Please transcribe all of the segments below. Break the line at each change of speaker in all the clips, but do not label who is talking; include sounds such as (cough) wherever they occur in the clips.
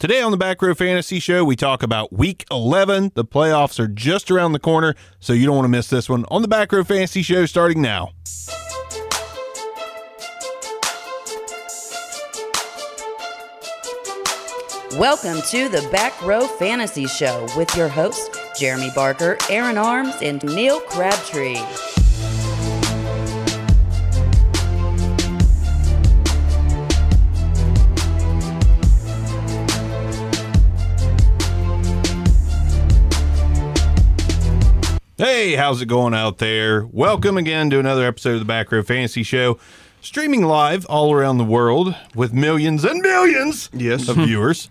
Today on the Back Row Fantasy Show, we talk about week 11. The playoffs are just around the corner, so you don't want to miss this one on the Back Row Fantasy Show starting now.
Welcome to the Back Row Fantasy Show with your hosts, Jeremy Barker, Aaron Arms, and Neil Crabtree.
Hey, how's it going out there? Welcome again to another episode of the Back Row Fantasy Show, streaming live all around the world with millions and millions
Yes.
of viewers.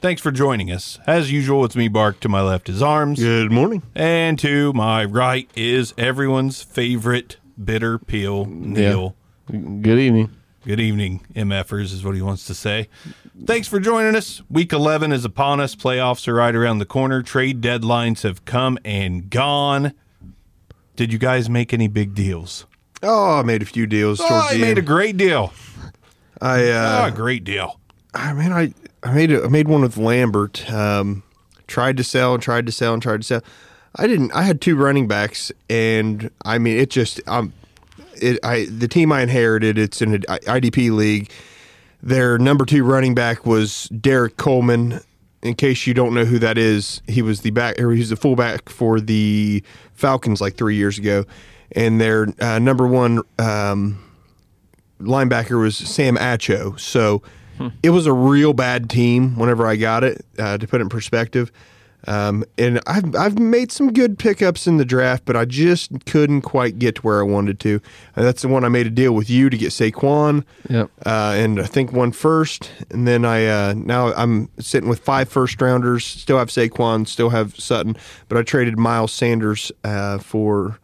Thanks for joining us. As usual, it's me, Bark. To my left is Arms.
Good morning.
And to my right is everyone's favorite bitter peel, Neil.
Good evening.
Good evening, MFers, is what he wants to say. Thanks for joining us. Week 11 is upon us. Playoffs are right around the corner. Trade deadlines have come and gone. Did you guys make any big deals?
Oh, I made a few deals
Oh,
towards
I
the
made a
end.
great deal.
I
Oh,
uh,
a great deal.
I mean, I I made a, I made one with Lambert. Um, tried to sell and tried to sell and tried to sell. I didn't. I had two running backs, and I mean, it just um, it I the team I inherited. It's in an IDP league. Their number two running back was Derek Coleman. In case you don't know who that is, he was the back or he was the fullback for the Falcons like three years ago, and their uh, number one. Um, linebacker was Sam Acho. So it was a real bad team whenever I got it, uh, to put it in perspective. Um, and I've, I've made some good pickups in the draft, but I just couldn't quite get to where I wanted to. And that's the one I made a deal with you to get Saquon.
Yep.
Uh, and I think one first. And then I uh, now I'm sitting with five first rounders, still have Saquon, still have Sutton, but I traded Miles Sanders uh, for.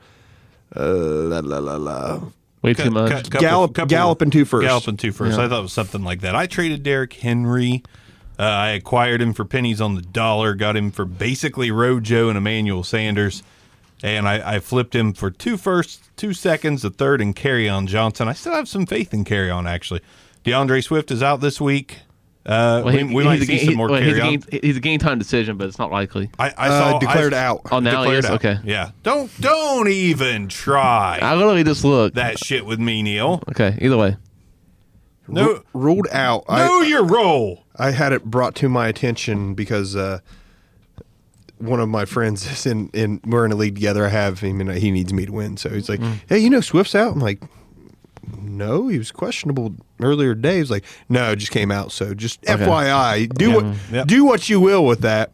Uh, la, la, la, la.
Way too much.
Gallop- Gallop and two first.
Gallop and two first. I thought it was something like that. I traded Derrick Henry. Uh, I acquired him for pennies on the dollar. Got him for basically Rojo and Emmanuel Sanders, and I, I flipped him for two firsts, two seconds, a third, and carry on Johnson. I still have some faith in carry on actually. DeAndre Swift is out this week. Uh,
Well, he-
we we
he's
might
a
see
ga-
some
he-
more
well, he's,
carry
a
on.
game, he's a game time decision, but it's not likely.
I, I
Uh,
saw
declared
I,
out.
Oh, now he
declared
is?
out.
Okay.
Yeah. Don't don't even try
I literally just looked.
that shit with me, Neil.
okay. Either way,
No,
ruled out.
know
I,
your role.
I had it brought to my attention because uh, one of my friends (laughs) is in, in we're in a league together. I have him and he needs me to win. So he's like, Hey, you know Swift's out? I'm like, No, he was questionable earlier today. He's like, No, it just came out. So just FYI, do what
Yep.
do what you will with that.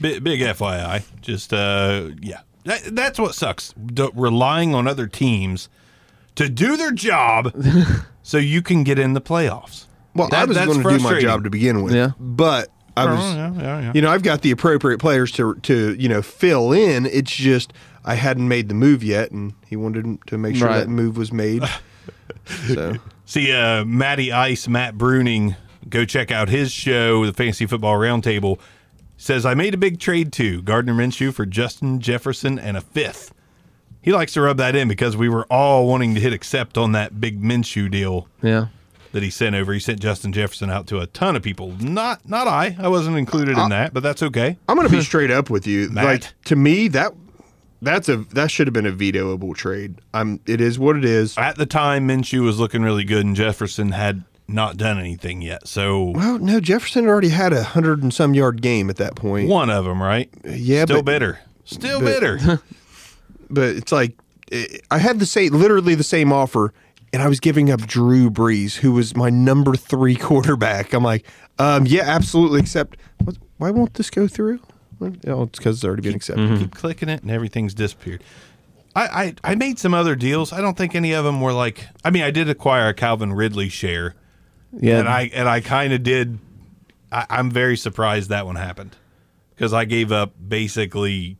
Big, big FYI. Just uh, yeah, that, that's what sucks. D- relying on other teams to do their
(laughs)
job so you can get in the playoffs.
Well, I
That-
was
that's
going to do my
frustrating.
job to begin with.
Yeah.
But I was,
yeah, yeah, yeah.
you know, I've got the appropriate players to to you know fill in. It's just I hadn't made the move yet, and he wanted to make sure
(laughs)
Right.
that move was made. so
See, uh, Matty Ice, Matt Bruning Go check out his show, the Fantasy Football Roundtable. Says I made a big trade too, Gardner Minshew for Justin Jefferson and a fifth. He likes to rub that in because we were all wanting to hit accept on that big Minshew deal
Yeah.
that he sent over. He sent Justin Jefferson out to a ton of people. Not not I. I wasn't included
Uh,
in that, but that's okay.
I'm going to be straight up with you.
Matt.
Like to me, that that's a that should have been a vetoable trade. I'm. It is what it is.
At the time, Minshew was looking really good, and Jefferson had not done anything yet. So
Well, no, Jefferson already had a hundred and some yard game at that point.
one of them, right?
Yeah,
still
but-
bitter. Still
but-
bitter.
(laughs) But it's like eh, I had the same, literally the same offer, and I was giving up Drew Brees, who was my number three (laughs) quarterback. I'm like, um, yeah, absolutely. Except, what, why won't this go through? Well, oh, it's because it's already been accepted.
Keep clicking it, and everything's disappeared. I, I I made some other deals. I don't think any of them were like. I mean, I did acquire a Calvin Ridley share,
Yeah.
and I and I kind of did. I, I'm very surprised that one happened because I gave up basically.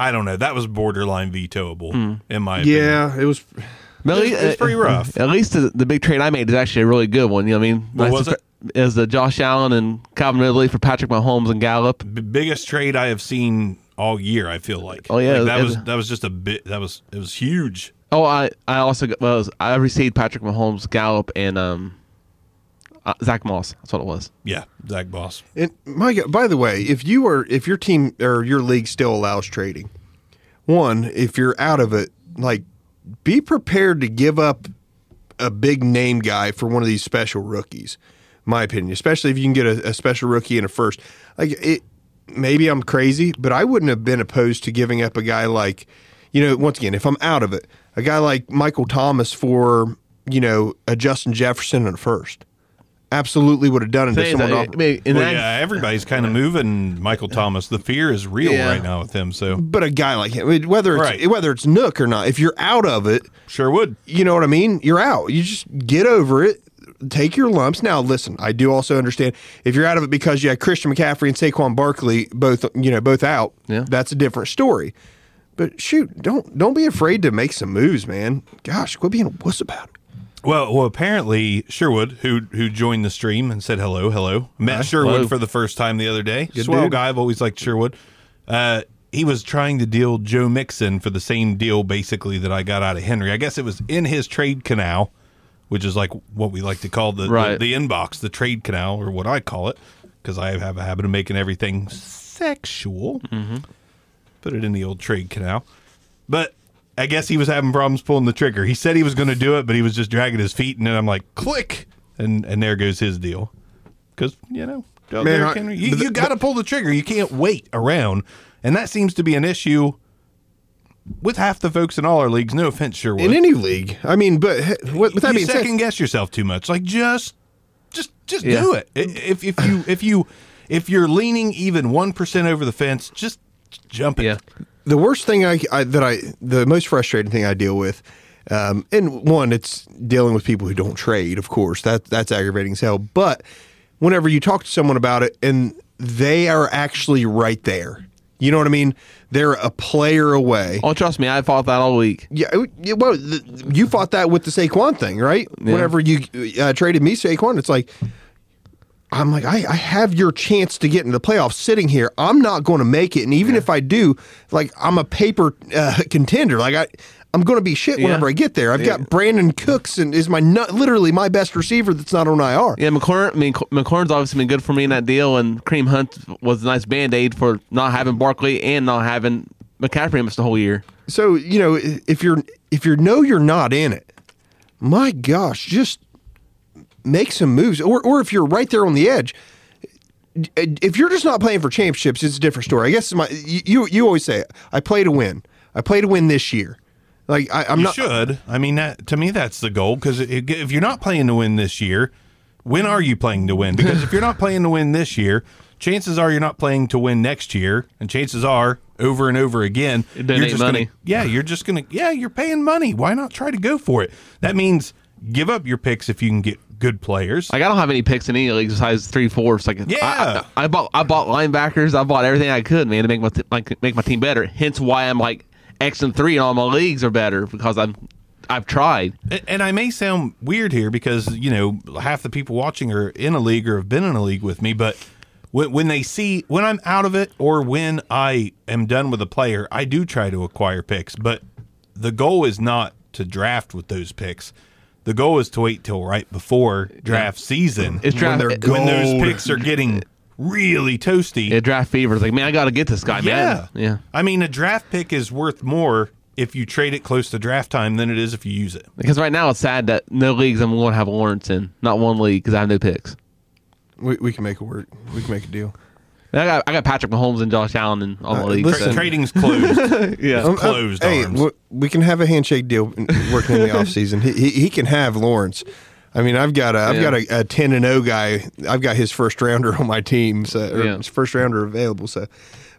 I don't know. That was borderline vetoable
Hmm.
in my opinion.
Yeah, it was.
But at
It's-
lea-
it's pretty rough.
At least the, the big trade I made is actually a really good one. You know what I mean?
What was
surpri- Is the Josh Allen and Calvin Ridley for Patrick Mahomes and Gallup?
B- biggest trade I have seen all year. I feel like.
Oh, yeah,
Like, that
it-
was that was just a bit. That was it was huge.
Oh, I I also got, well, it was- I received Patrick Mahomes, Gallup, and um, uh, Zach Moss. That's what it was.
Yeah, Zach Boss.
And my God, by the way, if you are if your team or your league still allows trading, one, if you're out of it, like be prepared to give up a big name guy for one of these special rookies. My opinion, especially if you can get a, a special rookie and a first. Like it, maybe I'm crazy, but I wouldn't have been opposed to giving up a guy like, you know, once again, if I'm out of it, a guy like Michael Thomas for you know a Justin Jefferson and a first. Absolutely would have done it. if
Thing is,
someone
I-
offered-
I mean, in
Well,
that-
yeah, everybody's kind of moving. Michael Thomas. The fear is real
Yeah.
right now with him. So
but a guy like him, it- whether it's
Right.
whether it's Nook or not, if you're out of it,
sure would.
you know what I mean. You're out. You just get over it. Take your lumps. Now, listen, I do also understand if you're out of it because you had Christian McCaffrey and Saquon Barkley both, you know, both out.
Yeah.
that's a different story. But shoot, don't don't be afraid to make some moves, man. Gosh, quit being a wuss about it.
Well, well, apparently Sherwood, who who joined the stream and said hello, hello, met Sherwood
hello.
for the first time the other day. Swell
dude.
guy. I've always liked Sherwood. Uh, he was trying to deal Joe Mixon for the same deal, basically that I got out of Henry. I guess it was in his trade canal, which is like what we like to call the
Right.
the, the inbox, the trade canal, or what I call it, because I have a habit of making everything sexual.
Mm-hmm.
Put it in the old trade canal. But I guess he was having problems pulling the trigger. He said he was going to do it, but he was just dragging his feet, and then I'm like, click, and and there goes his deal. Because you know, Del-
Man,
Derrick
I-
Henry, you,
but the-
you got to pull the trigger. You can't wait around, and that seems to be an issue with half the folks in all our leagues. No offense, Sherwood.
in any league. I mean, but he- with, with that
you
being said,
second guess yourself too much. Like just, just, just
Yeah.
do it. I- If if you if you if you're leaning even one percent over the fence, just jump it.
Yeah.
the worst thing I, I that I the most frustrating thing I deal with, um, and one, it's dealing with people who don't trade. Of course, that that's aggravating as hell. But whenever you talk to someone about it, and they are actually right there, you know what I mean? They're a player away.
Oh, trust me, I fought that all week.
Yeah, it- yeah, well, th- you fought that with the Saquon thing, right? Whenever you uh, traded me Saquon, it's like I'm like I, I have your chance to get in the playoffs sitting here. I'm not going to make it, and even if I do, like I'm a paper uh, (laughs) contender. Like I, I'm going to be shit whenever I get there. I've got Brandon Cooks and is my nu- literally my best receiver that's not on IR.
Yeah, McLaurin. I mean, McLaurin's obviously been good for me in that deal, and Cream Hunt was a nice band aid for not having Barkley and not having McCaffrey miss the whole year.
So you know i- if you're if you know you're not in it, my gosh, just make some moves. Or or if you're right there on the edge, d- if you're just not playing for championships, it's a different story. I guess my you you- you always say it. I play to win. I play to win this year. Like I, I'm
You
not.
should. I mean, that to me, that's the goal. Because if you're not playing to win this year, when are you playing to win? Because if you're not playing to win this year, chances are you're not playing to win next year, and chances are over and over again,
It donate
you're just
money.
Gonna, yeah, you're just gonna. Yeah, you're paying money. Why not try to go for it? That means give up your picks if you can get good players.
Like I don't have any picks in any league besides three fourths. Like I-
Yeah.
I, I, bought I bought linebackers. I bought everything I could, man, to make my t- like make my team better. Hence why I'm like X and three in all my leagues are better because I'm I've tried.
A- And I may sound weird here because you know half the people watching are in a league or have been in a league with me, but when, when they see when I'm out of it or when I am done with a player, I do try to acquire picks. But the goal is not to draft with those picks. The goal is to wait till right before draft season
It's draft.
they're
it-
go-
when those
Gold.
picks are getting really toasty.
yeah, draft fever. It's like, man, I got to get this guy,
yeah,
man. Yeah.
I mean, a draft pick is worth more if you trade it close to draft time than it is if you use it.
Because right now it's sad that no leagues I'm going to have Lawrence in. Not one league because I have no picks.
We, we can make it work. We can make a deal.
And I got I got Patrick Mahomes and Josh Allen in all my
Uh,
leagues. so-
listen.
Trading's
(laughs)
closed.
yeah.
Um, Closed
hey,
arms.
w- we can have a handshake deal in-
(laughs)
working in the off season. He, he he can have Lawrence. I mean, I've got a I've
Yeah.
got a, a ten and zero guy. I've got his first rounder (laughs) on my team, so or
Yeah.
his first rounder available. So,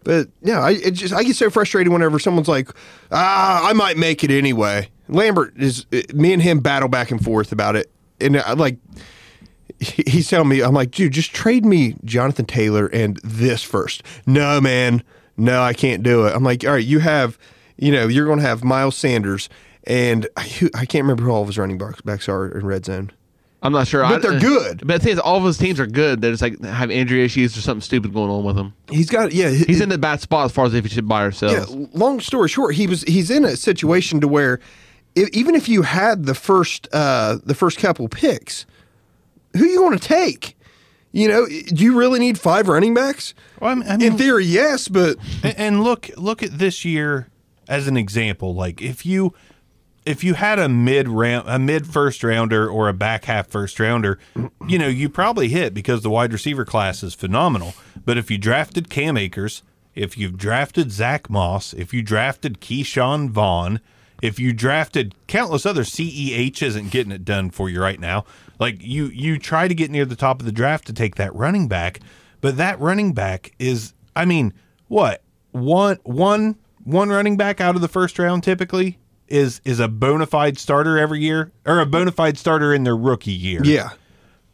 but yeah, I it just I get so frustrated whenever someone's like, ah, I might make it anyway. Lambert is it- me and him battle back and forth about it, and I like. he- He's telling me, I'm like, dude, just trade me Jonathan Taylor and this first. No, man, no, I can't do it. I'm like, all right, you have, you know, you're going to have Miles Sanders, and I, who- I can't remember who all of his running backs backs are in red zone.
I'm not sure.
But
I- uh,
they're good.
But the thing is, all of those teams are good. They just like have injury issues or something stupid going on with them.
He's got, yeah,
He's in the bad spot as far as if he should buy or sell.
Yeah. Long story short, he was he's in a situation to where, i even if you had the first uh, the first couple picks, who you going to take? You know, e, do you really need five running backs?
Well, I mean- I
in
mean-
theory, yes, but
And, and look, look at this year as an example. Like if you if you had a mid round, a mid first rounder, or a back half first rounder, you know you probably hit because the wide receiver class is phenomenal. But if you drafted Cam Akers, if you've drafted Zach Moss, if you drafted Keyshawn Vaughn, if you drafted countless other CEH isn't getting it done for you right now. Like you, you try to get near the top of the draft to take that running back, but that running back is, I mean, what one one one running back out of the first round typically is is a bona fide starter every year or a bona fide starter in their rookie year.
yeah.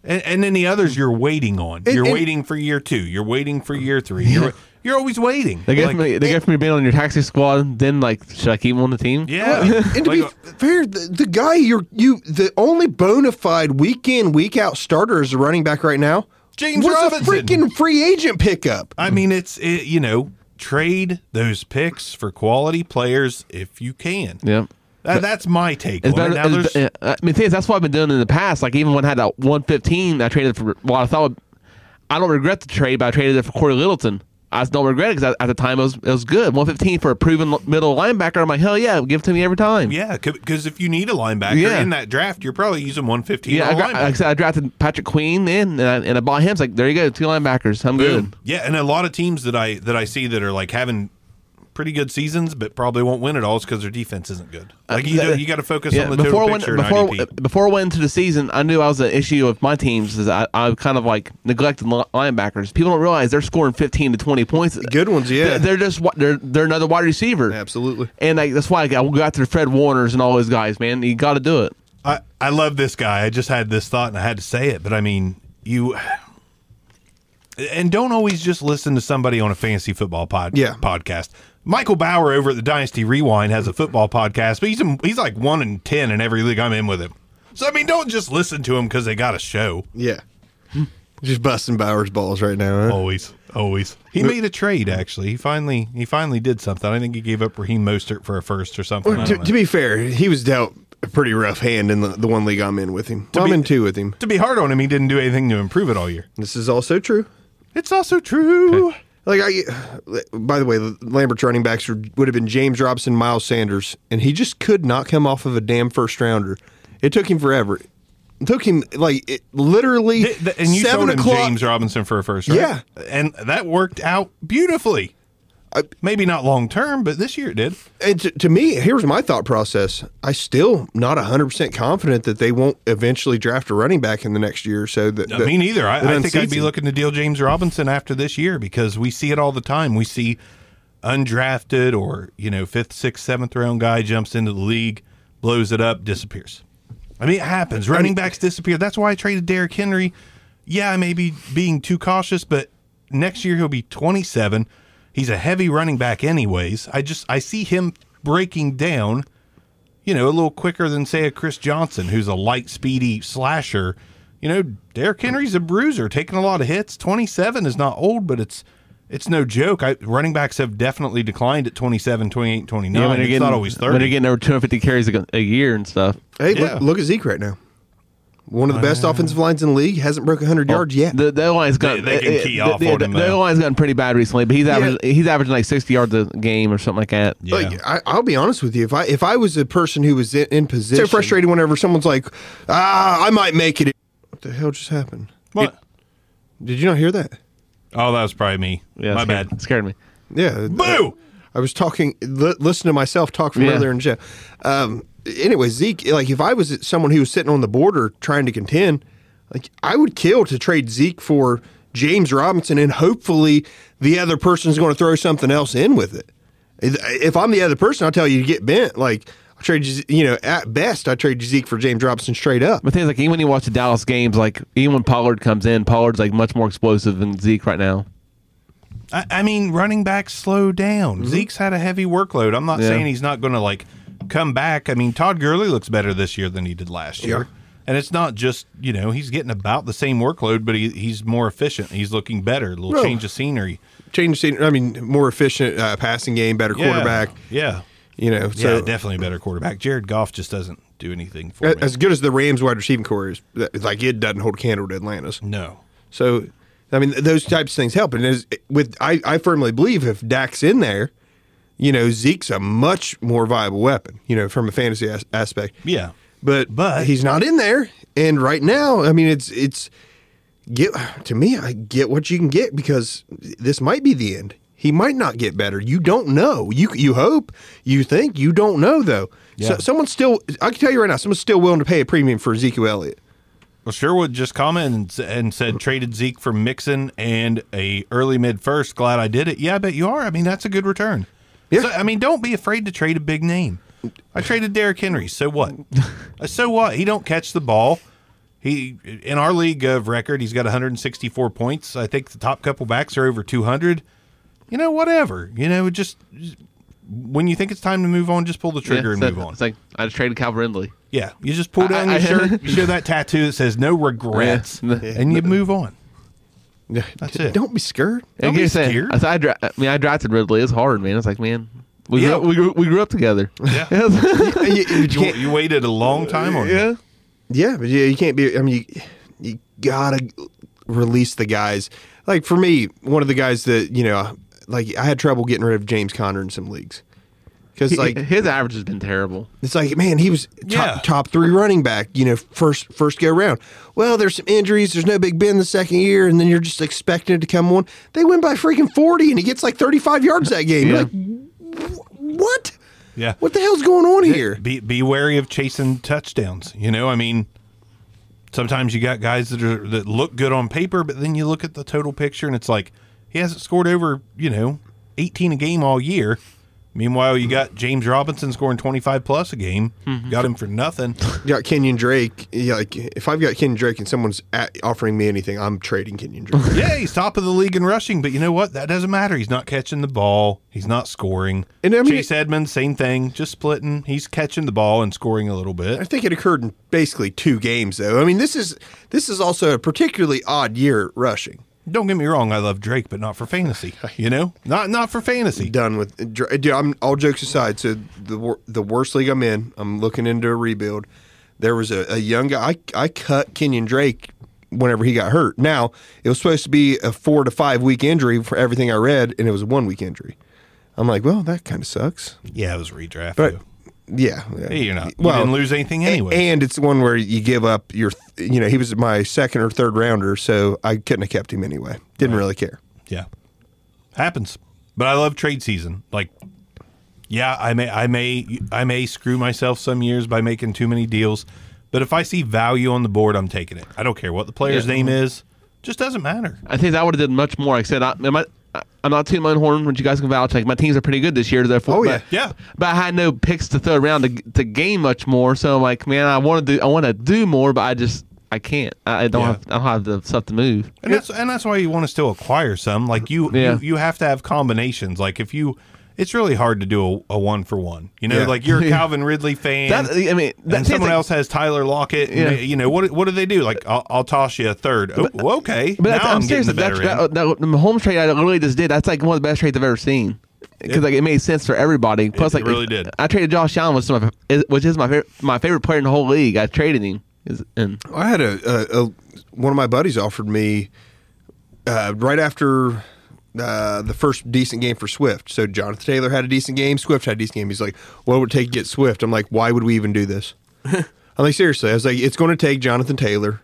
and, and then the others you're waiting on. You're
and-
waiting for year two. You're waiting for year three. You're you're always waiting.
They go
Like,
from me. They go from me being on your taxi squad. Then like, should I keep him on the team?
yeah,
And to
Like,
be
uh,
f- fair, the, the guy you're you the only bona fide week in week out starter as a running back right now,
James
was
Robinson.
a freaking free agent pickup.
I mean, it's it, you know trade those picks for quality players if you can.
Yep.
That- that's my take.
It's
on it.
better.
Now
it's,
there's-
yeah. I mean, the thing is, that's what I've been doing in the past. Like even when I had that 115, I traded for. Well, I thought I don't regret the trade, but I traded it for Corey Littleton. I just don't regret it because at the time it was it was good. 115 for a proven l- middle linebacker. I'm like, hell yeah, give it to me every time.
Yeah, because if you need a linebacker
Yeah.
in that draft, you're probably using 115.
Yeah,
on
I,
a
gra- like I
linebacker.
said, I drafted Patrick Queen in, and I, and I bought him. It's like, there you go, two linebackers. I'm
Boom.
good.
Yeah, and a lot of teams that I that I see that are like having pretty good seasons, but probably won't win at all, is because their defense isn't good. Like you,
Uh,
do- you got to focus
yeah,
on the
before
total
I went,
picture.
before, uh,
and IDP.
before I went into the season, I knew I was an issue with my teams. Is I, I kind of like neglected li- linebackers. People don't realize they're scoring 15 to 20 points.
Good ones, yeah.
They're, they're just wi- they're they're another wide receiver.
Absolutely.
And like, that's why I will go after Fred Warner's and all those guys. Man, you got to do it.
I, I love this guy. I just had this thought and I had to say it, but I mean, you and don't always just listen to somebody on a fantasy football pod
Yeah.
podcast. Michael Bauer over at the Dynasty Rewind has a football podcast, but he's in, he's like one in ten in every league I'm in with him. So I mean, don't just listen to him because they got a show.
Yeah. Just busting Bowers balls right
Oh,
now. Huh?
Always, always. He made a trade. Actually, he finally he finally did something. I think he gave up Raheem Mostert for a first or something. I
Well,
don't
Oh, to,
know.
to be fair, he was dealt a pretty rough hand in the, the one league I'm in with him. I'm
be-
in two with him.
to be hard on him, he didn't do anything to improve it all year.
This is also true.
It's also true.
Like I, by the way, Lambert's running backs would would have been James Robinson, Miles Sanders, and he just could not come off of a damn first rounder. It took him forever. It took him like it, literally
Th- th- and you
seven
sold him
o'clock.
James Robinson for a first, right?
Yeah.
and that worked out beautifully.
Uh,
Maybe not long term, but this year it did.
And to, to me, here's my thought process. I still not 100% confident that they won't eventually draft a running back in the next year or so. That,
I
that-
mean, either uh, I,
that
I think I'd
unseats
be
him.
looking to deal James Robinson after this year because we see it all the time. We see undrafted or you know fifth, sixth, seventh round guy jumps into the league, blows it up, disappears. I mean, it happens. Running backs disappear. That's why I traded Derrick Henry. Yeah, I may be being too cautious, but next year he'll be 27. He's a heavy running back, anyways. I just I see him breaking down you know, a little quicker than say a Chris Johnson, who's a light, speedy slasher. You know, Derrick Henry's a bruiser, taking a lot of hits. Twenty seven is not old, but it's it's no joke. I, running backs have definitely declined at 27, 28, 29.
when
it's
you're getting,
not always
When you're
thirty.
getting over 250 carries a, a year and stuff.
Hey,
Yeah.
look, look at Zeke right now. One of the best offensive lines in the league hasn't broke 100 yards yet.
The, the line's gotten
They- they can
it-
key
it-
off
the,
on him,
the- the
though.
line's gotten pretty bad recently, but he's averaging he's averaging like 60 yards a game or something like that.
Oh, Yeah.
Like, I, I'll be honest with you. If I if I was a person who was in, in position, so frustrated whenever someone's like, "Ah, I might make it." What the hell just happened?
What?
Did you not hear that?
Oh, that was probably me.
Yeah,
My
scared,
bad.
Scared me.
Yeah. uh,
Boo!
I was talking, li- listen to myself talk from
Yeah.
earlier in the show. Um, anyway, Zeke, like if I was someone who was sitting on the border trying to contend, like I would kill to trade Zeke for James Robinson and hopefully the other person's going to throw something else in with it. If if I'm the other person, I'll tell you to get bent. Like, I trade, you- you know, at best, I trade Zeke for James Robinson straight up.
But things like even when you watch the Dallas games, like even when Pollard comes in, Pollard's like much more explosive than Zeke right now.
I, I mean, running backs slow down.
Mm-hmm.
Zeke's had a heavy workload. I'm not
Yeah.
saying he's not going to like come back. I mean, Todd Gurley looks better this year than he did last year. And it's not just you know he's getting about the same workload, but he, he's more efficient. He's looking better. A little
Well,
change of scenery.
Change, the scene- I mean, more efficient uh, passing game, better
Yeah.
quarterback,
Yeah.
you know.
Yeah,
So,
definitely a better quarterback. Jared Goff just doesn't do anything for
a-
me.
as good as the Rams wide receiving core is, that- like, it doesn't hold a candle to Atlanta's.
no.
So, I mean, those types of things help. And as, with, I, I firmly believe if Dak's in there, you know, Zeke's a much more viable weapon, you know, from a fantasy as- aspect.
Yeah.
But
But-
but he's not in there, and right now, I mean, it's it's get to me. I get what you can get because this might be the end. He might not get better. You don't know. You you hope. You think. You don't know though.
Yeah.
So, someone's still. I can tell you right now. Someone's still willing to pay a premium for Ezekiel Elliott.
Well, Sherwood just commented and, and said traded Zeke for Mixon and a early mid first. Glad I did it. Yeah, I bet you are. I mean, that's a good return.
Yeah.
So, I mean, don't be afraid to trade a big name. I traded Derrick Henry. So what? Uh, so what? He don't catch the ball. He in our league of record, he's got 164 points. I think the top couple backs are over 200. You know, whatever. You know, just just- when you think it's time to move on, just pull the trigger
Yeah,
and
so
move on.
It's like I just traded Cal Brindley.
Yeah, you just pull down
I-
your
I-
(laughs) shirt, you show that tattoo that says "No regrets,"
Yeah.
(laughs) and you move on.
That's
it.
Don't be scared.
Don't
And
be
you're saying-
scared.
I, said, I, dra- I mean, I drafted Ridley. It's hard, man. It's like, man, we
Yeah.
grew up, we grew, we grew up together. (laughs)
Yeah.
You- you
(laughs) You,
can't-
you waited a long time on
yeah.
it.
Yeah, but yeah, you can't be. I mean, you, you gotta release the guys. Like for me, one of the guys that you know, like I had trouble getting rid of James Conner in some leagues because
(laughs)
like
his average has been terrible.
it's like man, he was top,
Yeah.
top three running back. You know, first first go round. Well, there's some injuries. There's no Big Ben the second year, and then you're just expecting it to come on. They win by freaking forty, and he gets like thirty five yards that game. You're
Yeah.
like, "Wh- what?
Yeah.
What the hell's going on here?
Be be wary of chasing touchdowns. You know, I mean, sometimes you got guys that are that look good on paper, but then you look at the total picture and it's like he hasn't scored over you know eighteen a game all year. Meanwhile, you got James Robinson scoring twenty five plus a game. Got him for nothing.
got Kenyon Drake. Yeah, like if I've got Kenyon Drake and someone's at, offering me anything, I'm trading
(laughs)
Kenyon Drake.
Yeah, he's top of the league in rushing, but you know what? That doesn't matter. He's not catching the ball. He's not scoring.
And I mean-
Chase Edmonds, same thing, just splitting. He's catching the ball and scoring a little
I
bit.
think it occurred in basically two games though. I mean, this is this is also a particularly odd year at rushing.
Don't get me wrong, I love Drake, but not for fantasy.
(laughs)
You know, not not for fantasy.
Done with Dra- dude, I'm all jokes aside. So the wor- the worst league I'm in, I'm looking into a rebuild. There was a, a young guy. I, I cut Kenyon Drake whenever he got hurt. Now it was supposed to be a four to five week injury for everything I read, and it was a one week injury. I'm like, well, that kind of sucks.
Yeah, it was redraft.
But
though.
yeah, yeah.
Hey, you're not. you didn't lose anything
a-
anyway.
And it's one where you give up your, you know, he was my second or third rounder, so I couldn't have kept him anyway. Didn't really care.
yeah, happens. But I love trade season. Like, yeah, I may I may I may screw myself some years by making too many deals, but if I see value on the board, I'm taking it. I don't care what the player's
Yeah.
name is. Just doesn't matter.
I think I would have done much more. Like I said, I, my, I- I'm not tooting my own horn, which you guys can vouch. Like my teams are pretty good this year, therefore.
Oh, yeah.
but,
Yeah.
But I had no picks to throw around to, to gain much more. So I'm like, man, I want to do, I want to do more, but I just, I can't. I, I don't
Yeah.
have, I don't have the stuff to move.
And that's and that's why you want to still acquire some. Like you,
Yeah.
you, you have to have combinations. Like if you it's really hard to do a, a one for one. You know,
Yeah.
like
(laughs)
you're a Calvin Ridley fan.
That, I mean, that
and
seems
someone
like-
else has Tyler Lockett. and
Yeah.
they- you know what? What do they do? Like, I'll, I'll toss you a third. Oh, okay,
But
now
that's, I'm,
I'm,
serious.
getting the
that,
better end.
that, that, the Mahomes trade I literally just did. That's like one of the best trades I've ever seen because like it made sense for everybody. Plus,
it
like
really did.
I traded Josh Allen, which is my is- which is my favorite, my favorite player in the whole league. I traded him. Is- And
I had a, a, a one of my buddies offered me uh, right after uh, the first decent game for Swift. So Jonathan Taylor had a decent game. Swift had a decent game. He's like, "What would it take to get Swift?" I'm like, "Why would we even
(laughs)
do this?" I'm like, "Seriously." I was like, "It's going to take Jonathan Taylor."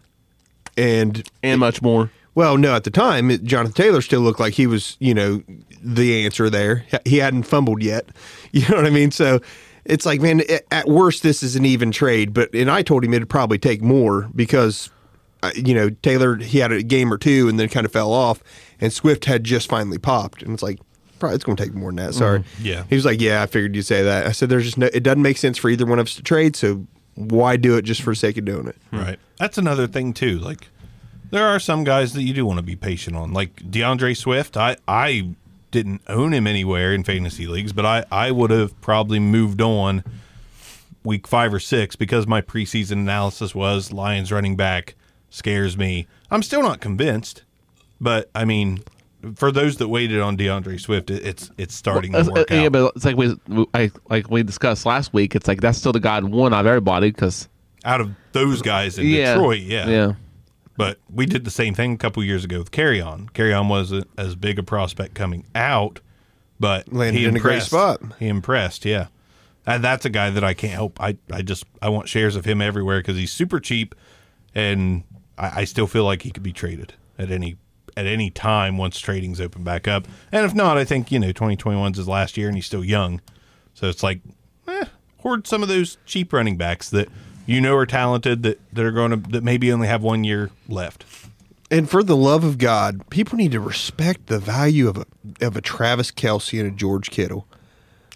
And
and much more.
well, no, at the time, it, Jonathan Taylor still looked like he was, you know, the answer there. H- He hadn't fumbled yet. (laughs) You know what I mean? So it's like, man, a- at worst, this is an even trade. But, and I told him it'd probably take more because, uh, you know, Taylor, he had a game or two and then kind of fell off. And Swift had just finally popped. And it's like, probably it's going to take more than that. Sorry.
Yeah.
He was like, yeah, I figured you'd say that. I said, there's just no, it doesn't make sense for either one of us to trade. So why do it just for the sake of doing it?
Hmm.
Right. That's another thing too. Like there are some guys that you do want to be patient on. Like DeAndre Swift, I I didn't own him anywhere in fantasy leagues, but I I would have probably moved on week 5 or 6 because my preseason analysis was Lions running back scares me. I'm still not convinced, but I mean for those that waited on DeAndre Swift, it, it's it's starting to
Uh,
work
uh, Yeah,
out.
but it's like we I, like we discussed last week. It's like that's still the god one out of everybody because
Out of those guys in
yeah,
Detroit,
yeah.
But we did the same thing a couple years ago with Carry On. Carry On wasn't as big a prospect coming out, but
Landed
he
in a great
impressed.
spot.
He impressed, yeah. And that's a guy that I can't help. I, I just I want shares of him everywhere because he's super cheap, and I, I still feel like he could be traded at any at any time once trading's open back up. And if not, I think you know 2021's his last year, and he's still young, so it's like eh, hoard some of those cheap running backs that you know are talented that that are going to that maybe only have one year left.
And for the love of God, people need to respect the value of a of a Travis Kelsey and a George Kittle.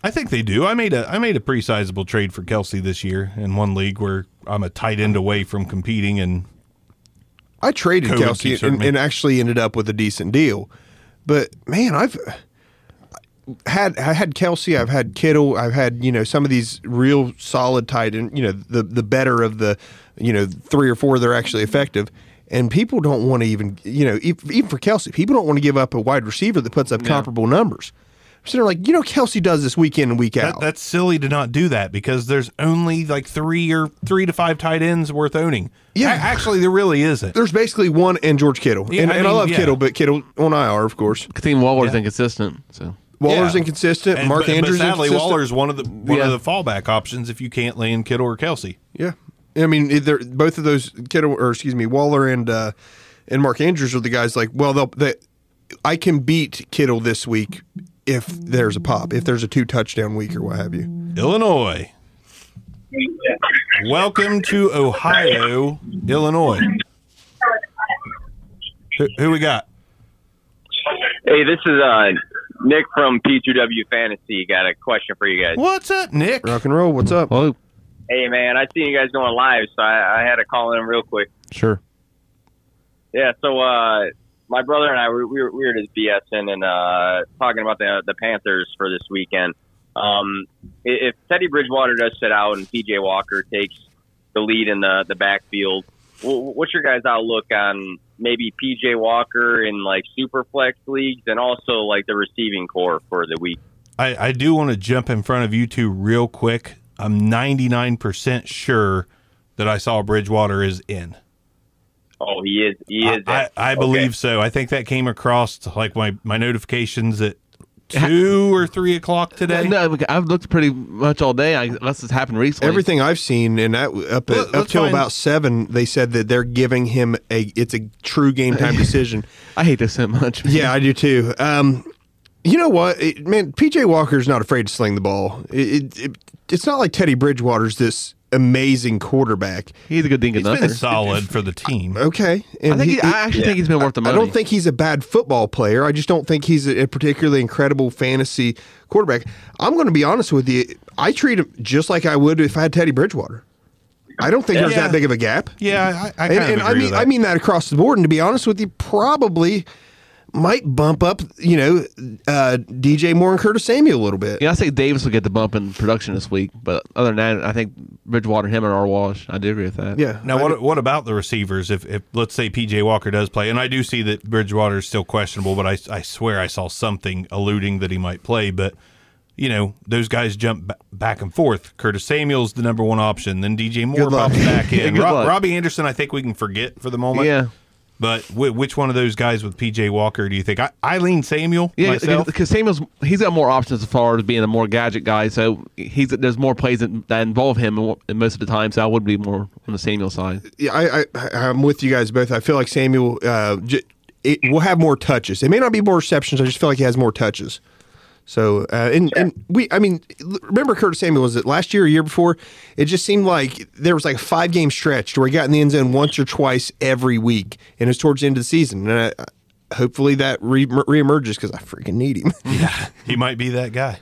I think they do. I made a I made a pretty sizable trade for Kelsey this year in one league where I'm a tight end away from competing, and
I traded
COVID
Kelsey
keeps hurting
and,
me.
and actually ended up with a decent deal. But man, I've had I had Kelsey, I've had Kittle, I've had you know some of these real solid tight end, you know the the better of the you know three or four that are actually effective. And people don't want to even you know ev- even for Kelsey, people don't want to give up a wide receiver that puts up comparable numbers. So they're like, you know, Kelsey does this week in and week
that,
out.
that's silly to not do that because there's only like three or three to five tight ends worth owning.
Yeah.
A- actually, there really isn't.
There's basically one and George Kittle,
Yeah,
and,
I
and I
mean,
love
yeah.
Kittle, but Kittle on IR, of course.
Team Waller's inconsistent, so
Waller's
Yeah.
inconsistent.
And-
Mark
but,
Andrews
but sadly,
inconsistent.
Waller's one of the one
Yeah.
of the fallback options if you can't land Kittle or Kelsey.
Yeah, I mean, it- they're, both of those Kittle, or excuse me, Waller and uh, and Mark Andrews are the guys. Like, well, they'll they, I can beat Kittle this week if there's a pop, if there's a two touchdown week or what have you.
Illinois. Welcome to Ohio, Illinois. Who, who we got?
Hey, this is uh, Nick from P2W Fantasy. Got a question for you guys.
What's up, Nick?
Rock and roll. What's up?
oh
Hey, man, I seen you guys going live, so I, I had to call in real quick.
sure.
Yeah, so uh, my brother and I we we were, we were just BSing and uh, talking about the the Panthers for this weekend. Um, i- if Teddy Bridgewater does sit out and PJ Walker takes the lead in the the backfield, wh- what's your guys' outlook on maybe PJ Walker in like super flex leagues and also like the receiving core for the week?
I, I do want to jump in front of you two real quick. I'm 99% sure that I saw Bridgewater is in.
Oh, he is he is.
I, I, I believe so. I think that came across to, like my, my notifications
(laughs)
at two or three o'clock today.
No, because I've looked pretty much all day. I, unless it's happened recently.
Everything I've seen, and that up at,
Let-
up
let's
till
find-
about seven, they said that they're giving him a. It's a true
(laughs)
game time decision.
I hate this so much. (laughs)
Yeah, I do too. Um, you know what, It- man? PJ Walker's not afraid to sling the ball. It, it, it, it's not like Teddy Bridgewater's this amazing quarterback.
he's a good thing.
He's been
another.
solid for the
(laughs)
team.
Okay, and
I think
he-
he, I actually think he's been worth the
I
money.
don't think he's a bad football player. I just don't think he's a, a particularly incredible fantasy quarterback. I'm going to be honest with you. I treat him just like I would if I had Teddy Bridgewater. I don't think there's
Yeah.
that big of a gap.
Yeah, I, I kind
and,
of
and
agree
I mean
with that.
I mean that across the board. And to be honest with you, probably might bump up, you know, uh, DJ Moore and Curtis Samuel a little bit.
Yeah, I think Davis will get the bump in production this week, but other than that, I think Bridgewater, him, and R. Walsh. I do agree with that.
Yeah.
Now,
I
what what about the receivers? If, if let's say PJ Walker does play, and I do see that Bridgewater is still questionable, but I I swear I saw something alluding that he might play. But you know, those guys jump b- back and forth. Curtis Samuel's the number one option. Then DJ Moore
Good luck.
pops
(laughs)
back in.
Good
Rob-
luck.
Robbie Anderson, I think we can forget for the moment.
Yeah.
But whi which one of those guys with PJ Walker do you think? I, Eileen Samuel.
Yeah, (laughs)
myself.
because Samuel's he's got more options as far as being a more gadget guy, so he's there's more plays that, that involve him mo- most of the time. So I would be more on the Samuel side.
yeah, I, I, I- I'm with you guys both. I feel like Samuel uh, j- it will have more touches. It may not be more receptions. I just feel like he has more touches. So uh, and and we, I mean, l- remember Curtis Samuel was it last year, or year before? It just seemed like there was like a five game stretch where he got in the end zone once or twice every week, and it's towards the end of the season. And I, I- hopefully that re- reemerges because I freaking need him. (laughs)
he might be that guy.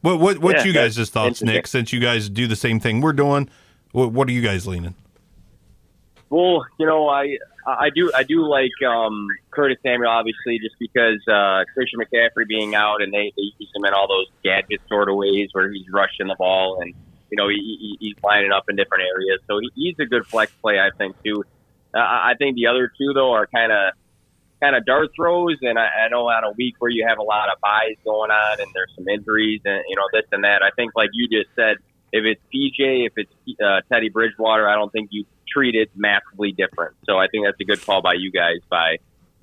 What what what
Yeah,
you guys'
that's
thoughts, Nick?
interesting.
Since you guys do the same thing we're doing, what, what are you guys leaning?
Well, you know, I I do I do like um, Curtis Samuel obviously just because uh, Christian McCaffrey being out and they, they use him in all those gadget sort of ways where he's rushing the ball and you know he, he, he's lining up in different areas, so he, he's a good flex play I think too. Uh, I I think the other two though are kind of kind of dart throws, and I, I know on a week where you have a lot of buys going on and there's some injuries and you know this and that. I think like you just said, if it's PJ, if it's uh, Teddy Bridgewater, I don't think you treat it massively different. So I think that's a good call by you guys by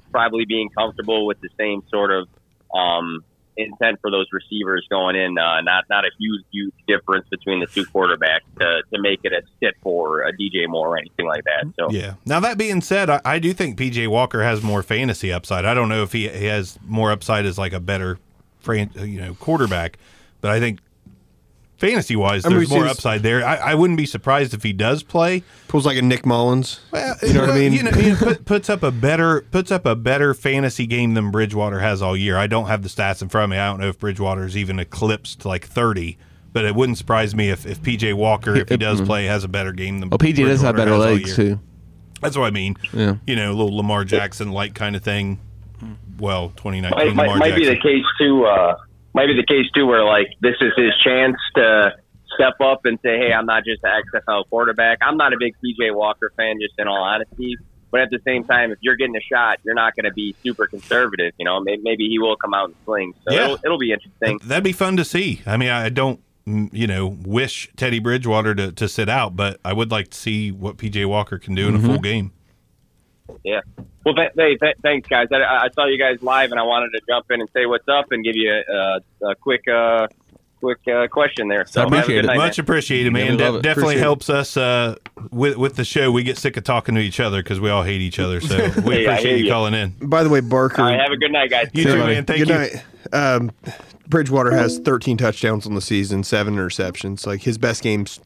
probably being comfortable with the same sort of um, intent for those receivers going in. Uh, not not a huge huge difference between the two quarterbacks to, to make it a sit for a DJ Moore or anything like that. So
Yeah. Now that being said, I, I do think PJ Walker has more fantasy upside. I don't know if he, he has more upside as like a better, fran- uh, you know, quarterback, but I think fantasy wise,
I mean,
there's
we've
more
seen this-
upside there. I, I wouldn't be surprised if he does play.
Pulls like a Nick Mullins. you know what I
well,
mean?
You know, you know, put, puts up a better puts up a better fantasy game than Bridgewater has all year. I don't have the stats in front of me. I don't know if Bridgewater's even eclipsed like thirty, but it wouldn't surprise me if, if PJ Walker, if he does play, has a better game than.
Well, PJ does have
Bridgewater has
better
all
legs
year.
too.
That's what I mean.
Yeah.
You know, a little Lamar Jackson like kind of thing. Well, 2019
might, might,
Lamar
might be
Jackson.
the case too. Uh, might be the case too, where like this is his chance to step up and say, "Hey, I'm not just an XFL quarterback. I'm not a big PJ Walker fan, just in all honesty." But at the same time, if you're getting a shot, you're not going to be super conservative. You know, maybe, maybe he will come out and sling. So
Yeah.
it'll, it'll be interesting.
That'd be fun to see. I mean, I don't, mm, you know, wish Teddy Bridgewater to, to sit out, but I would like to see what PJ Walker can do in
Mm-hmm.
a full game.
Yeah. Well, th- hey, th- thanks, guys. I, I saw you guys live, and I wanted to jump in and say what's up and give you a, a, a quick, uh, quick uh, question there. So
I
have a good
appreciate it.
night, man.
Much appreciated,
Yeah, we
man.
love
De-
it.
definitely
Appreciate it.
helps us uh, with with the show. We get sick of talking to each other because we all hate each
(laughs)
other. So we
Yeah, I hear
appreciate you
you.
calling in.
By the way, Barker.
All right, have a good night, guys.
You too, man. Thank
Good
you.
night. Um, Bridgewater has 13 touchdowns on the season, seven interceptions. Like his best games,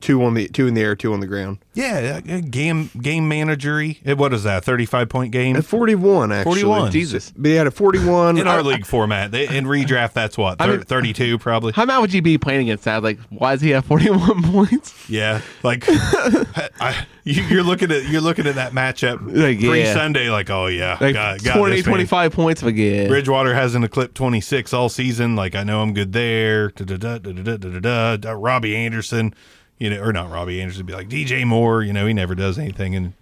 two on the two in the air, two on the ground.
Yeah, uh, game game managery. Eh, What is that? Thirty five point game.
At 41, actually.
41.
Jesus.
But he had a 41.
in our
I-
league format. They, in redraft, that's what thir-
I mean-
thirty-two, probably.
How mad would you be playing against that? Like, why does he have 41 (laughs) points?
Yeah, like (laughs) I, you, you're looking at you're looking at that matchup
Like, yeah.
pre Sunday. Like, oh yeah,
Like
got, got
20,
this, man.
25 points again.
Bridgewater hasn't eclipsed 26 all season. Like, I know I'm good there. Da-da-da, da-da-da, da-da-da. Da- Robbie Anderson, you know, or not Robbie Anderson, be like DJ Moore. You know, he never does anything in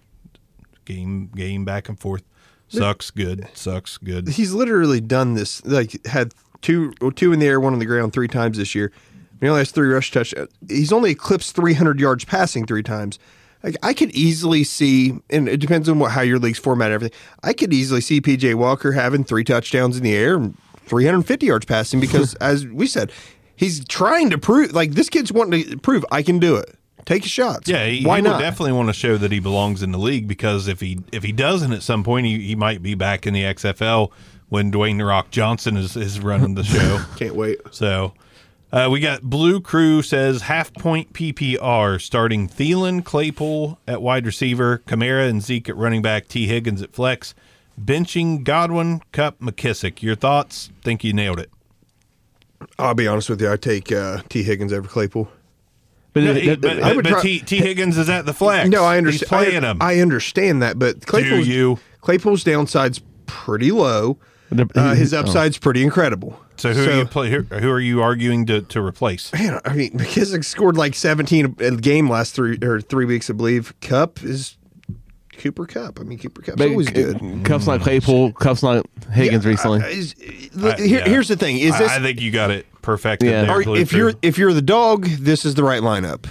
game game back and forth. Sucks good. Sucks good.
he's literally done this. Like had two two in the air, one on the ground, three times this year. He only has three rush touchdowns. He's only eclipsed 300 yards passing three times. Like I could easily see, and it depends on what how your league's format and everything. I could easily see PJ Walker having three touchdowns in the air and 350 yards
(laughs)
passing because, as we said, he's trying to prove. Like this kid's wanting to prove I can do it. Take a shot.
Yeah, he,
why
he
not?
Would definitely want to show that he belongs in the league because if he if he doesn't at some point, he, he might be back in the XFL when Dwayne the Rock Johnson is is running the
(laughs)
show.
Can't wait.
so. Uh, we got Blue Crew says half point PPR starting Thielen, Claypool at wide receiver, Kamara and Zeke at running back, T. Higgins at flex, benching Godwin, Cup, McKissick. Your thoughts? Think you nailed it.
I'll be honest with you. I take uh, T Higgins over Claypool.
But,
But,
it-
but-
I would
but
try-
T, T. Higgins is at the flex.
No, I
He's
understand.
playing
I,
him.
I understand that, but Claypool's,
you?
Claypool's downside's pretty low.
The-
Uh, his upside's pretty incredible.
Oh. So who are you play, who, who are you arguing to, to replace?
Man, I mean, McKissick scored like 17 a a game last three or three weeks, I believe. Cup is Cooper Cup. I mean, Cooper Cup's
But
always good.
oh. uh, Cuff's not Claypool. Cuff's not Higgins recently.
Uh, is- look,
I-
here-
yeah.
Here's the thing: is
I-
this
I, think you got it perfected.
Yeah.
there,
are-
Blue
if
Crew.
you're if you're the dog, this is the right lineup.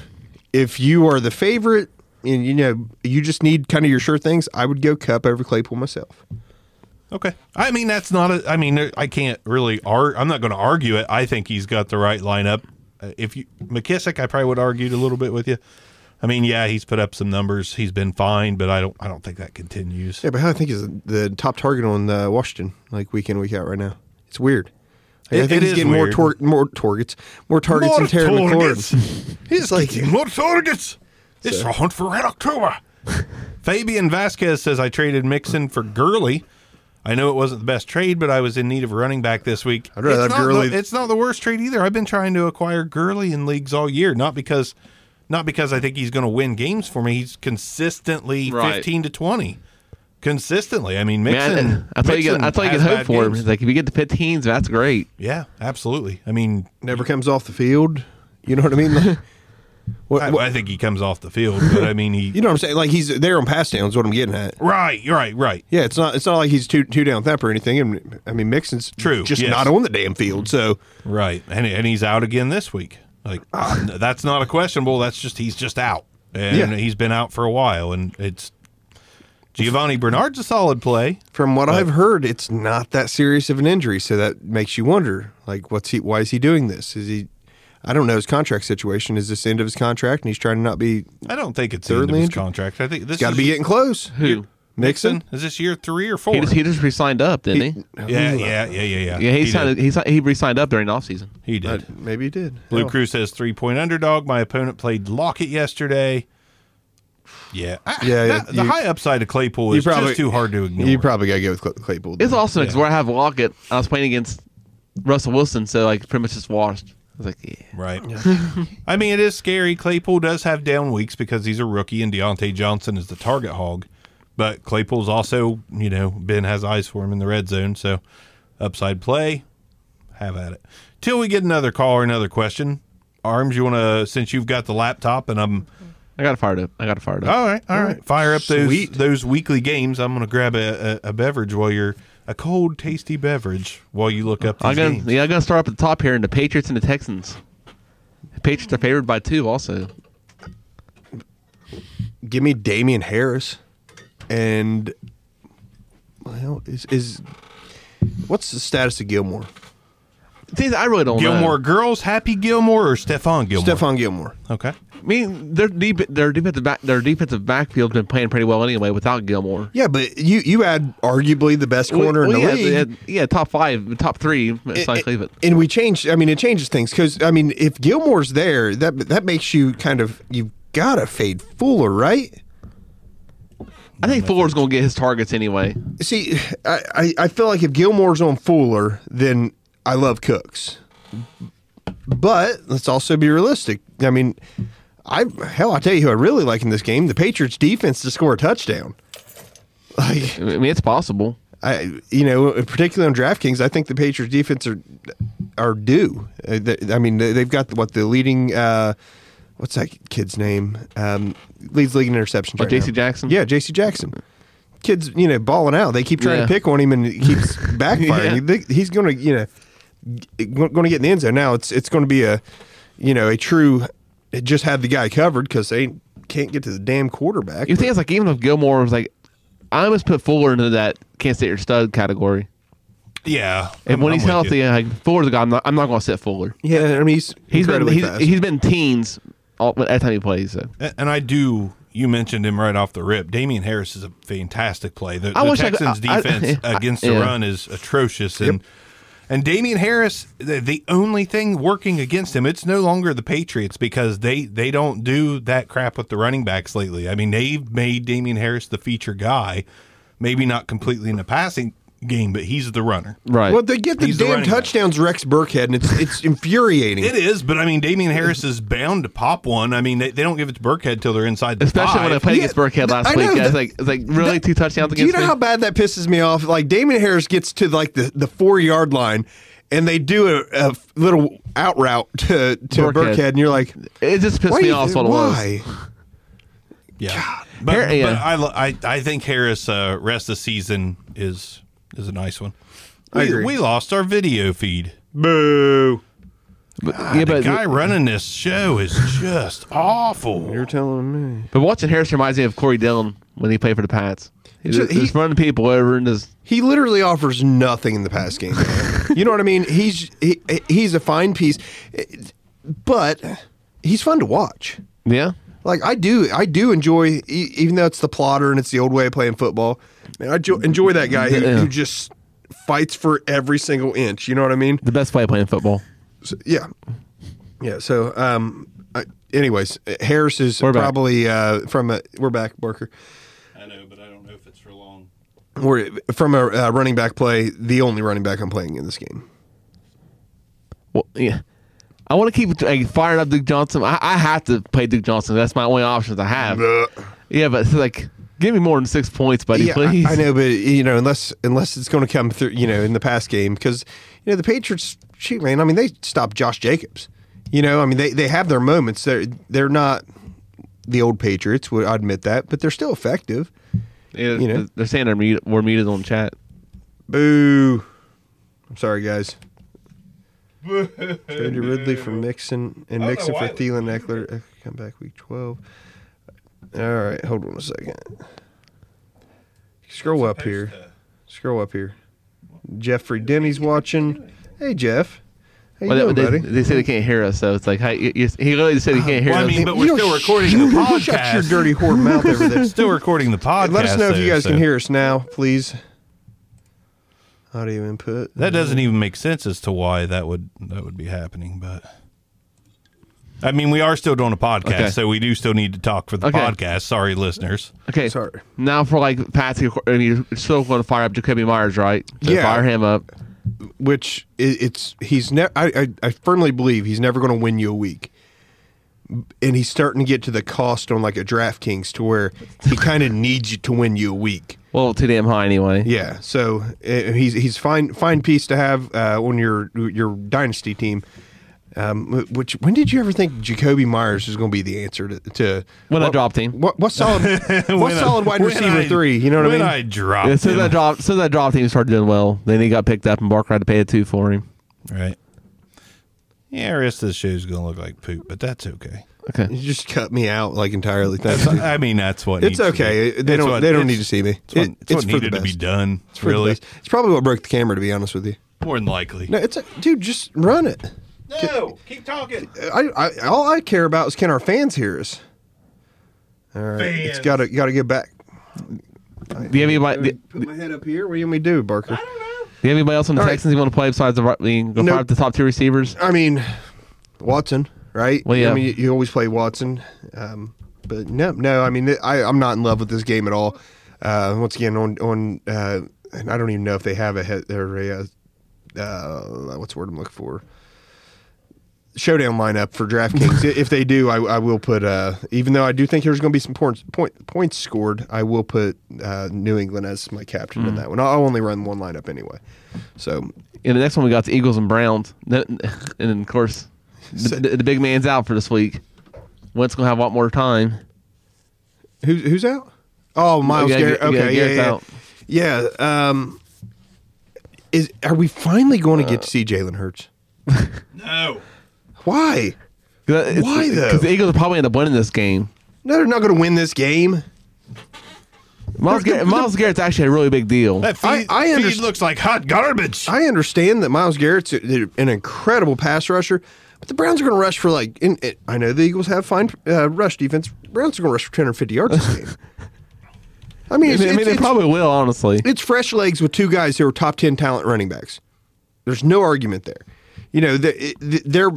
If you are the favorite, and you know you just need kind of your sure things, I would go Cup over Claypool myself.
okay, I mean that's not a. I mean there- I can't really. Ar- I'm not going to argue it. I think he's got the right lineup. Uh, If you McKissick, I probably would argue a little bit with you. I mean, yeah, he's put up some numbers. He's been fine, but I don't. I don't think that continues.
Yeah, but how I think is the top target on uh, Washington, like week in week out right now. It's weird. Like, I
It-
think
it
he's
is
getting more
weird.
tor- more targets, more targets than Terry McLaurin.
(laughs) He's like more targets. It's a hunt for Red October.
(laughs)
Fabian Vasquez says I traded Mixon for Gurley. I know it wasn't the best trade, but I was in need of a running back this week.
I'd rather
it's,
have
not
Gurley-
The, it's not the worst trade either. I've been trying to acquire Gurley in leagues all year, not because not because I think he's going to win games for me. He's consistently
Right.
15 to 20. Consistently. I mean, Mixon.
Man, I, I thought you could,
Mixon
I thought you could
has
hope
bad
for him.
games.
It's Like if you get the 15s, that's great.
Yeah, absolutely. I mean,
Never comes off the field. You know what I mean? Like, what,
I,
what-
I think he comes off the field, but I mean,
(laughs)
he.
you know what I'm saying? Like he's there on pass downs. What I'm getting at.
Right, you're right, right.
Yeah, it's not. It's not like he's two two down thump or anything. And I mean, Mixon's
True,
just
yes.
not on the damn field. So
Right, and and he's out again this week. Like that's not a questionable. That's just he's just out, and
Ah. Yeah.
he's been out for a while. And it's Giovanni Bernard's a solid play.
from what I've heard, it's not that serious of an injury. So that makes you wonder, like, what's he? Why is he doing this? Is he? I don't know his contract situation. Is this the end of his contract, and he's trying to not be?
I don't think it's the end of
Thirdly
his
injured.
contract. I think this
Got to
is
be getting close.
Who?
Mixon?
Is this year three or four?
He just, he just re-signed up, didn't he?
yeah, yeah, yeah, yeah, yeah.
Yeah, he, signed.
Did.
He si- he re-signed up during the offseason.
He did.
Uh, Maybe he did. Oh.
Blue
Hell.
Crew says three point underdog. My opponent played Lockett yesterday. Yeah, I-
Yeah,
that-
yeah,
the
you-
high upside of Claypool
You
is
probably-
just too hard to ignore.
You probably got to go with Cl- Claypool.
It's
then.
awesome because where I have Lockett, I was playing against Russell Wilson, so like pretty much just washed. I was like, yeah.
Right. (laughs) I mean, it is scary. Claypool does have down weeks because he's a rookie and Deontay Johnson is the target hog. But Claypool's also, you know, Ben has eyes for him in the red zone. So upside play, have at it. Till we get another call or another question. Arms, you want to, since you've got the laptop and I'm,
I got it fired up. I got it fired up.
Oh,
all right, all right, fire up those,
Sweet.
those weekly games. I'm going to grab a, a, a beverage while you're, a cold, tasty beverage while you look up these
I'm gonna
games.
yeah, I'm gonna start up at the top here in the Patriots and the Texans. The Patriots are favored by two, also.
Give me Damian Harris, and well, is is what's the status of Gilmore?
See, I really don't
Gilmore
know.
Girls, Happy Gilmore, or Stefan Gilmore?
Stephon Gilmore.
Okay.
I mean, their deep, their defensive back, their defensive backfield's been playing pretty well anyway without Gilmore.
Yeah, but you you had arguably the best corner
Well,
in the
yeah,
league.
yeah, yeah, top five, top three. It's not Cleveland.
And we changed. I mean, it changes things because I mean, if Gilmore's there, that that makes you kind of you've got to fade Fuller, right?
I think Fuller's gonna get his targets anyway.
See, I, I, I feel like if Gilmore's on Fuller, then I love Cooks. But let's also be realistic. I mean, I hell, I tell you who I really like in this game: the Patriots defense to score a touchdown. Like
I mean, it's possible.
I, you know, particularly on DraftKings, I think the Patriots defense are are due. Uh, they- I mean, they- they've got what the leading. Uh, What's that kid's name? Um, leads league in interceptions.
Oh,
right
J.C.
now.
Jackson?
Yeah, J.C. Jackson. Kids, you know, balling out. They keep trying
Yeah.
to pick on him, and it
(laughs)
keeps backfiring.
Yeah.
They- He's going to, you know, going to get in the end zone. Now it's it's going to be a, you know, a true. It just had the guy covered because they can't get to the damn quarterback.
You think it's like even if Gilmore was like, I almost put Fuller into that can't sit your stud category.
Yeah.
And
I'm-
when
I'm
he's
with
healthy, uh,
you.
like Fuller's a guy. I'm not, I'm not going to sit Fuller.
yeah, I mean, he's
He's been
incredibly
he's,
fast.
he's been teens all, every time he plays. So.
A- and I do. You mentioned him right off the rip. Damian Harris is a fantastic play. The,
I
the
wish I could-
Texans'
I- I-
defense
yeah, (laughs) I-
against the
yeah.
run is atrocious, and and Damian Harris, the, the only thing working against him, it's no longer the Patriots because they they don't do that crap with the running backs lately. I mean, they've made Damian Harris the feature guy, maybe not completely in the passing game, but he's the runner.
Right.
Well, they get the
He's the
damn
running back.
touchdowns, Rex Burkhead, and it's it's
(laughs)
infuriating.
It is, but I mean, Damian Harris is bound to pop one. I mean, they, they don't give it to Burkhead till they're inside the
Especially
five.
when I played
Yeah,
against Burkhead last
I
week.
know
guys.
that-
like, it's like really
that-
two touchdowns
Do you
against
know
me.
how bad that pisses me off? Like Damon Harris gets to like the, the four yard line, and they do a, a little out route to to
Burkhead.
Burkhead, and you're like,
it just pissed
why?
me
you-
off. is What it was.
why?
Yeah, but,
Har- yeah.
but I, lo- I I think Harris uh, rest of season is is a nice one. We,
I agree.
we lost our video feed.
Boo!
But, yeah,
The
but
guy running this show is just awful.
You're telling me
but watching Harris reminds me of Corey Dillon when he played for the Pats. He
Ju-
just, he's
he-
running people over and just
he literally offers nothing in the pass
(laughs)
game. you know what I mean? He's he, he's a fine piece, but he's fun to watch.
yeah.
Like I do, I do enjoy, e- even though it's the plotter and it's the old way of playing football. Man, I jo- enjoy that guy who,
Yeah.
who just fights for every single inch. You know what I mean?
The best play playing football.
So, yeah, yeah. So, um, I, anyways, Harris is
We're back.
probably uh, from a we're back Barker.
I know, but I don't know if it's for long.
We're from a uh, running back play. The only running back I'm playing in this game.
Well, yeah. I want to keep like, firing up Duke Johnson. I, I have to play Duke Johnson. That's my only options I have. Yeah, but it's like, give me more than six points, buddy,
Yeah,
please.
I, I know, but you know, unless unless it's going to come through, you know, in the past game, because you know the Patriots, shoot, man, I mean, they stopped Josh Jacobs. You know, I mean, they, they have their moments. They're they're not the old Patriots. Would I admit that, but they're still effective.
(laughs) Yeah,
you know.
th- They're saying they're mute, we're muted on chat.
Boo! I'm sorry, guys. Traded Ridley for Mixon and Mixon for Thielen Eckler. uh, Come back week 12. All right, hold on a second. Scroll up here. Scroll up here. Jeffrey Denny's watching. Hey, Jeff. How you
Well,
doing,
that- they,
buddy?
they say they can't hear us, so it's like hi- you- you- he literally said he can't hear
Well, I
us.
mean, but
You
we're
don't
still
sh-
recording the podcast.
Shut your dirty whore mouth over
(laughs)
there.
Still recording the podcast.
Let us know if you
though,
guys
so-
can hear us now, please. Audio input.
That doesn't even make sense as to why that would that would be happening, but I mean, we are still doing a podcast,
Okay.
so we do still need to talk for the
Okay.
podcast. Sorry, listeners.
okay,
Sorry.
Now for like Patsy, I mean, you're still going to fire up Jacoby Myers, right? So
Yeah.
fire him up.
which i- it's he's never. I, I I firmly believe he's never going to win you a week, and he's starting to get to the cost on like a DraftKings to where he kind of (laughs) needs you to win you a week.
Well, too damn high anyway.
Yeah, so uh, he's he's fine fine piece to have uh, on your your dynasty team. Um, wh- which when did you ever think Jacoby Myers was going to be the answer to, to
When I
what-
dropped him.
What, what solid
(laughs)
what
When I-
solid wide
when
receiver
I-
three? You know what I
when
mean?
I dropped
Yeah, since I
him.
dropped, since I dropped him, he started doing well. Then he got picked up, and Barker had to pay a two for him.
Right. Yeah, the rest of the show's gonna look like poop, but that's okay.
you
Okay,
just cut me out like entirely.
(laughs)
Thanks.
That's, I mean, that's what
It's
needs to
okay.
be-
They
it's
don't-
what-
they don't
it's-
need to see me.
It's what,
It-
it's what
it's for the
needed to be
best.
done.
It's for the
really,
best. It's probably what broke the camera, to be honest with you.
more than likely.
No, it's a, dude. Just run it.
No, keep talking.
I, I all I care about is can our fans hear us. All right, it's
Fans.
got to got to get back.
do you have anybody? Do
Put my head up here. What do you want me to do, Barker?
you have anybody else on the
All right.
Texans you want to play besides the? I mean, go
Nope.
fire up the top two receivers.
I mean, Watson, right?
Well, yeah.
I mean, you, you always play Watson, um, but no, no. I mean, I, I'm not in love with this game at all. Uh, once again, on on, uh, and I don't even know if they have a head or a uh, uh, what's the word I'm looking for. Showdown lineup for
(laughs)
DraftKings. I- if they do, I, I will put. Uh, even though I do think there's going to be some points point, points scored, I will put uh, New England as my captain
Hmm.
in that one. I'll only run one lineup anyway. So
And the next one we got the Eagles and Browns. (laughs) No- And then, of course, the, the, the big man's out for this week. Wentz gonna have a lot more time.
Who's who's out? Oh, Miles
yeah,
Garrett.
yeah,
Okay, yeah,
Garrett's
yeah,
out.
yeah. Um, is are we finally going to get to see Jalen Hurts?
No.
Why?
'Cause that- it's-
Why, though?
Because the Eagles will probably end up winning this game.
No, they're not going to win this game.
Miles, Garrett, Miles Garrett's actually a really big deal.
That feed,
I- I
feed
underst-
looks like hot garbage.
I understand that Miles Garrett's a- an incredible pass rusher, but the Browns are going to rush for like. In, in, I know the Eagles have fine uh, rush defense. Browns are going to rush for 250 yards this game. I mean,
I
it's,
mean, I mean,
it's-
they
it's-
probably will, honestly.
it's fresh legs with two guys who are top 10 talent running backs. There's no argument there. You know, the, the, they're.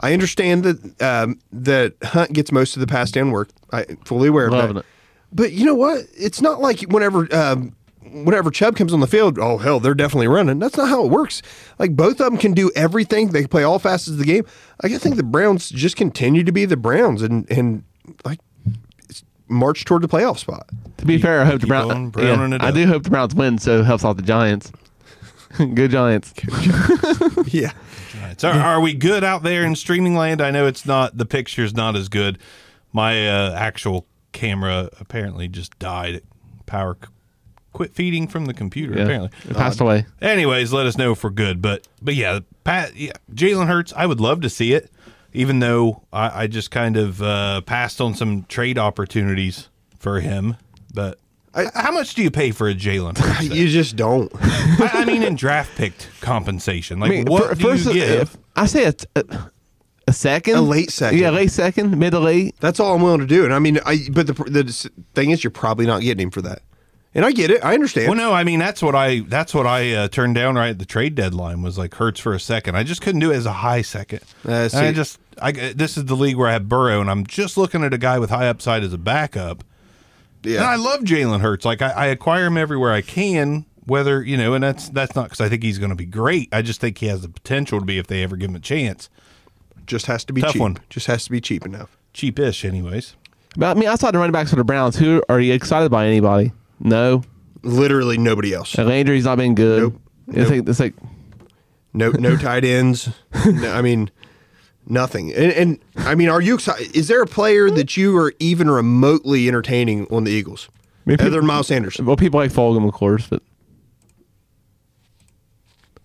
I understand that um, that Hunt gets most of the pass down work. I fully aware of
Loving
that.
it.
But you know what? It's not like whenever um, whenever Chubb comes on the field, oh hell, they're definitely running. That's not how it works. Like both of them can do everything. They play all facets of the game. Like I think the Browns just continue to be the Browns and and like march toward the playoff spot.
To be fair, I hope the
keep on
Browns.
browning it
I
up.
do hope the Browns win, so it helps out the Giants. (laughs) Good Giants.
Yeah.
It's- Are, are we good out there in streaming land? I know it's not, the picture's not as good. My uh, actual camera apparently just died. Power c- quit feeding from the computer,
Yeah.
apparently.
It passed away.
Anyways, let us know if we're good. But but yeah, Pat, yeah, Jalen Hurts, I would love to see it. Even though I, I just kind of uh, passed on some trade opportunities for him, but how much do you pay for a Jalen?
(laughs)
Hurts, though?
You just don't.
I, I mean, in draft picked compensation, like
I mean,
what
fir-
do you give?
if- I say a, a, a second,
A late second.
Yeah, late second, middle late.
That's all I'm willing to do. And I mean, I but the the thing is, you're probably not getting him for that. And I get it. I understand.
Well, no, I mean that's what I that's what I uh, turned down right at the trade deadline was like Hurts for a second. I just couldn't do it as a high second.
Uh,
And I
see-
just I uh, this is the league where I have Burrow, and I'm just looking at a guy with high upside as a backup.
yeah.
And I love Jalen Hurts. Like I, I acquire him everywhere I can. Whether you know, and that's that's not because I think he's going to be great. I just think he has the potential to be if they ever give him a chance.
just has to be
Tough
cheap.
one.
Just has to be cheap enough.
Cheapish, anyways.
But I mean, outside the running backs for the Browns, who are you excited by? Anybody? No.
Literally nobody else.
And Landry's not been good.
Nope.
It's
Nope.
like it's like
(laughs)
No, no tight ends. No, I mean, nothing. And, and I mean, are you excited? Is there a player that you are even remotely entertaining on the Eagles?
Maybe-
Other than Miles Sanders.
well, people like Fulgham, of course, but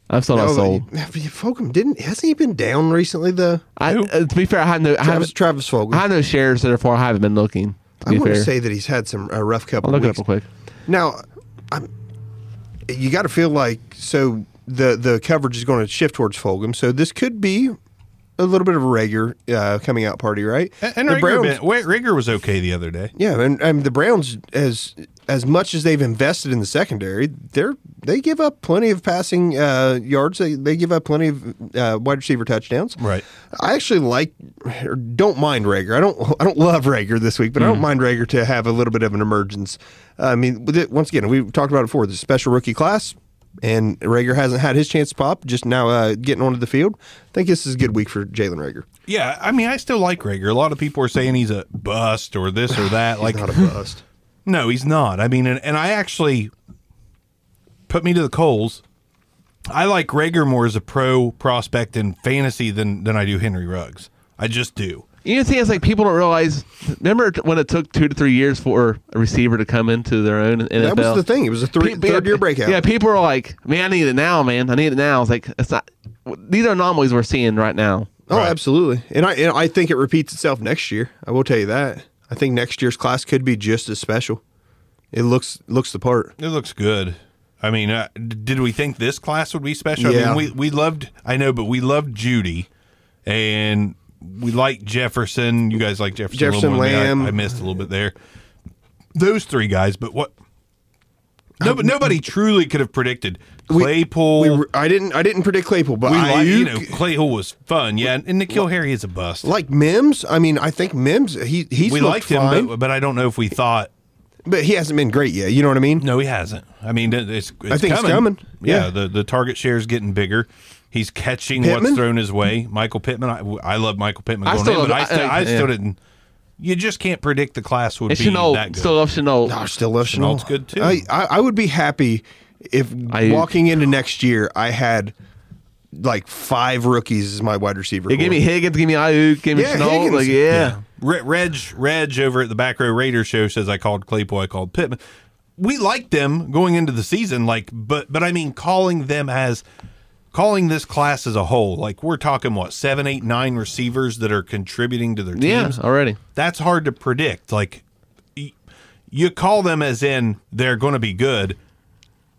I'm still not
Oh,
sold.
but Fulgham didn't. Hasn't he been down recently though?
I, uh, to be fair, I have no, I
Travis,
have,
Travis Fulgham.
I have no shares, so therefore I haven't been looking. To
I
be
want
fair,
to say that he's had some a rough
I'll
couple.
look it up
weeks.
real quick.
Now, I'm, you got to feel like so the the coverage is going to shift towards Fulgham. So this could be a little bit of a regular uh, coming out party, right?
And, and
The
Rigger,
Browns-
been- wait, Rigger was okay the other day.
yeah, and, and the Browns as as much as they've invested in the secondary, they're they give up plenty of passing uh, yards. They they give up plenty of uh, wide receiver touchdowns.
Right.
I actually like or don't mind Rager. I don't (laughs) I don't love Rager this week, but I don't mind Rager to have a little bit of an emergence. I mean, with it, once again, we've talked about it before. The special rookie class, and Rager hasn't had his chance to pop. Just now uh, getting onto the field. I think this is a good week for Jalen Rager.
Yeah, I mean, I still like Rager. A lot of people are saying he's a bust or this or
(laughs)
that. like,
Not a bust.
no, he's not. I mean, and, and I actually put me to the coals. I like Rager more as a pro prospect in fantasy than than I do Henry Ruggs. I just do.
You know, the thing is, like people don't realize. Remember when it took two to three years for a receiver to come into their own NFL?
that was the thing. It was a three,
Pe-
third
yeah,
year breakout.
Yeah, people are like, "Man, I need it now, man. I need it now." It's like it's not. These are anomalies we're seeing right now.
Oh, absolutely. And I and I think it repeats itself next year. I will tell you that. I think next year's class could be just as special. It looks looks the part.
It looks good. I mean, uh, d- did we think this class would be special? I
Yeah.
mean, we, we loved, I know, but we loved Judy and we liked Jefferson. You guys like Jefferson. a little
Jefferson,
more than me. I-
Lamb.
I, missed a little bit there. Those three guys, but what? No, but nobody truly could have predicted Claypool.
Um, We
We,
were- I didn't I didn't predict Claypool, but I
like, you know, Claypool was fun. Yeah, and, and Nikhil Harry is a bust.
like Mims. I mean, I think Mims he he's
we
looked
liked
fine,
him, but, but I don't know if we thought.
but, he hasn't been great yet. You know what I mean?
No, he hasn't. I mean, it- it's, it's
I think it's
coming.
coming.
Yeah,
Yeah.
the the target share is getting bigger. He's catching what's
Pittman?
thrown his way. Michael Pittman. I, I love Michael Pittman.
I
Going
still
in, but
love-
I still,
I-
I, still
yeah.
didn't. You just can't predict the class would
And
be
Chenault,
that good.
still love Chenault.
I still love Chenault.
Chenault's good, too.
I, I I would be happy if
Ayuk.
walking into next year I had like five rookies as my wide receiver.
It gave me
core.
Higgins, gave me Ayuk, gave me
Yeah,
Chenault.
Higgins.
Like, yeah.
Re- Reg Reg over at the Back Row Raider show says I called Claypool, I called Pittman. We liked them going into the season, like, but but I mean, calling them as calling this class as a whole, like we're talking what seven, eight, nine receivers that are contributing to their
yeah,
teams.
already.
that's hard to predict. Like y- you call them as in they're going to be good.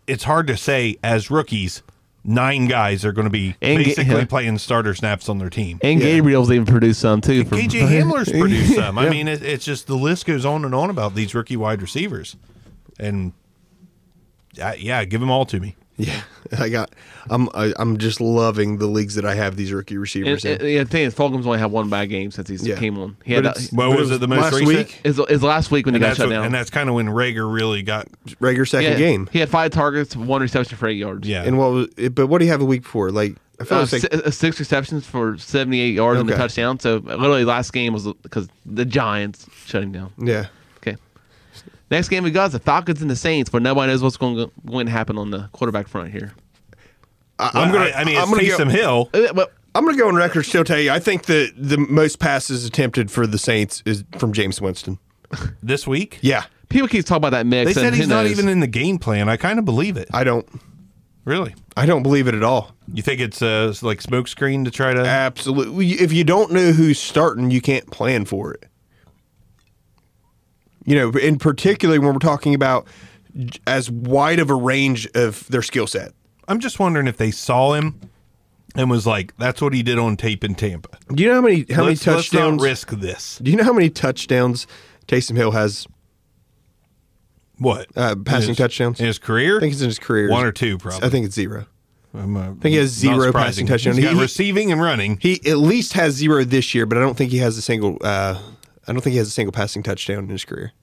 It's hard to say as rookies, nine guys are going to be
And ga-
basically
yeah.
playing starter snaps on their team.
And Gabriel's even produced some too. from- (laughs)
KJ Hamler's
(laughs)
produced some. I mean, it, it's just the list goes on and on about these rookie wide receivers, and I, uh, yeah, give them all to me.
Yeah, (laughs) I got. I'm. I, I'm just loving the leagues that I have these rookie
And,
receivers
and-
in.
and the thing is, Fulgham's only had one bad game since he's
Yeah.
came on. He
But
had
it's-
that,
Well,
but it
was it the most
last
recent?
week?
his, his last week when he
And
got
that's,
shut
what-
down.
and that's kind of when Rager really got.
Regular second
Yeah,
game.
He had five targets, one reception for eight yards.
Yeah.
And what was? It, but what do you have a week before? Like I feel
Uh,
like
si- uh, six receptions for 78 yards and a
Okay.
touchdown. So uh, literally last game was because the Giants shut him down.
yeah.
Okay. Next game we got is the Falcons and the Saints, where nobody knows what's going, going to happen on the quarterback front here.
I,
Well,
I'm gonna.
I, I mean, it's
I'm gonna
Taysom
go,
Hill.
Uh, But
I'm gonna go on record. Still tell you, I think the the most passes attempted for the Saints is from James Winston.
this week.
Yeah,
people keep talking about that mix.
They
and
said
who
he's not
knows?
even in the game plan. I kind of believe it.
I don't.
really?
I don't believe it at all.
You think it's uh, s- like smokescreen to try to?
Uh, Absolutely. If you don't know who's starting, you can't plan for it. You know, in particularly when we're talking about j- as wide of a range of their skill set.
I'm just wondering if they saw him and was like, "That's what he did on tape in Tampa."
Do you know how many
let's,
how many
let's not
touchdowns?
risk this.
Do you know how many touchdowns Taysom Hill has?
What
Uh, passing
In his-
touchdowns?
in his career?
I think it's in his career.
One or two, probably.
I think it's zero.
I'm, uh, I
think he has zero passing touchdowns.
He's got
He-
receiving and running.
He at least has zero this year, but I don't think he has a single. Uh, I don't think he has a single passing touchdown in his career.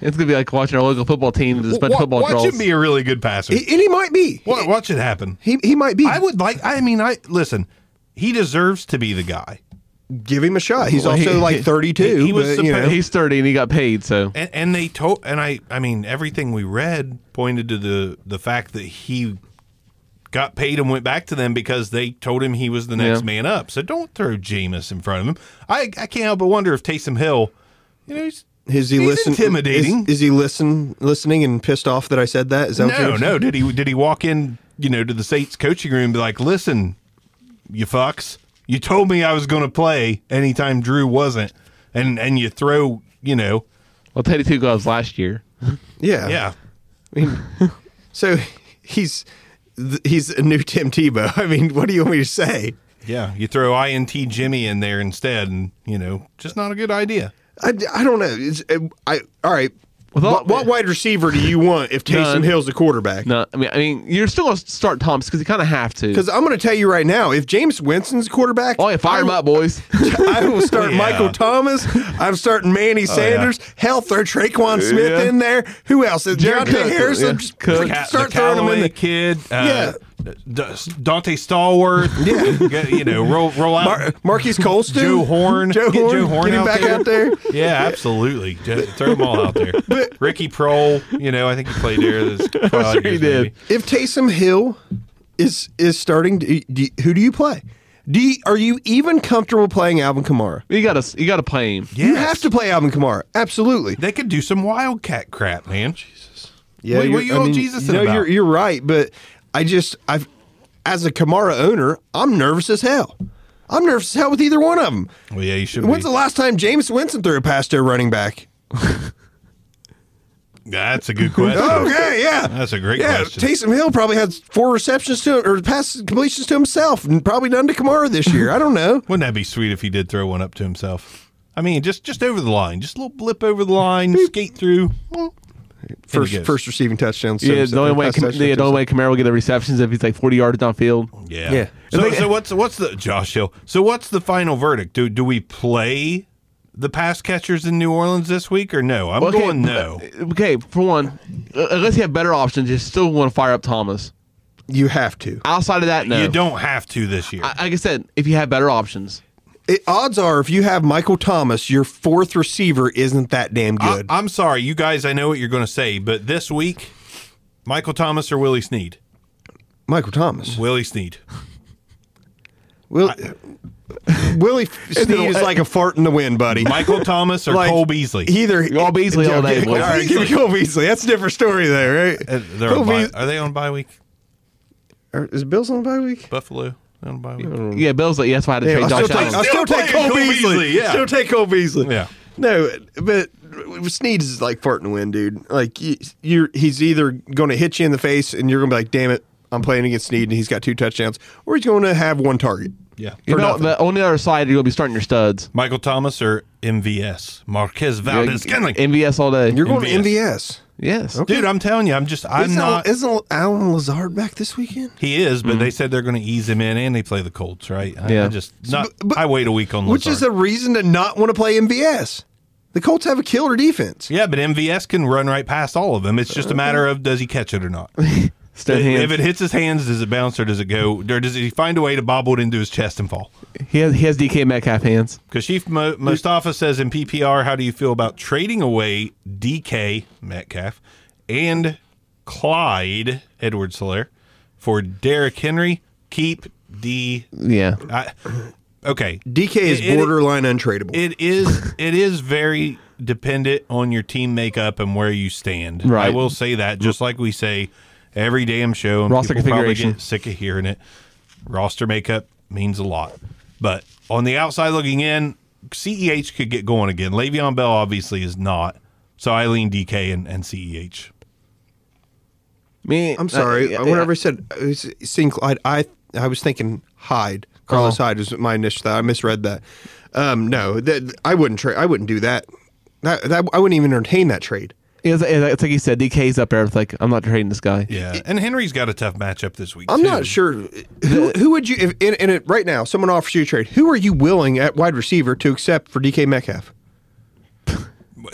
It's gonna be like watching our local football team just a bunch
Wa-
of football
watch
Watch
trolls.
him be a really good passer.
He- and he might be.
Wa- watch it happen.
He he might be.
I would like. I mean, I listen. He deserves to be the guy.
give him a shot. He's
Well, he-
also
(laughs)
like 32.
he- he was
but, you
supposed-
know.
He's thirty and he got paid, so
And, and they told, and I, I mean, everything we read pointed to the the fact that he got paid and went back to them because they told him he was the next
Yeah.
man up. So don't throw Jameis in front of him. I, I can't help but wonder if Taysom Hill, you know, he's
Is he
he's
listen-
intimidating.
Is, is he listen listening and pissed off that I said that? Is that what
no,
you're-
no. Did he did he walk in, you know, to the Saints coaching room and be like, listen, you fucks, you told me I was going to play anytime Drew wasn't, and and you throw, you know,
well, thirty-two gloves last year.
Yeah,
yeah.
So he's th- he's a new Tim Tebow. (laughs) I mean, what do you want me to say?
Yeah, you throw INT Jimmy in there instead, and you know, just not a good idea.
I, I don't know. It's, I all right.
With all-
what, what wide receiver do you want if Taysom
None.
Hill's the quarterback?
No, I mean, I mean, you're still gonna start Thomas because you kind of have to.
Because I'm going to tell you right now, if James Winston's quarterback,
oh, yeah, fire him
I-
(laughs)
up, boys.
I
(laughs)
will start
Yeah.
Michael Thomas. I'm starting Manny Sanders. Hell, throw Traquan Smith
Oh, Yeah.
in there. Who else? Jared
Cook.
Harrison.
Yeah.
Just
Cook.
put-
Ca-
start
the
throwing them in
Callaway
there.
kid, uh, yeah. Dante Stallworth, yeah, (laughs) get, you know, roll roll out.
Mar-
(laughs)
Marquise Colston.
Joe Horn.
Joe
Get Joe
Horn.
Horn
Get him
out
back
there.
out there.
yeah, absolutely. Ju- throw them all out there. Ricky Prohl, you know, I think he played there. This I'm
sure he did.
If Taysom Hill is is starting, do, do, who do you play? Do you, are you even comfortable playing Alvin Kamara?
you gotta, you gotta play him.
You have to play Alvin Kamara. Absolutely.
They could do some wildcat crap, man.
Yeah,
What- what
you're-
you all Jesusing
no,
about?
you're you're right, but I just I've as a Kamara owner, I'm nervous as hell. I'm nervous as hell with either one of them.
Well, yeah, you should.
When's
be.
the last time James Winston threw a pass to a
(laughs)
running back?
That's a good question.
Okay, yeah,
That's a great
yeah.
question.
Taysom Hill probably had four receptions to or pass completions to himself, and probably none to Kamara this year. I
(laughs)
don't know.
Wouldn't that be sweet if he did throw one up to himself? I mean, just just over the line, just a little blip over the line, skate through.
First,
goes.
first receiving touchdown.
Yeah,
so-
the only way,
pass
Cam-
touchdown
yeah, the only way Camaro will get the receptions if he's like forty yards downfield.
Yeah.
Yeah.
So, so what's what's the Josh Hill? So what's the final verdict? Do do we play the pass catchers in New Orleans this week or no? I'm going no.
Okay, for one, uh, unless you have better options, you still want to fire up Thomas.
You have to.
Outside of that, no.
uh,
You don't have to this year.
I- Like I said, if you have better options,
It, odds are, if you have Michael Thomas, your fourth receiver isn't that damn
I,
good.
am sorry, you guys. I know what you're going to say, but this week, Michael Thomas or Willie Snead?
Michael Thomas.
Willie Snead.
Will, (laughs) Willie Sneed is like a fart in the wind, buddy. (laughs)
Michael Thomas or
Like,
Cole Beasley?
Either
Cole Beasley all day,
Okay,
boys.
All right, give me Cole Beasley. That's a different story, though, right?
Uh, they're
Cole
on bye- uh,
Beas-
are they on bye week?
Are- is Bills on bye week?
Buffalo They're on bye week.
yeah, Bill's like, yeah, that's why I had to
Yeah,
trade
I'll
Josh
still take,
Allen.
I'll still
Still
take
playing
Cole Beasley.
yeah.
Still take Cole Beasley.
Yeah.
No, but Sneed is like farting the wind, dude. Like you, you're, he's either going to hit you in the face, and you're going to be like, "Damn it, I'm playing against Sneed, and he's got two touchdowns," or he's going to have one target.
Yeah.
You
for
know,
nothing.
but on the other side, you're gonna be starting your studs.
Michael Thomas or MVS? Marquez Valdez Scantling.
MVS all day.
You're going
MVS.
to MVS.
Yes.
Dude, I'm telling you, I'm just, I'm
Isn't-
not.
Isn't Alan Lazard back this weekend?
He is, but they said they're going to ease him in, and they play the Colts, right? I,
Yeah.
I just not.
But- but-
I wait a week on
Which is a
Lazard.
reason to not want to play MVS. The Colts have a Uh-huh. killer defense.
yeah, but MVS can run right past all of them. It's just a matter of does he catch it or
(laughs)
not.
Stone
If
hands.
it hits his hands, does it bounce or does it go? Or does he find a way to bobble it into his chest and fall?
he has he has DK Metcalf hands.
Because Chief Mo- Mostafa says in PPR, how do you feel about trading away DK Metcalf and Clyde Edward Solaire for Derrick Henry? Keep D.
Yeah.
I, okay,
DK is
It- it-
borderline untradeable.
It is it is very dependent on your team makeup and where you stand. I
Right.
will say that just like we say every damn show and
Roster
people probably
configuration.
get sick of hearing it. Roster makeup means a lot. But on the outside looking in, CEH could get going again. Le'Veon Bell obviously is not. So I lean DK and, E and CEH.
Me.
I'm sorry.
uh,
Whenever I
yeah.
said I was seeing Clyde, I I was thinking Hyde. Carlos Hyde was my initial thought. I misread that. Um, no, that I wouldn't trade. I wouldn't do that. That, that I wouldn't even entertain that trade.
It's, it's, like you said, DK's up there. It's like I'm not trading this guy.
Yeah. and Henry's got a tough matchup this week.
I'm
too.
not sure who, who would you if in, in it right now. Someone offers you a trade. Who are you willing at wide receiver to accept for DK Metcalf?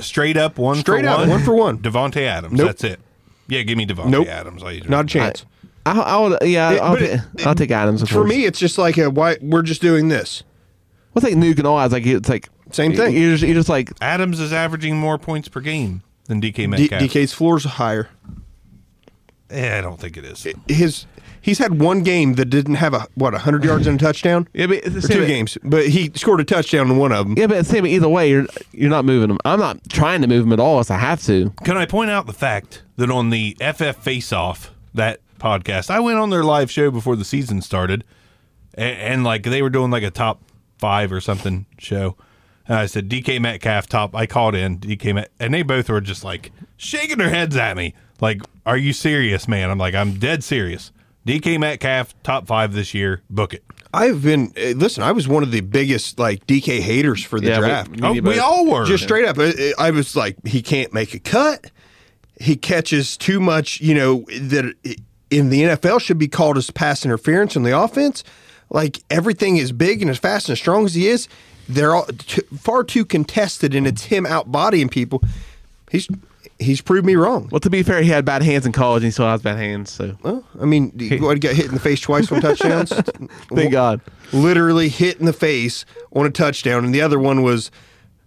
Straight up one
Straight
for
up,
one.
one for one.
Devontae Adams.
Nope.
That's it. Yeah, give me Devontae
Nope.
Adams. I-
Not a chance.
I, I would. Yeah.
It- but
I'll, ta-
it-
I'll take Adams. of
for
course.
me, it's just like a, why we're just doing this.
What's like Nuke and all? It's like it's like
Same thing.
You're just, you're just like
Adams is averaging more points per game than DK
D,
Metcalf.
DK's floor's higher.
Eh, I don't think it is.
His he's had one game that didn't have a what hundred yards and a touchdown.
yeah, but,
or two games, but he scored a touchdown in one of them.
Yeah, but same. Either way, you're you're not moving him. I'm not trying to move him at all. Unless I have to.
Can I point out the fact that on the FF Face Off that podcast, I went on their live show before the season started, and, and like they were doing like a top five or something show. And I said DK Metcalf top. I called in DK Met, and they both were just like shaking their heads at me, like, "Are you serious, man?" I'm like, "I'm dead serious." DK Metcalf top five this year. Book it.
I've been eh, listen. I was one of the biggest like DK haters for the
Yeah, we-
draft.
Oh,
Oh,
you
we
both-
all were.
Just straight up, eh, eh, I was like, he can't make a cut. He catches too much. You know that eh, in the NFL should be called as pass interference on the offense. Like everything is big and as fast and as strong as he is, they're all t- far too contested, and it's him outbodying people. He's he's proved me wrong.
Well, to be fair, he had bad hands in college, and he still has bad hands. So
Well, I mean, he got hit in the face twice on touchdowns.
(laughs) thank God.
literally hit in the face on a touchdown, and the other one was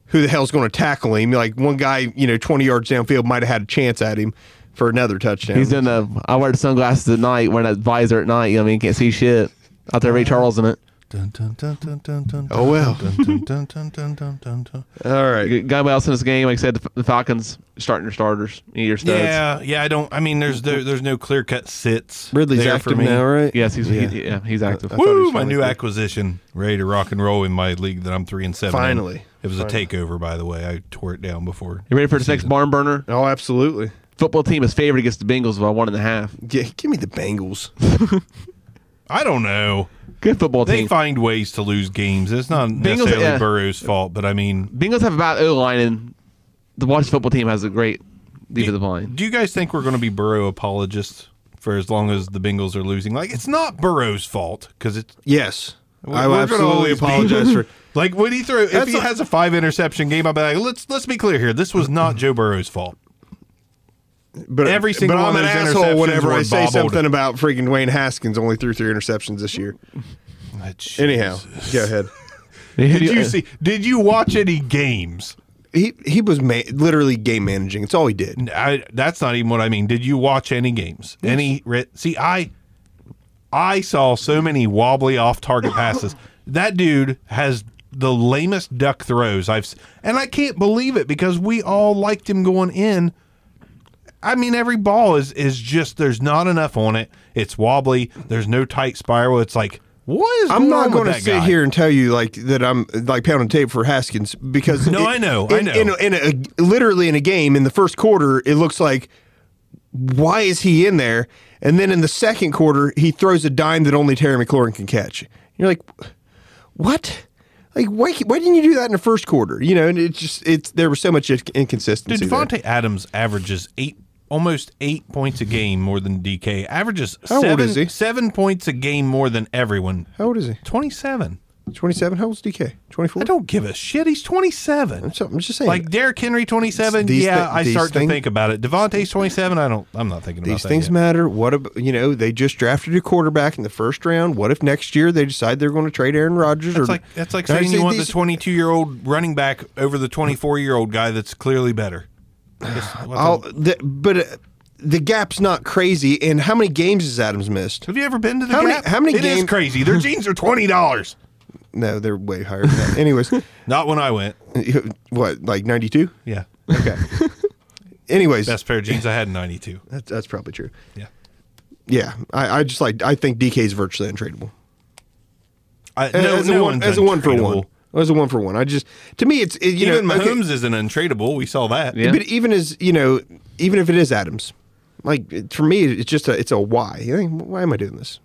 who the hell's going to tackle him? Like one guy, you know, twenty yards downfield might have had a chance at him for another touchdown.
He's doing the. I wear the sunglasses at night, wearing a visor at night. You know what I mean? Can't see shit. Out
Uh,
there, Ray Charles in it.
Dun, dun, dun, dun, dun, dun,
Oh, well.
dun, dun, dun, dun, dun, dun, dun, dun.
All right,
Got anybody else in this game? Like I said, the, the Falcons starting their starters. Your studs.
Yeah, yeah. I don't. I mean, there's there, there's no clear cut sits.
Ridley's
there
active now, right?
Yes, he's He, yeah,
Uh,
he's active.
thought he
Woo!
was
My
finally
new
clear.
acquisition, ready to rock and roll in my league that I'm three and seven. in.
Finally.
it was a takeover, by the way. I tore it down before.
You ready for this next barn burner?
Oh, absolutely.
Football team is favored against the Bengals by one and a half.
Yeah, give me the Bengals.
I don't know.
Good football
They
team.
find ways to lose games. It's not necessarily
yeah.
Burrow's fault, but I mean,
Bengals have about O line, and the Washington football team has a great defensive line.
do you guys think we're going to be Burrow apologists for as long as the Bengals are losing? Like, it's not Burrow's fault because it's
Yes,
We- we're
I will
gonna
absolutely
always be-
apologize (laughs) for.
Like when he threw, if
That's
he
a-
has a five interception game, I'll be like, let's let's be clear here. This was
Mm-hmm.
not Joe Burrow's fault.
But
Every single
but
one of
I'm an
those
asshole
interceptions
whenever
were
I say
bobbled.
something about freaking Dwayne Haskins only threw three interceptions this year. Anyhow, go ahead.
did you see? Did you watch any games?
He he was ma- literally game managing. It's all he did.
I, that's not even what I mean. Did you watch any games? Any re- see? I I saw so many wobbly off target
(laughs)
passes. that dude has the lamest duck throws I've s- and I can't believe it because we all liked him going in. I mean, every ball is is just there's not enough on it. It's wobbly. There's no tight spiral. It's like what is?
I'm not
going
going
with that
to sit
guy?
here and tell you like that I'm like pounding tape for Haskins because
No, I know, I
in-
know.
In, a, in a literally in a game in the first quarter, it looks like why is he in there? And then in the second quarter, he throws a dime that only Terry McLaurin can catch. You're like, what? Like why? Why didn't you do that in the first quarter? You know, and it's just it's there was so much inc- inconsistency.
Dude,
there.
Devontae Adams averages eight almost eight points a game more than DK. Averages
How old
seven,
is he?
seven points a game more than everyone.
How old is he?
27.
27? How old's DK? 24?
I don't give a shit. He's 27.
I'm just, I'm just saying.
Like Derrick Henry, 27.
These
yeah,
thi-
I
these
start
thing-
to think about it. Devontae's 27. I don't, I'm not thinking about
these
that
things
yet.
matter. What ab you know? They just drafted a quarterback in the first round. What if next year they decide they're going to trade Aaron Rodgers?
That's
or
like that's like
Now,
saying
see,
you want
these-
the 22 year old running back over the 24 year old guy that's clearly better. I guess- what the-
I'll, the, but uh, the gap's not crazy. And how many games has Adams missed?
have you ever been to the
How many-
Gap?
how many
It is
game-
crazy. Their jeans are twenty dollars.
No, they're way higher. Than that. Anyways, (laughs)
Not when I went.
what like ninety two? (laughs)
Yeah, (laughs)
Okay. Anyways,
best pair of jeans I had in '92.
that's, that's probably true.
Yeah,
Yeah, I, I just like I think DK is virtually untradeable.
I,
as a one,
one's
as a one for
untradeable.
one, as a one for one. I just to me, it's it, you
Even
know okay,
Mahomes isn't untradeable. We saw that.
Yeah.
But even as you know, even if it is Adams, like it- for me, it's just a it's a why. You think, Why am I doing this?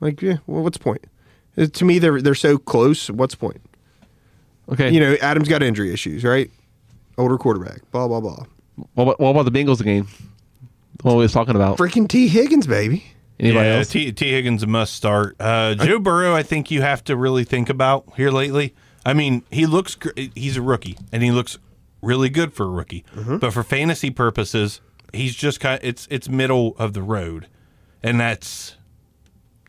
Like, yeah, well, what's the point? Uh, to me, they're they're so close. What's the point?
Okay.
You know, Adams got injury issues, right? Older quarterback, blah blah blah.
What about, what about the Bengals game? The one we was talking about.
Freaking T Higgins, baby.
Anybody
yeah,
else?
T, T. Higgins must start. Uh, Joe Burrow, I think you have to really think about here lately. I mean, he looks gr- he's a rookie, and he looks really good for a rookie.
Mm-hmm.
But for fantasy purposes, he's just kind. It's it's middle of the road, and that's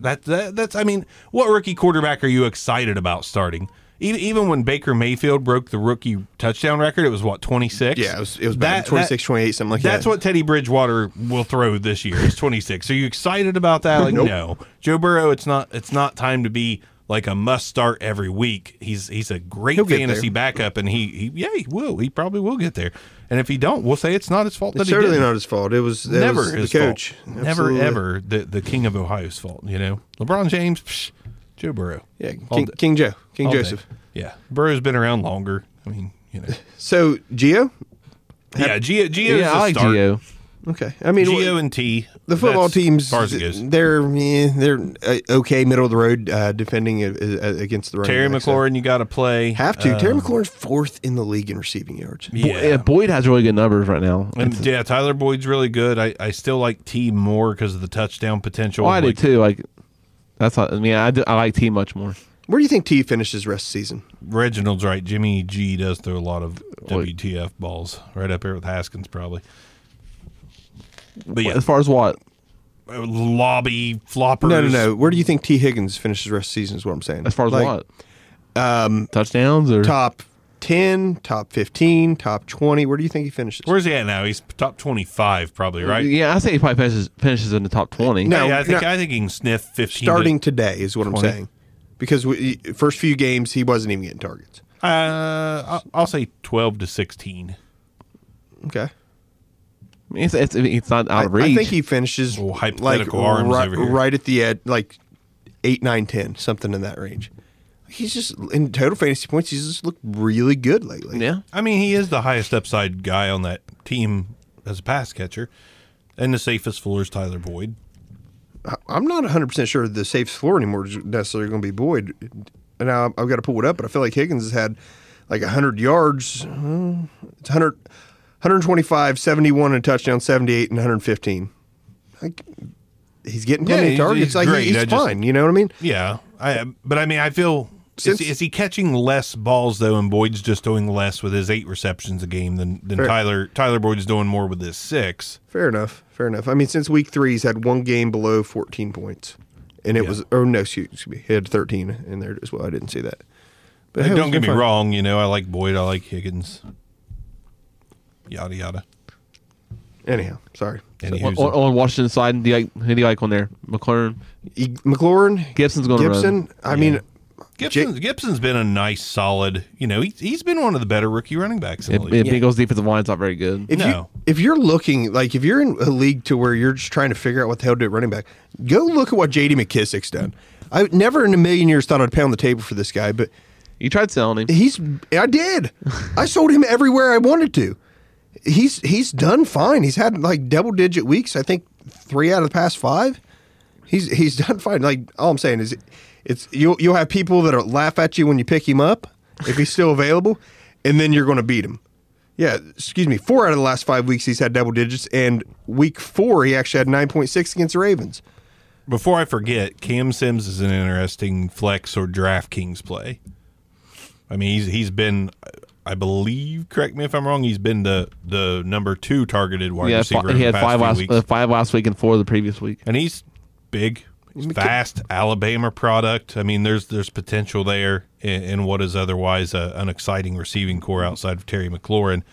that, that that's. I mean, what rookie quarterback are you excited about starting? Even, even when Baker Mayfield broke the rookie touchdown record, it was what twenty six.
Yeah, it was- it was bad. 26, 28, something like
That's
that.
what Teddy Bridgewater will throw this year. He's 26. Are you excited about that? Like, no. Joe Burrow, it's not. It's not time to be like a must start every week. He's he's a great
He'll get
fantasy
there.
backup, and he, he yeah he will. He probably will get there. And if he don't, we'll say it's not his fault.
It's
that he
certainly
didn't.
not his fault. It was it
Never
was
his
the coach.
fault.
Absolutely.
Never ever the the king of Ohio's fault. You know, LeBron James, psh, Joe Burrow.
Yeah,
All
King,
day-
King Joe, King
all day.
Joseph.
Yeah, Burrow's been around longer. I mean,
(laughs)
you know.
So Gio,
Yeah, Gio. Gio's
yeah, I like
start.
Gio.
okay. I mean,
Gio and T.
the football
that's
teams,
as far as it goes.
they're eh, they're uh, okay, middle of the road, uh, defending uh, uh, against the running
Terry
backs, so-
McLaurin, you got to play. Uh,
Have to. Terry McLaurin's fourth in the league in receiving yards.
Yeah.
yeah.
Boyd has really good numbers right now.
And yeah, Tyler Boyd's really good. I, I still like T more because of the touchdown potential.
Oh, I do
Like,
too. Like that's not, I mean I, do, I like T much more.
Where do you think T finishes rest of the season?
Reginald's right. Jimmy G does throw a lot of WTF balls, right up there with Haskins, probably. But yeah, uh,
As far as what
lobby floppers.
No, no, no. Where do you think T Higgins finishes rest of the season? Is what I'm saying.
as far as
Like,
what um touchdowns or
Top ten, top fifteen, top twenty. Where do you think he finishes?
Where's he at now? He's top twenty-five, probably right.
Yeah, I say he probably finishes, finishes in the top twenty.
No.
Yeah, I think
no.
I think he can sniff fifteen. to-
Starting today is what
20.
I'm saying. Because we, eh, first few games he wasn't even getting targets.
uh, I'll, I'll say twelve to sixteen.
Okay.
it's, it's, it's not out
I,
of reach.
I think he finishes
Little
like
hypothetical arms
right,
over here.
right at the end, like eight, nine, ten, something in that range. He's just in total fantasy points. He's just looked really good lately.
yeah,
I mean, he is the highest upside guy on that team as a pass catcher, and the safest floor is Tyler Boyd.
I'm not 100 percent sure the safest floor anymore is necessarily going to be Boyd. And now I've got to pull it up, but I feel like Higgins has had like 100 yards. Hmm, It's 100, 125, 71, and a touchdown, 78, and 115. Like he's getting
Yeah,
plenty
he's-
of targets.
he's
like he-
great. I
he's
just-
fine. You know what I mean?
Yeah, I. But I mean, I feel
Since-
is, is he catching less balls though, and Boyd's just doing less with his eight receptions a game than than
Fair.
Tyler Tyler Boyd's doing more with his six.
Fair enough. Fair enough. I mean, since week three, he's had one game below 14 points, and it was oh no, excuse me, he had 13 in there as well. I didn't see that. But hey, it
don't
was
get me
fine.
wrong, you know I like Boyd, I like Higgins, yada yada.
Anyhow, sorry.
And
on,
oh,
on- on Washington's side, do you like who do you like on there? McLaurin,
E- McLaurin,
Gibson's going to run.
Gibson. I mean.
Gibson Gibson's been a nice, solid. You know, he, he's been one of the better rookie running backs in
It,
the league.
it, Bengals defensive line's not very good.
If
No.
you if you're looking like if you're in a league to where you're just trying to figure out what the hell to do at running back, go look at what J.D. McKissick's done. I never in a million years thought I'd pound the table for this guy, but
you tried selling him.
he's I did. I sold him everywhere I wanted to. He's he's done fine. He's had like double digit weeks. I think three out of the past five. He's he's (laughs) done fine. Like all I'm saying is, it's you'll you'll have people that laugh at you when you pick him up if he's still available, and then you're going to beat him. Yeah, excuse me. Four out of the last five weeks he's had double digits, and week four he actually had nine point six against the Ravens.
Before I forget, Cam Sims is an interesting flex or DraftKings play. I mean, he's he's been, I believe, correct me if I'm wrong, he's been the the number two targeted wide
yeah,
receiver.
fi-
in
he
the
had
past
five
few
last
weeks.
uh, five last week and four the previous week.
and he's big, he's fast. Alabama product. I mean, there's there's potential there in, in what is otherwise a, an exciting receiving core outside of Terry McLaurin.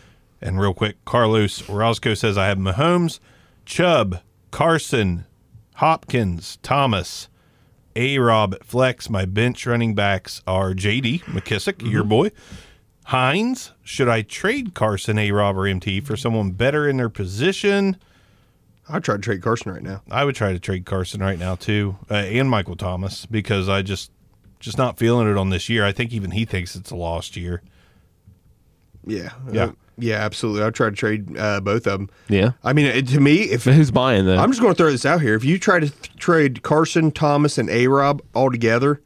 And real quick, Carlos Orozco says I have Mahomes, Chubb, Carson, Hopkins, Thomas, A. Rob at flex. My bench running backs are J.D. McKissick, your boy. Hines, should I trade Carson, A. Rob, or MT for someone better in their position?
I try to trade Carson right now.
I would try to trade Carson right now too, uh, and Michael Thomas because I just just not feeling it on this year. I think even he thinks it's a lost year.
Yeah,
Yeah.
Uh, yeah, absolutely. I try to trade uh, both of them.
Yeah.
I mean, it, to me, if
But who's buying though?
I'm just going to throw this out here. If you try to th- trade Carson, Thomas, and A Rob all together,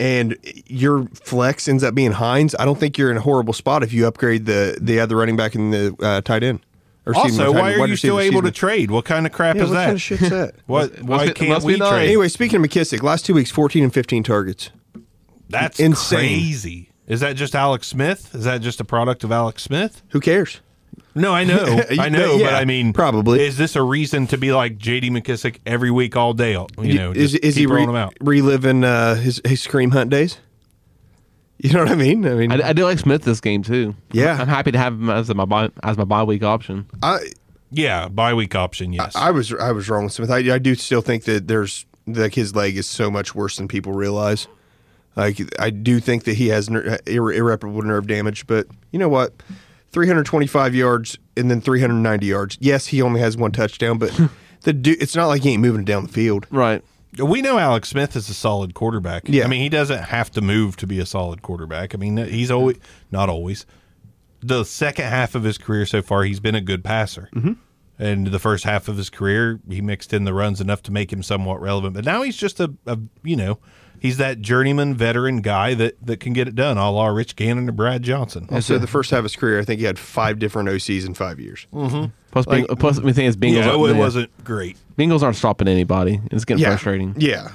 and your flex ends up being Hines, I don't think you're in a horrible spot if you upgrade the the other running back and the uh, tight end. Or excuse me,
Also,
tight-
why are
wide
you
receiver,
still
excuse
able
me.
to trade? What kind of crap
Yeah,
is
what
that?
kind of shit's that?
(laughs) What? Why
must be-
can't
must
we
be nice.
trade?
Anyway, speaking of McKissick, last two weeks, 14 and 15 targets.
That's
insane.
crazy. Is that just Alex Smith? Is that just a product of Alex Smith?
Who cares?
No, I
(laughs)
know,
You-
I know,
yeah,
but I mean,
probably.
is this a reason to be like J.D. McKissick every week, all day? You know,
is
just
is he
keep
re-
rolling them out?
reliving uh, his, his scream hunt days? You know what I mean? I mean,
I, I do like Smith this game too.
Yeah.
I'm happy to have him as my bye, as my bye week option.
I
Yeah, bye week option. Yes,
I was I was wrong with Smith. I, I do still think that there's like his leg is so much worse than people realize. Like I do think that he has ner- irre- irreparable nerve damage, but you know what? 325 yards and then 390 yards. Yes, he only has one
(laughs)
touchdown, but the dude, it's not like he ain't moving it down the field.
Right.
We know Alex Smith is a solid quarterback.
Yeah.
I mean, he doesn't have to move to be a solid quarterback. I mean, he's always, not always, the second half of his career so far, he's been a good passer. Mm-hmm. And the first half of his career, he mixed in the runs enough to make him somewhat relevant. But now he's just a, a you know, he's that journeyman veteran guy that, that can get it done, a la Rich Gannon or Brad Johnson.
Also, the first half of his career, I think he had five different OCs in five years.
Hmm.
Plus,
Like-
Bing, plus we think it's Bengals.
Yeah,
aren't-
it wasn't great.
Bengals aren't stopping anybody. It's getting
yeah,
frustrating.
Yeah,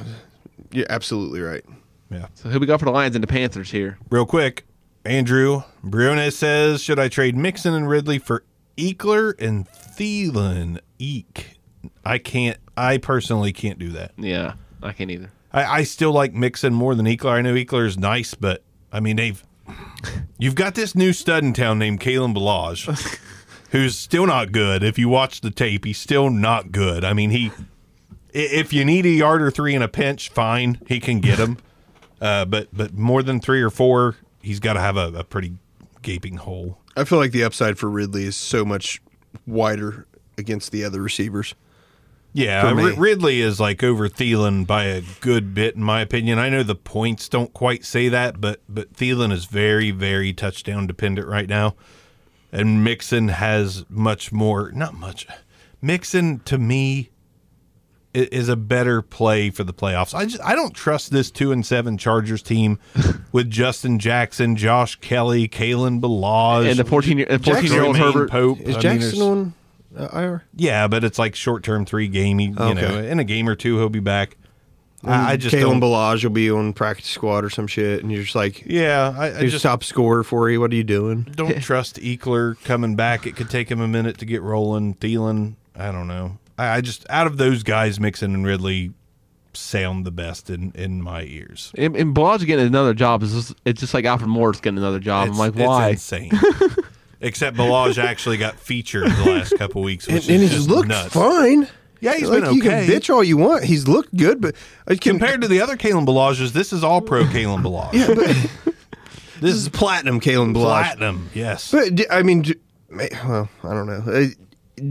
you're absolutely right.
Yeah.
So who we got for the Lions and the Panthers here?
Real quick, Andrew Briones says, should I trade Mixon and Ridley for Eckler and Thielen? Eek. I can't. I personally can't do that.
Yeah, I can't either.
I, I still like Mixon more than Eckler. I know Eckler is nice, but I mean they've. You've got this new stud in town named Kalen Balaj, who's still not good. If you watch the tape, he's still not good. I mean he. i- If you need a yard or three in a pinch, fine, he can get them. Uh, but but more than three or four, he's got to have a, a pretty gaping hole.
I feel like the upside for Ridley is so much wider against the other receivers.
Yeah,
for
Ri-
me.
Ridley is like over Thielen by a good bit, in my opinion. I know the points don't quite say that, but but Thielen is very, very touchdown dependent right now, and Mixon has much more. Not much. Mixon to me i- is a better play for the playoffs. I just I don't trust this two and seven Chargers team with Justin Jackson, Josh Kelly, Kalen Balaj,
And the 14 year, 14 year old
Jermaine
Herbert.
Pope. I
Is
mean,
Jackson
there's-
on uh, IR?
yeah, but it's like short term three game. He, You
Okay.
know, in a game or two, he'll be back. I, I just
Kalen
don't.
Balaj will be on practice squad or some shit, and you're just like,
yeah, I, I
he's
just
top scorer for you. What are you doing?
don't trust Eckler coming back. It could take him a minute to get rolling. Thielen, I don't know. I, I just out of those guys, Mixon and Ridley sound the best in in my ears.
And, and Balaj getting another job is just, it's just like Alfred Morris getting another job.
It's,
I'm like,
it's
why?
insane. (laughs) Except Balaj actually got featured the last couple weeks,
And,
which
and
is
he's
just
looked
nuts.
fine.
Yeah, he's
like,
been
You can
okay.
bitch all you want. He's looked good, but I can,
Compared to the other Kalen Balages, this is all pro Kalen Balaj.
(laughs) this is platinum Kalen Balaj.
Platinum, yes.
But d- I mean, d- ma- well, I don't know. Uh,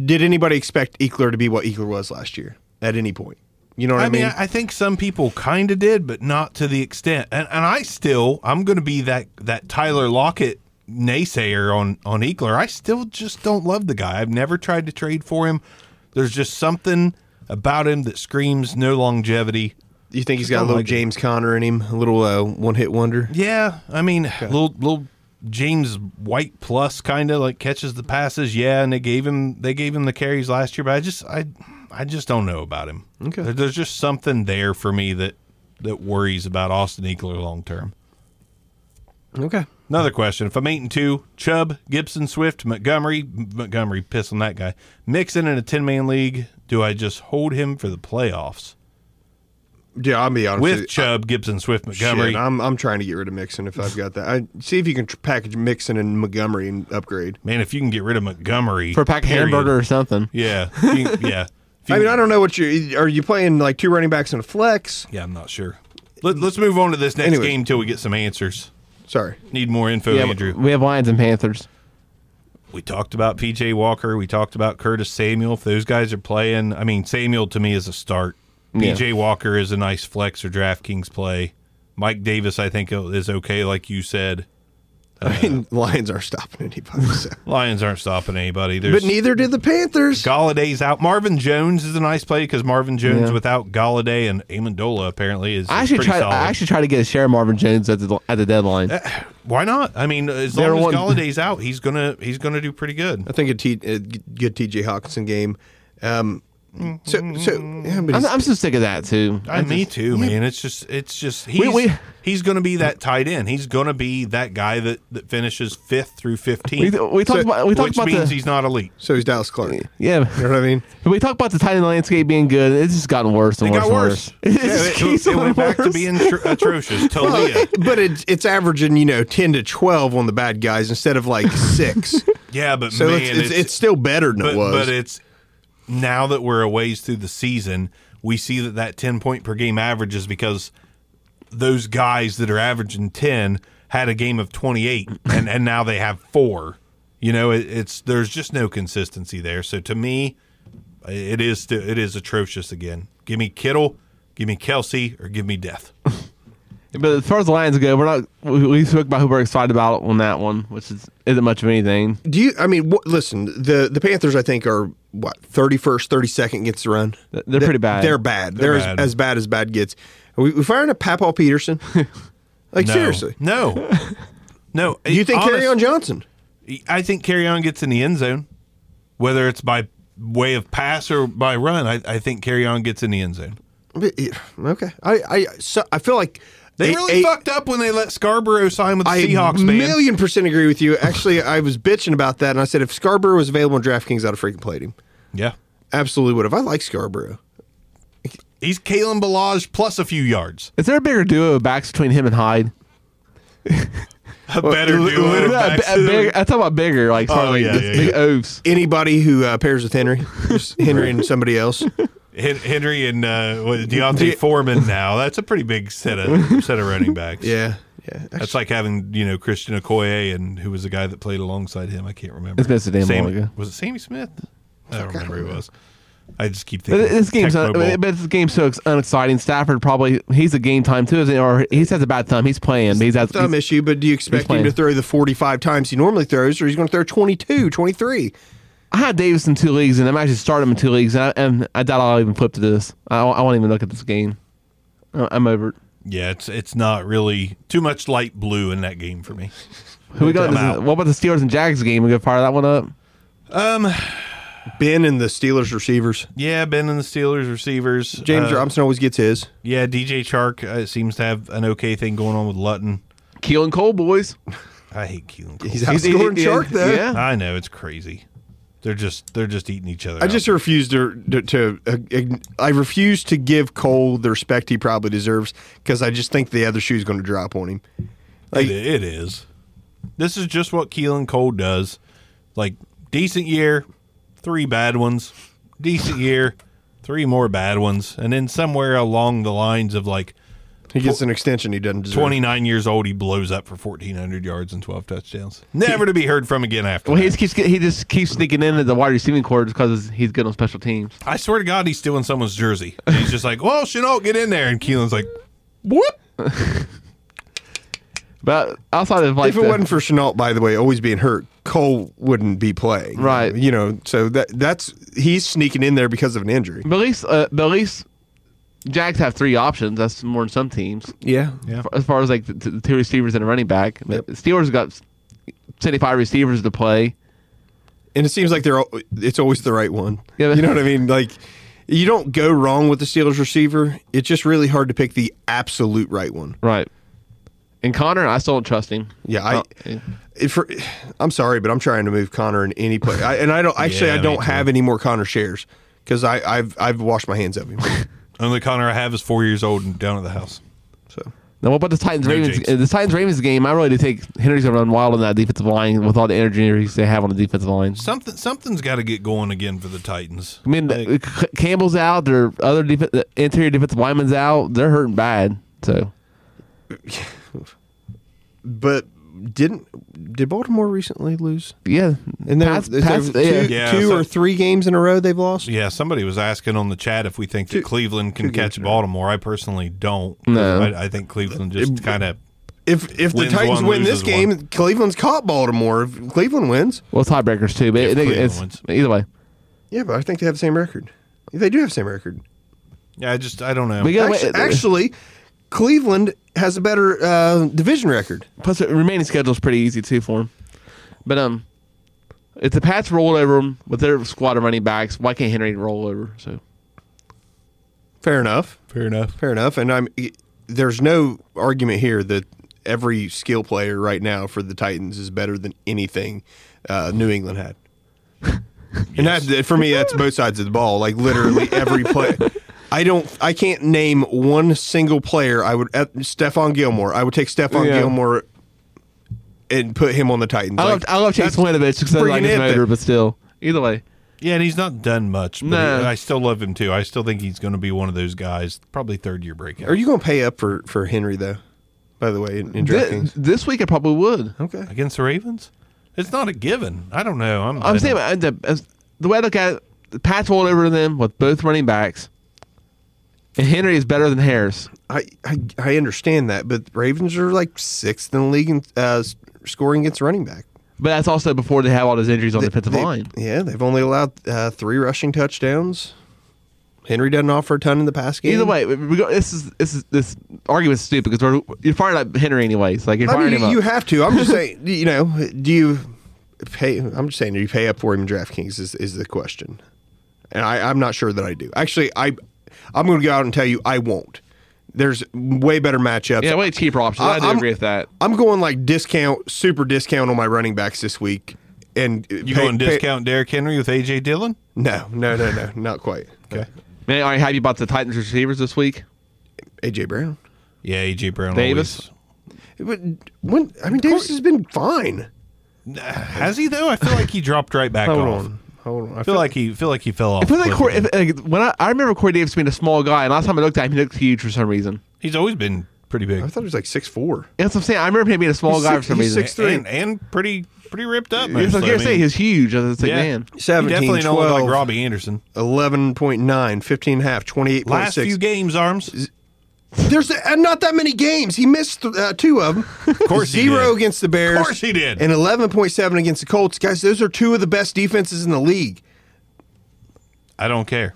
Did anybody expect Eckler to be what Eckler was last year at any point? You know what I,
I mean, I I think some people kind of did, but not to the extent. And, and I still, I'm going to be that that Tyler Lockett naysayer on on Eckler. I still just don't love the guy. I've never tried to trade for him. There's just something about him that screams no longevity.
You think he's
Just
got a
don't
little
like it.
James Conner in him, a little uh, one hit wonder?
Yeah, I mean, little little James White plus kind of like catches the passes, yeah, and they gave him they gave him the carries last year, but I just I I just don't know about him.
Okay.
There- there's just something there for me that that worries about Austin Eckler long term.
Okay.
Another question: If I'm eight and two, Chubb, Gibson, Swift, Montgomery, Montgomery, piss on that guy. Mixon in a ten man league, do I just hold him for the playoffs
Yeah, I'll be honest with
with
you.
Chubb, Gibson, Swift,
Shit,
Montgomery?
I'm I'm trying to get rid of Mixon if I've got that. I see if you can tr- package Mixon and Montgomery and upgrade.
Man, if you can get rid of Montgomery
for a pack of
period.
hamburger or something.
yeah, you- yeah. If you-
(laughs) I mean, I don't know what you are you playing like two running backs and a flex.
Yeah, I'm not sure. Let, let's move on to this next
Anyway.
game until we get some answers.
Sorry. (laughs)
Need more info,
Yeah,
Andrew.
we have Lions and Panthers.
We talked about PJ Walker. We talked about Curtis Samuel. If those guys are playing, I mean, Samuel to me is a start. PJ Walker is a nice flex or DraftKings play. Mike Davis, I think, is okay, like you said.
I mean, Lions aren't stopping anybody. So.
Lions aren't stopping anybody. There's
but neither did the Panthers.
Galladay's out. Marvin Jones is a nice play because Marvin Jones
Yeah.
without Galladay and Amendola apparently is,
I
is
actually
pretty
tried.
solid. Uh,
I actually tried to get a share of Marvin Jones at the at the deadline.
Why not? I mean, as
They're
long as
one-
Galladay's out, he's gonna he's gonna do pretty good.
I think a, T, a g- good TJ Hawkinson game. Um, so so yeah, but
I'm,
he's-
I'm so sick of that too.
I, me too, man. It's just, it's just he's
we-
he's going to be that tight end. He's going to be that guy that that finishes fifth through
We,
fifteenth,
we talked
So-
about we talked
which
about
means
the
he's not elite.
so he's Dallas Clark. You
(laughs)
know
yeah.
what I mean?
(laughs) We talked about the Titan landscape being good. It's just gotten worse and
It
worse.
got
and (laughs)
worse.
It
Yeah,
just
it,
keeps
it
on
went back to
worse.
being tr- atrocious.
(laughs)
Tolia,
(laughs) but it's it's averaging you know ten to twelve on the bad guys instead of
(laughs)
like six.
yeah, but
so
man,
it's, it's, it's still better than
but,
it was.
but it's now that we're a ways through the season, we see that that ten point per game average is because those guys that are averaging ten had a game of twenty
(clears throat)
eight, and and now they have four. You know, it, it's there's just no consistency there. So to me, it is sti- it is atrocious again. Give me Kittle, give me Kelsey, or give me death.
But as far as the Lions go, we're not. We, we spoke about who we're excited about on that one, which is isn't much of anything.
Do you? I mean, wh- listen. The the Panthers, I think, are what thirty first, thirty second gets the run.
They're pretty bad.
They're bad. They're,
bad.
As, as bad as bad gets. Are we, we firing a Papal
(laughs)
Peterson? like
No.
(laughs) seriously?
no,
(laughs)
no.
Do you think
Honest-
Carry on Johnson?
I think carry on gets in the end zone, whether it's by way of pass or by run. I, I think carry on gets in the end zone.
But, yeah, Okay. I I so, I feel like
They
a-
really
a-
fucked up when they let Scarborough sign with the
I
Seahawks, man.
million percent agree with you. Actually, I was bitching about that, and I said if Scarborough was available in DraftKings, I'd have freaking played him.
Yeah.
Absolutely would have. I like Scarborough.
He's Kalen Balaj plus a few yards.
Is there a bigger duo of backs between him and Hyde?
A better
l-
(laughs)
duo.
l-
than
Put
Yeah, a
back
bi- a big- I talk about bigger, like
Oh,
probably
yeah,
just
yeah,
big
yeah.
oafs.
Anybody who uh, pairs with Henry, just Henry and somebody else.
Hen- Henry and uh, what, Deontay Foreman now. That's a pretty big set of set of running backs.
Yeah, yeah.
That's like having, you know, Christian Okoye and who was the guy that played alongside him. I can't remember.
It's been so damn
Sammy-
long ago.
Was it Sammy Smith? I don't remember who it was. I just keep
But
thinking.
this game's
Tecmo
un-
Bowl.
but this game's so ex- unexciting. Stafford probably he's a game time too, isn't he? Or he has a bad thumb. He's playing. but He's, has,
thumb
he's
issue, but do you expect him
playing.
to throw the 45 times he normally throws, or he's going to throw 22, 23?
I had Davis in two leagues, and I'm actually starting him in two leagues, and I, and I doubt I'll even flip to this. I, won't- I won't even look at this game. I- I'm over. it.
Yeah, it's it's not really too much light blue in that game for me.
Who we got?
I'm out.
What about the Steelers and Jags game? We gonna fire that one up.
Ben and the Steelers receivers.
Yeah, Ben and the Steelers receivers.
James
Uh,
Robinson always gets his.
Yeah, DJ Chark uh, seems to have an okay thing going on with Lutton.
Keelan Cole, boys.
I hate Keelan Cole.
He's outscoring
he-
Shark, though.
yeah.
I know it's crazy. They're just they're just eating each other.
I just
up.
refuse to, to, to uh, ign- I refuse to give Cole the respect he probably deserves because I just think the other shoe's going to drop on him.
It- it is. This is just what Keelan Cole does. Like decent year, three bad ones. Decent year, three more bad ones, and then somewhere along the lines of like
He gets an extension he doesn't deserve.
29 years old, he blows up for 1,400 yards and 12 touchdowns.
(laughs)
Never to be heard from again after.
Well, he
that.
just keeps get- he just keeps sneaking in at the wide receiving quarters because he's good on special teams.
I swear to God, he's still in someone's jersey. And he's just like, well, Chenault, get in there. And Keelan's like, what?
(laughs) But outside of like
If it
the-
wasn't for Chenault, by the way, always being hurt, Cole wouldn't be playing.
Right.
You know, so that that's he's sneaking in there because of an injury.
But at least, uh, but at least Jags have three options. That's more than some teams.
Yeah.
Yeah.
As far as like the, the two receivers and a running back, but Steelers got 75 receivers to play.
and it seems like they're al- it's always the right one.
Yeah, but-
you know what I mean? Like you don't go wrong with the Steelers receiver. It's just really hard to pick the absolute right one.
Right. And Connor, I still don't trust him.
Yeah, I.
Oh, yeah.
If for, I'm sorry, but I'm trying to move Connor in any place, I, and I don't actually.
Yeah,
I
me
don't
too.
have any more Connor shares because I I've I've washed my hands
(laughs)
of him.
Only Connor I have is four years old and down at the house.
So
Now, what about the Titans Ravens? uh,
James.
The Titans Ravens game, I really do think Henry's going to run wild on that defensive line with all the energy injuries they have on the defensive line.
Something something's got to get going again for the Titans.
I mean, the- C- Campbell's out. Their other def- the interior defensive lineman's out. They're hurting bad. So
but didn't did Baltimore recently lose?
yeah,
And they're,
Pats-
they're
Pats-
two,
yeah.
Yeah,
two
so-
or three games in a row they've lost.
Yeah, somebody was asking on the chat if we think that Cleveland can catch Baltimore. I personally don't.
No.
I, I think Cleveland just kind of.
If if the
Wins
Titans
one,
win this
loses
game,
one.
Cleveland's caught Baltimore. If Cleveland wins,
Well, tiebreakers too, but
If
it- it-
Cleveland
it's,
wins.
either way.
yeah, but I think they have the same record. They do have the same record.
Yeah, I just I don't know.
But yeah,
Actu-
wait, uh,
actually, Cleveland has a better uh, division record.
plus the remaining schedule is pretty easy too for them. But um, if the Pats rolled over them with their squad of running backs, why can't Henry roll over? So
Fair enough.
Fair enough.
Fair enough. And I'm e- there's no argument here that every skill player right now for the Titans is better than anything uh, New England
(laughs)
had. And that for me, that's both sides of the ball. Like literally every
(laughs)
play. I don't. I can't name one single player. I would uh, Stephon Gilmore. I would take Stephon
Yeah.
Gilmore and put him on the Titans.
I
Like,
love I love Chase Winovich because I
freaking
like his
it,
motor,
but-
but still, either way,
Yeah, and he's not done much. But
No.
he- I still love him too. I still think he's going to be one of those guys, probably third year breakout.
Are you going to pay up for for Henry though? By the way, in, in
Thi-
DraftKings.
this week I probably would.
Okay.
against the Ravens? It's not a given. I don't know. I'm,
I'm saying uh, the, as- the way I look at it, the Pats rolled over them with both running backs, and Henry is better than Harris.
I, I I understand that, but Ravens are like sixth in the league in uh, s- scoring against running back.
But that's also before they have all those injuries on the defensive
They-
line.
Yeah, they've only allowed uh, three rushing touchdowns. Henry doesn't offer a ton in the pass game.
Either way, we- we go- this is this is this argument's stupid because we're, you're firing up Henry anyways. Like you're
I
firing
mean,
him
you, you
up.
have to.
(laughs)
I'm just saying, you know, do you pay? I'm just saying, do you pay up for him in DraftKings? Is is the question? And I, I'm not sure that I do. Actually, I I'm going to go out and tell you I won't. There's way better matchups.
yeah, way cheaper options. I, do
I'm-
agree with that.
I'm going like discount, super discount on my running backs this week. And uh,
you going discount Derrick Henry with AJ Dillon?
No, no, no, no, not quite.
(laughs)
Uh,
Okay.
Man, are you happy about the Titans receivers this week?
AJ Brown.
Yeah, AJ Brown.
Davis?
But when I mean, Davis has been fine.
always- has he though? I feel like he dropped right back
Hold
off.
on, hold on.
I feel like he feel like he fell off.
I feel like
cliff.
Corey, if, like, when I, I remember Corey Davis being a small guy, and last time I looked at him, he looked huge for some reason.
he's always been pretty big
I thought he was like six four.
That's what I'm saying. I remember him being a small
He's
guy
six-
for some
he's
reason.
six- three.
and and pretty pretty ripped up.
That's what I was
mostly.
gonna
I
say.
mean,
He's huge. I was like,
yeah.
man,
He
17,
definitely don't look
12,
like Robbie Anderson.
11.9, 15 half, 28.6.
Last few games, arms.
There's uh, not that many games. He missed uh, two
(laughs)
of them. Of
course he
Zero
did.
against the Bears.
Of course he did.
And 11.7 against the Colts. Guys, those are two of the best defenses in the league.
I don't care.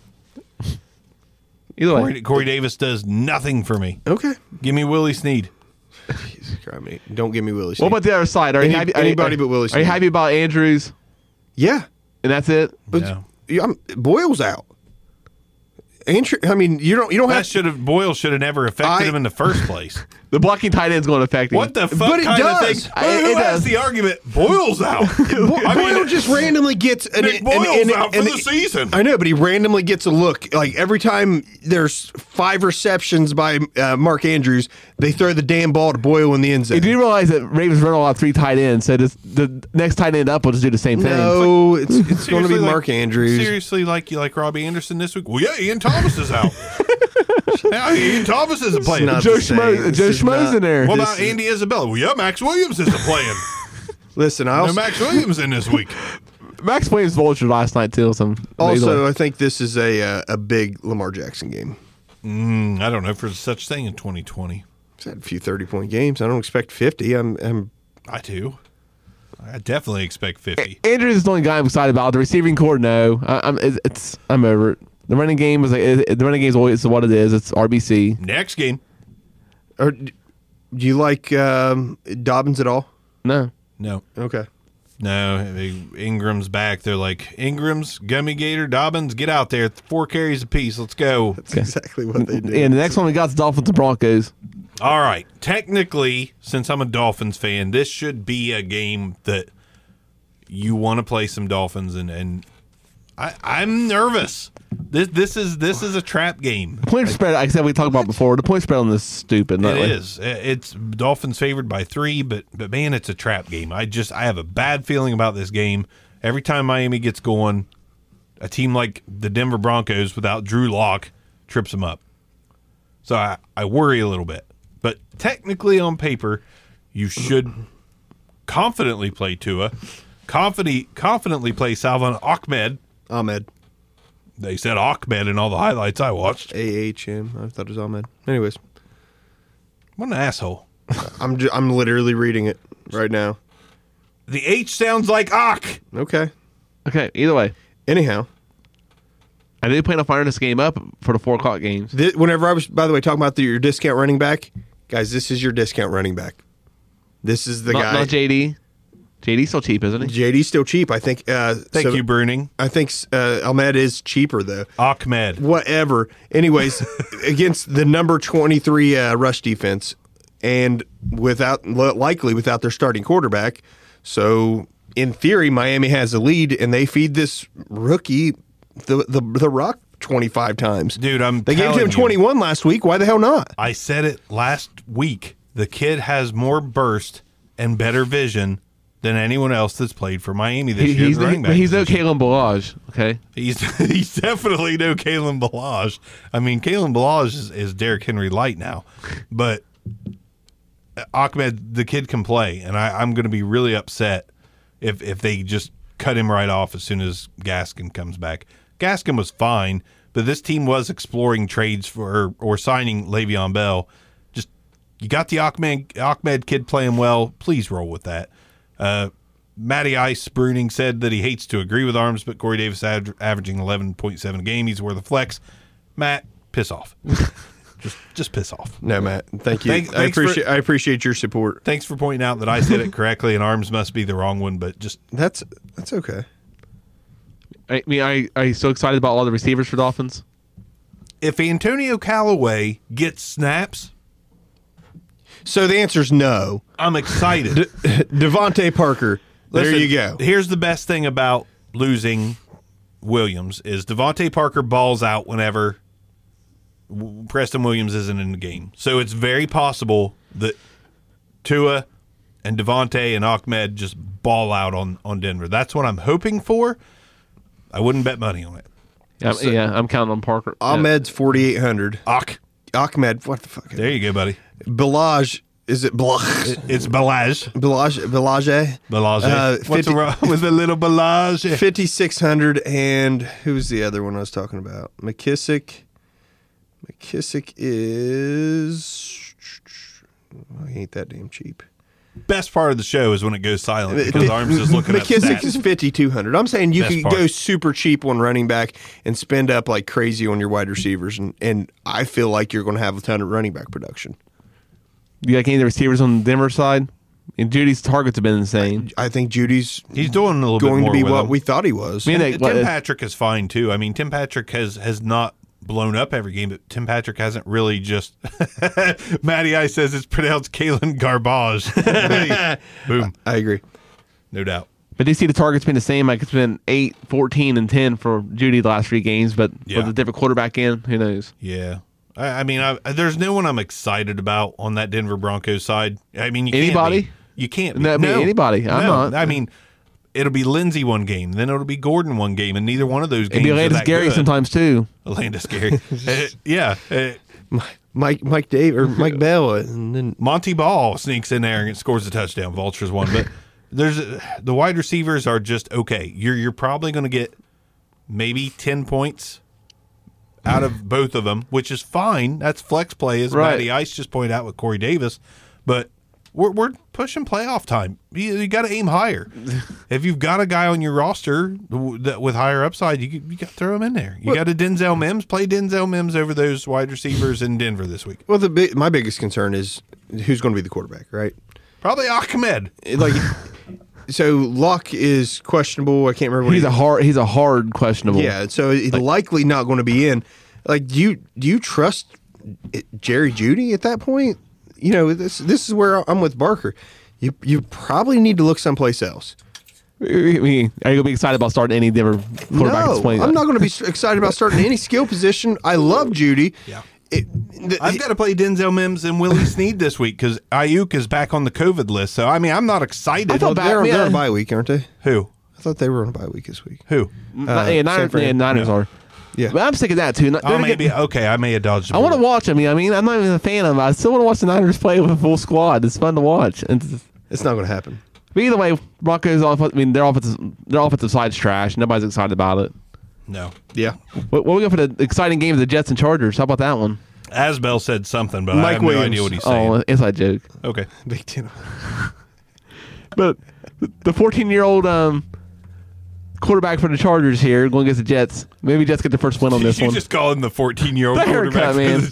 either way,
Corey, Corey Davis does nothing for me.
Okay.
Give me Willie Sneed.
Jesus Christ, mate. Don't give me Willie.
What about the other side? Are you
Any-
happy, are you-
anybody
are,
but Willie
Are you
Sneed.
happy about Andrews?
Yeah.
And that's it.
But
No.
yeah, I'm, Boyle's out. Antri- I mean, you don't you don't
That
have
should have Boyle should have never affected
I-
him in the first
(laughs)
place.
The blocking tight end's going to affect him.
What the fuck
But it
kind
does.
of thing?
I-
Who
it
has
does.
the argument? Boyle's out.
(laughs) Bo-
I mean,
Boyle just randomly gets an,
Nick
an-
Boyle's out for the season.
I know, but he randomly gets a look. Like every time there's five receptions by uh, Mark Andrews, they throw the damn ball to Boyle in the end
You
zone.
do realize that Ravens run a lot of three tight ends, so this, the next tight end up will just do the same thing.
no, it's it's going to
seriously,
be
like-
Mark Andrews.
Seriously, like you like Robbie Anderson this week? Well, yeah, Ian Thomas is
(laughs)
out. yeah, Ian Thomas isn't playing.
not
Joe
the same.
Schmo,
This
Joe
is
Schmo's
not-
in there.
what
this
about
is-
Andy Isabella? Well, yeah, Max Williams isn't
(laughs)
playing.
Listen, I
No
also,
Max Williams in this week.
Max Williams vultured last night too. Some
also I think this is a uh, a big Lamar Jackson game.
Mm, I don't know if there's such thing in 2020.
He's had a few thirty point games. I don't expect fifty. I'm, I'm
I do. I definitely expect 50.
Andrews is the only guy I'm excited about. The receiving core, no, I, I'm it's, it's I'm over it. The running game is like it, the running game is always what it is. It's RBC.
Next game,
or, do you like um, Dobbins at all?
No,
No,
Okay.
no. They, Ingram's back. They're like Ingram's, Gummy Gator, Dobbins. Get out there. Four carries apiece. Let's go.
That's exactly what they do.
And the next one we got is Dolphins and Broncos.
All right. Technically, since I'm a Dolphins fan, this should be a game that you want to play some Dolphins and and I, I'm nervous. This this is this is a trap game.
The point spread, like I said, we talked about before. The point spread on this is stupid.
It is. Uh, It's Dolphins favored by three, but but man, it's a trap game. I just I have a bad feeling about this game. Every time Miami gets going, a team like the Denver Broncos without Drew Lock trips them up. So I, I worry a little bit. But technically on paper, you should confidently play Tua, confidently confidently play Salvan Ahmed.
Ahmed.
They said Ahmed in all the highlights I watched.
AHM. I thought it was Ahmed. Anyways,
What an asshole.
I'm ju- I'm literally reading it right now.
The H sounds like Ak.
Okay.
Okay, either way.
Anyhow,
I do plan on firing this game up for the four o'clock games.
thi- whenever I was, by the way, talking about the, your discount running back, guys, this is your discount running back. This is the
not,
guy.
not JD. JD's still cheap, isn't he?
JD's still cheap. I think. Uh,
Thank
so-
you, Bruning.
I think uh, Ahmed is cheaper though.
Ahmed.
Whatever. (laughs) Anyways, against the number twenty three uh, rush defense, and without li- likely without their starting quarterback, so in theory Miami has a lead, and they feed this rookie the the, the rock twenty five times.
Dude, I'm
they gave to
telling
him
you.
twenty one last week. Why the hell not?
I said it last week. The kid has more burst and better vision than anyone else that's played for Miami this
He-
year. at
he's
the running
he,
back
but he's no
position.
Kalen Balaj. Okay,
He's (laughs) he's definitely no Kalen Balaj. I mean, Kalen Balaj is, is Derrick Henry light now, but Ahmed, the kid can play, and I, I'm going to be really upset if if they just cut him right off as soon as Gaskin comes back. Gaskin was fine, but this team was exploring trades for or, or signing Le'Veon Bell. Just you got the Ahmed Ahmed kid playing well. Please roll with that. Uh, Matty Ice Bruning said that he hates to agree with arms, but Corey Davis ad- averaging 11.7 a game. He's worth a flex. Matt, piss off. (laughs) just just piss off.
No, Matt. Thank you.
Thank-
I
thanks for-
appreciate I appreciate your support.
Thanks for pointing out that I said it correctly, and arms must be the wrong one. But just
That's that's okay.
I mean, are, you- are you so excited about all the receivers for Dolphins?
if Antonio Callaway gets snaps,
So the answer is no.
I'm excited.
Devonte Parker. (laughs) there
Listen,
you go.
Here's the best thing about losing Williams is Devontae Parker balls out whenever w- Preston Williams isn't in the game. So it's very possible that Tua and Devontae and Ahmed just ball out on, on Denver. That's what I'm hoping for. I wouldn't bet money on it.
Yeah, I'm- yeah, I'm counting on Parker. Yeah.
Ahmed's 4,800.
Ak.
Ahmed, what the fuck?
There you go, buddy.
Balaj, is it Balaj?
It's Balaj.
Balaj, Balaj,
Balaj.
Uh,
What's (laughs)
50 (laughs)
wrong with the little Balaj?
5,600. And who's the other one I was talking about? McKissick. McKissick is. Oh, he ain't that damn cheap.
Best part of the show is when it goes silent because Arms is looking at
McKissick
stats.
is 5,200. I'm saying you
Best
could
part.
go super cheap on running back and spend up like crazy on your wide receivers. And, and I feel like you're going to have a ton of running back production.
You like any of the receivers on the Denver side? And Judy's targets have been insane.
I think Judy's
He's doing a little bit
going to
more
be
with
what
him.
we thought he was.
I mean,
Tim
they- what-
Patrick is fine too. I mean, Tim Patrick has has not blown up every game, but Tim Patrick hasn't really just. (laughs) Matty I says it's pronounced Kalen
(laughs)
Garbage. (laughs) Boom,
I agree.
no doubt.
but do you see the targets being the same? Like it's been 8, 14, and 10 for Judy the last three games, but
Yeah.
with a different quarterback in, who knows?
Yeah, I, I mean, I, there's no one I'm excited about on that Denver Broncos side. I mean, you
Anybody?
Can't be. you can't. Be.
No, I mean, anybody. I'm
No.
not.
I mean, it'll be Lindsey one game, then it'll be Gordon one game, and neither one of those
It'd
games.
be
are
Landis
that
Gary
good.
sometimes, too.
(laughs) Landis
(laughs)
Gary. Uh, yeah. uh,
Mike Mike Dave
(laughs)
or Mike Bell uh, and then
Monty Ball sneaks in there and scores a touchdown. Vultures one, but there's the wide receivers are just okay. You're you're probably going to get maybe ten points out of both of them, which is fine. That's flex play, as
Right.
Matty Ice just pointed out with Corey Davis. But we're we're pushing playoff time. You, you got to aim higher. if you've got a guy on your roster w- that with higher upside, you you got to throw him in there. You got a Denzel Mims. Play Denzel Mims over those wide receivers in Denver this week.
well the big, my biggest concern is who's going to be the quarterback, right?
Probably Ahmed.
It- Like (laughs) so Luck is questionable. I can't remember. What
He's
he-
a hard. He's a hard questionable.
Yeah, so he's likely not going to be in. Like, do you do you trust eh, Jerry Judy at that point? You know, this this is where I'm with Barker. You you probably need to look someplace else.
I mean, Are you gonna be excited about starting any different quarterback?
No,
this point?
I'm not going to be excited about starting any skill position. I love Judy.
Yeah.
It, the,
I've got to play Denzel Mims and Willie Sneed this week because Ayuk is back on the COVID list. So I mean, I'm not excited.
I felt bad.
they're, they're
yeah.
on bye week, aren't they?
Who?
I thought they were on bye week this week.
Who?
Not- Uh, yeah, Niners,
for
yeah,
him.
Niners are.
Yeah.
but I'm sick of that too. Not-
Oh,
they're
maybe.
getting-
okay, I may have dodged. a
I want to
bullet.
watch them. You know what I mean, I'm not even a fan of. them. I still want to watch the Niners play with a full squad. It's fun to watch. And it's-
It's not going to happen.
but either way, Broncos. Off, I mean, their offensive their offensive side's trash. Nobody's excited about it.
No.
Yeah.
What, what are we going for the exciting game of the Jets and Chargers? How about that one?
Asbell said something, but I
Mike
have
Williams.
no idea what he's saying.
Oh, inside joke.
okay.
(laughs) Big Ten.
But the 14 year old um, quarterback for the Chargers here going against the Jets. Maybe Jets get the first win on this
you
one.
just call him the 14 year old
The
quarterback
haircut,
for
man.
the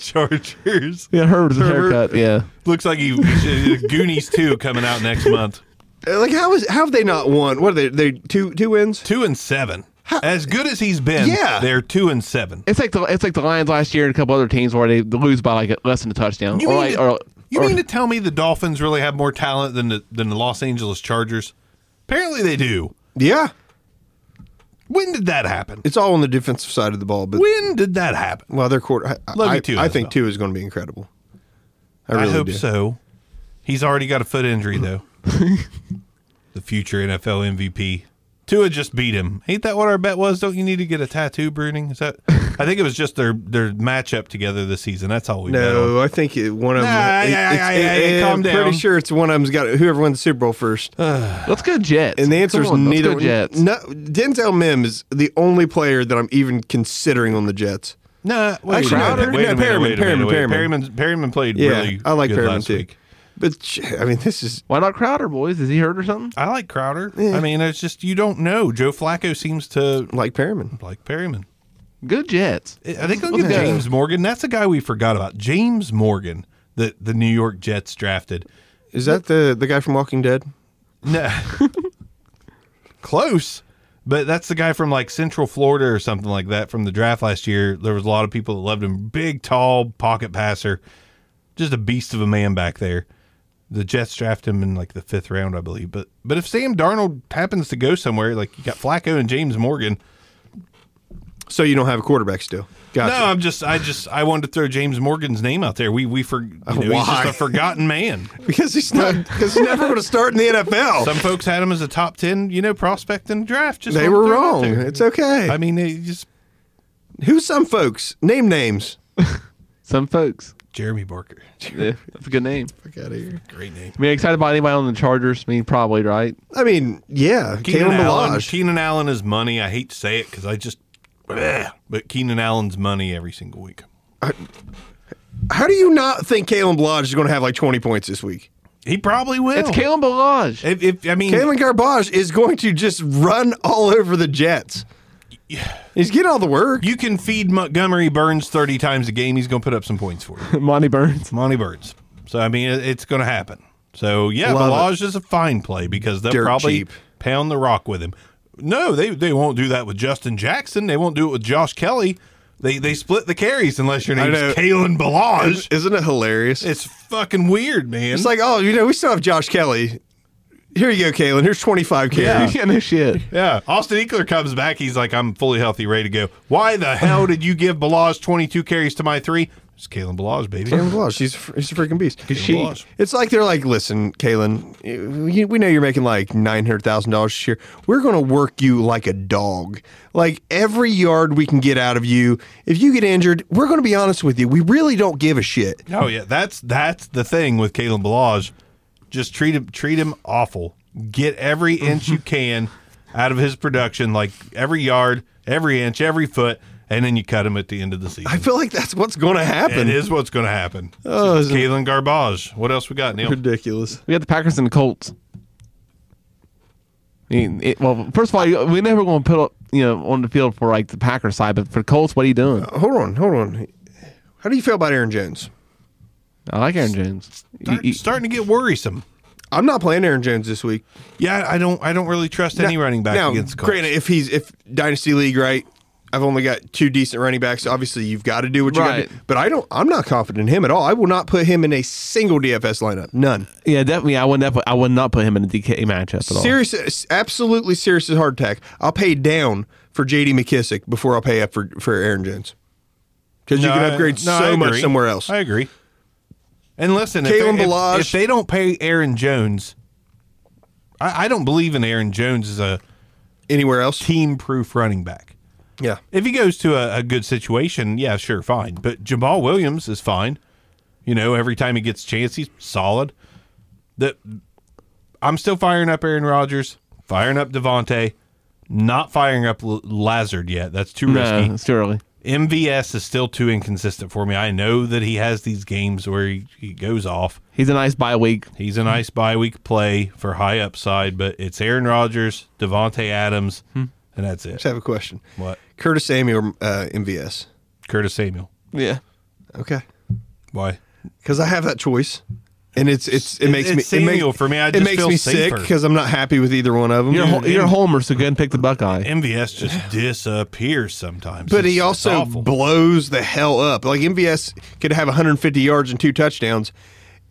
(laughs) Chargers.
yeah, Herbert's
Herbert.
haircut. Yeah.
Looks like he uh, Goonies two coming out next month.
Like how is how have they not won? What are they? They two two wins.
Two and seven. As good as he's been,
Yeah.
they're two and seven.
It's like the it's like the Lions last year and a couple other teams where they lose by like less than a touchdown.
You
or
mean,
like,
to,
or,
you
or-
mean to tell me the Dolphins really have more talent than the than the Los Angeles Chargers? Apparently they do.
Yeah.
When did that happen?
It's all on the defensive side of the ball, but
When did that happen?
Well, their quarter. I,
Love you
I,
too,
I
as
think
well.
two is going to be incredible. I
I,
really
hope
do.
so. He's already got a foot injury
(laughs)
though. the future NFL MVP. Tua just beat him. Ain't that what our bet was? Don't you need to get a tattoo, Bruning? Is that? I think it was just their their matchup together this season. That's all we bet on.
No, I think it, one of them.
Nah, yeah, yeah, yeah, yeah, calm
I'm
down.
pretty sure it's one of them's got whoever won the Super Bowl first.
let's go Jets.
and the answer is
Come on,
neither.
Let's go Jets.
No, Denzel Mims is the only player that I'm even considering on the Jets.
No, wait,
Actually,
a
no,
minute,
no,
wait a
no,
minute,
Perriman,
wait a minute,
Perriman,
wait a minute.
Perriman.
Perriman, Perriman played
Yeah,
really.
I like
good
Perriman
last
too.
Week.
But sh- I mean, this is
Why not Crowder, boys? Is he hurt or something?
I like Crowder. I mean, it's just you don't know. Joe Flacco seems to
like Perriman.
like Perryman.
Good Jets.
I I think they'll give
Okay.
James Morgan. That's a guy we forgot about. James Morgan, the the New York Jets drafted.
Is that the the guy from Walking Dead?
No, (laughs) close, but that's the guy from like Central Florida or something like that from the draft last year. There was a lot of people that loved him. Big, tall, pocket passer, just a beast of a man back there. The Jets draft him in like the fifth round, I believe. But but if Sam Darnold happens to go somewhere, like you got Flacco and James Morgan.
So you don't have a quarterback still? Gotcha.
No, I'm just I just I wanted to throw James Morgan's name out there. We we for
(laughs)
you know, he's
Why?
just a forgotten
(laughs)
man.
because he's not. Because he's never going to start in the NFL.
Some folks had him as a top ten, you know, prospect in the draft. Just
they
wanted to throw
were
it out
wrong.
there.
It's okay.
I mean, it just
Who's some folks? Name names.
Some folks.
Jeremy Barker. (laughs)
Yeah, that's a good name.
Fuck out of here.
Great name.
I mean, excited about anybody on the Chargers? I mean, probably right.
I mean, yeah,
Keenan
Kalen
Allen.
Balazs.
Keenan Allen is money. I hate to say it because I just, bleh, but Keenan Allen's money every single week.
How do you not think Kalen Balazs is going to have like 20 points this week?
He probably will.
It's Kalen Balaj.
(laughs)
If, if I mean,
Kalen Garbage is going to just run all over
(sighs)
the Jets. He's getting all the work.
you can feed Montgomery Burns thirty times a game. He's going to put up some points for you,
Monty Burns.
Monty Burns. So I mean, it, it's going to happen. So yeah,
Love
Balaj is a fine play because they'll
Dirt
probably
cheap.
pound the rock with him. No, they they won't do that with Justin Jackson. They won't do it with Josh Kelly. They they split the carries unless your
I
name's
know.
Kalen Balaj.
Isn't it hilarious? It's,
It's fucking weird, man.
like, oh, you know, we still have Josh Kelly. Here you go, Kalen. Here's 25 carries.
(laughs) Yeah, no shit.
Yeah, Austin Eckler comes back. He's like, I'm fully healthy, ready to go. Why the
(laughs)
hell did you give Balazs 22 carries to my three? It's Kalen Balazs, baby.
Kalen Balazs, he's, a fr- he's a freaking beast.
Balazs.
It's like they're like, listen, Kalen, you- we know you're making like nine hundred thousand dollars this year. We're going to work you like a dog. Like every yard we can get out of you. If you get injured, we're going to be honest with you. We really don't give a shit.
Oh yeah, that's that's the thing with Kalen Balazs. Just treat him treat him awful. Get every
Mm-hmm.
inch you can out of his production, like every yard, every inch, every foot, and then you cut him at the end of the season.
I feel like that's what's going to
it
happen.
is what's going to happen.
Oh, isn't-
Kalen Garbage. What else we got, Neil?
ridiculous.
We got the Packers and the Colts. I mean, it, well, first of all, you- we never going to put up, you know, on the field for like the Packers side, but for the Colts, what are you doing?
Hold on, hold on. How do you feel about Aaron Jones?
I like Aaron Jones. You-
Start-
you-
starting to get worrisome.
I'm not playing Aaron Jones this week.
Yeah, I don't. I don't really trust any
Now-
running back
now,
against the Colts.
Granted, if he's if dynasty league, right? I've only got two decent running backs. so obviously, you've got to do what you got
Right.
to do. But I don't. I'm not confident in him at all. I will not put him in a single DFS lineup. None.
Yeah, definitely. I would not. I would not put him in a DK matchup at all.
Serious, absolutely serious as hard tack. I'll pay down for J.D. McKissick before I'll pay up for for Aaron Jones because you
No,
can
I-
upgrade
no, I
so much
agree.
somewhere else.
I agree. And listen, if,
Kalen
they- if-
Balazs.
if they don't pay Aaron Jones, I, I don't believe in Aaron Jones as a
Anywhere else?
team-proof running back.
Yeah.
If he goes to a, a good situation, yeah, sure, fine. But Jamal Williams is fine. You know, every time he gets a chance, he's solid. That I'm still firing up Aaron Rodgers, firing up Devontae, not firing up L- Lazard yet. That's too
No,
risky.
it's too early.
MVS is still too inconsistent for me. I know that he has these games where he, he goes off.
He's a nice bye week.
He's a nice bye week play for high upside, but it's Aaron Rodgers, Devontae Adams, and that's
Just
it.
have a question.
What?
Curtis Samuel, uh, MVS.
Curtis Samuel.
Yeah.
Okay.
Why?
because I have that choice, and it's it's it,
It-
makes
it's
me it
Samuel
makes,
for me. I
it
just
makes
feel
me
safer.
sick because I'm not happy with either one of them.
You're a, hol- you're a homer, so go ahead and pick the Buckeye.
MVS just disappears sometimes.
but
It's-
he
it's
also
awful.
blows the hell up. Like MVS could have 150 yards and two touchdowns,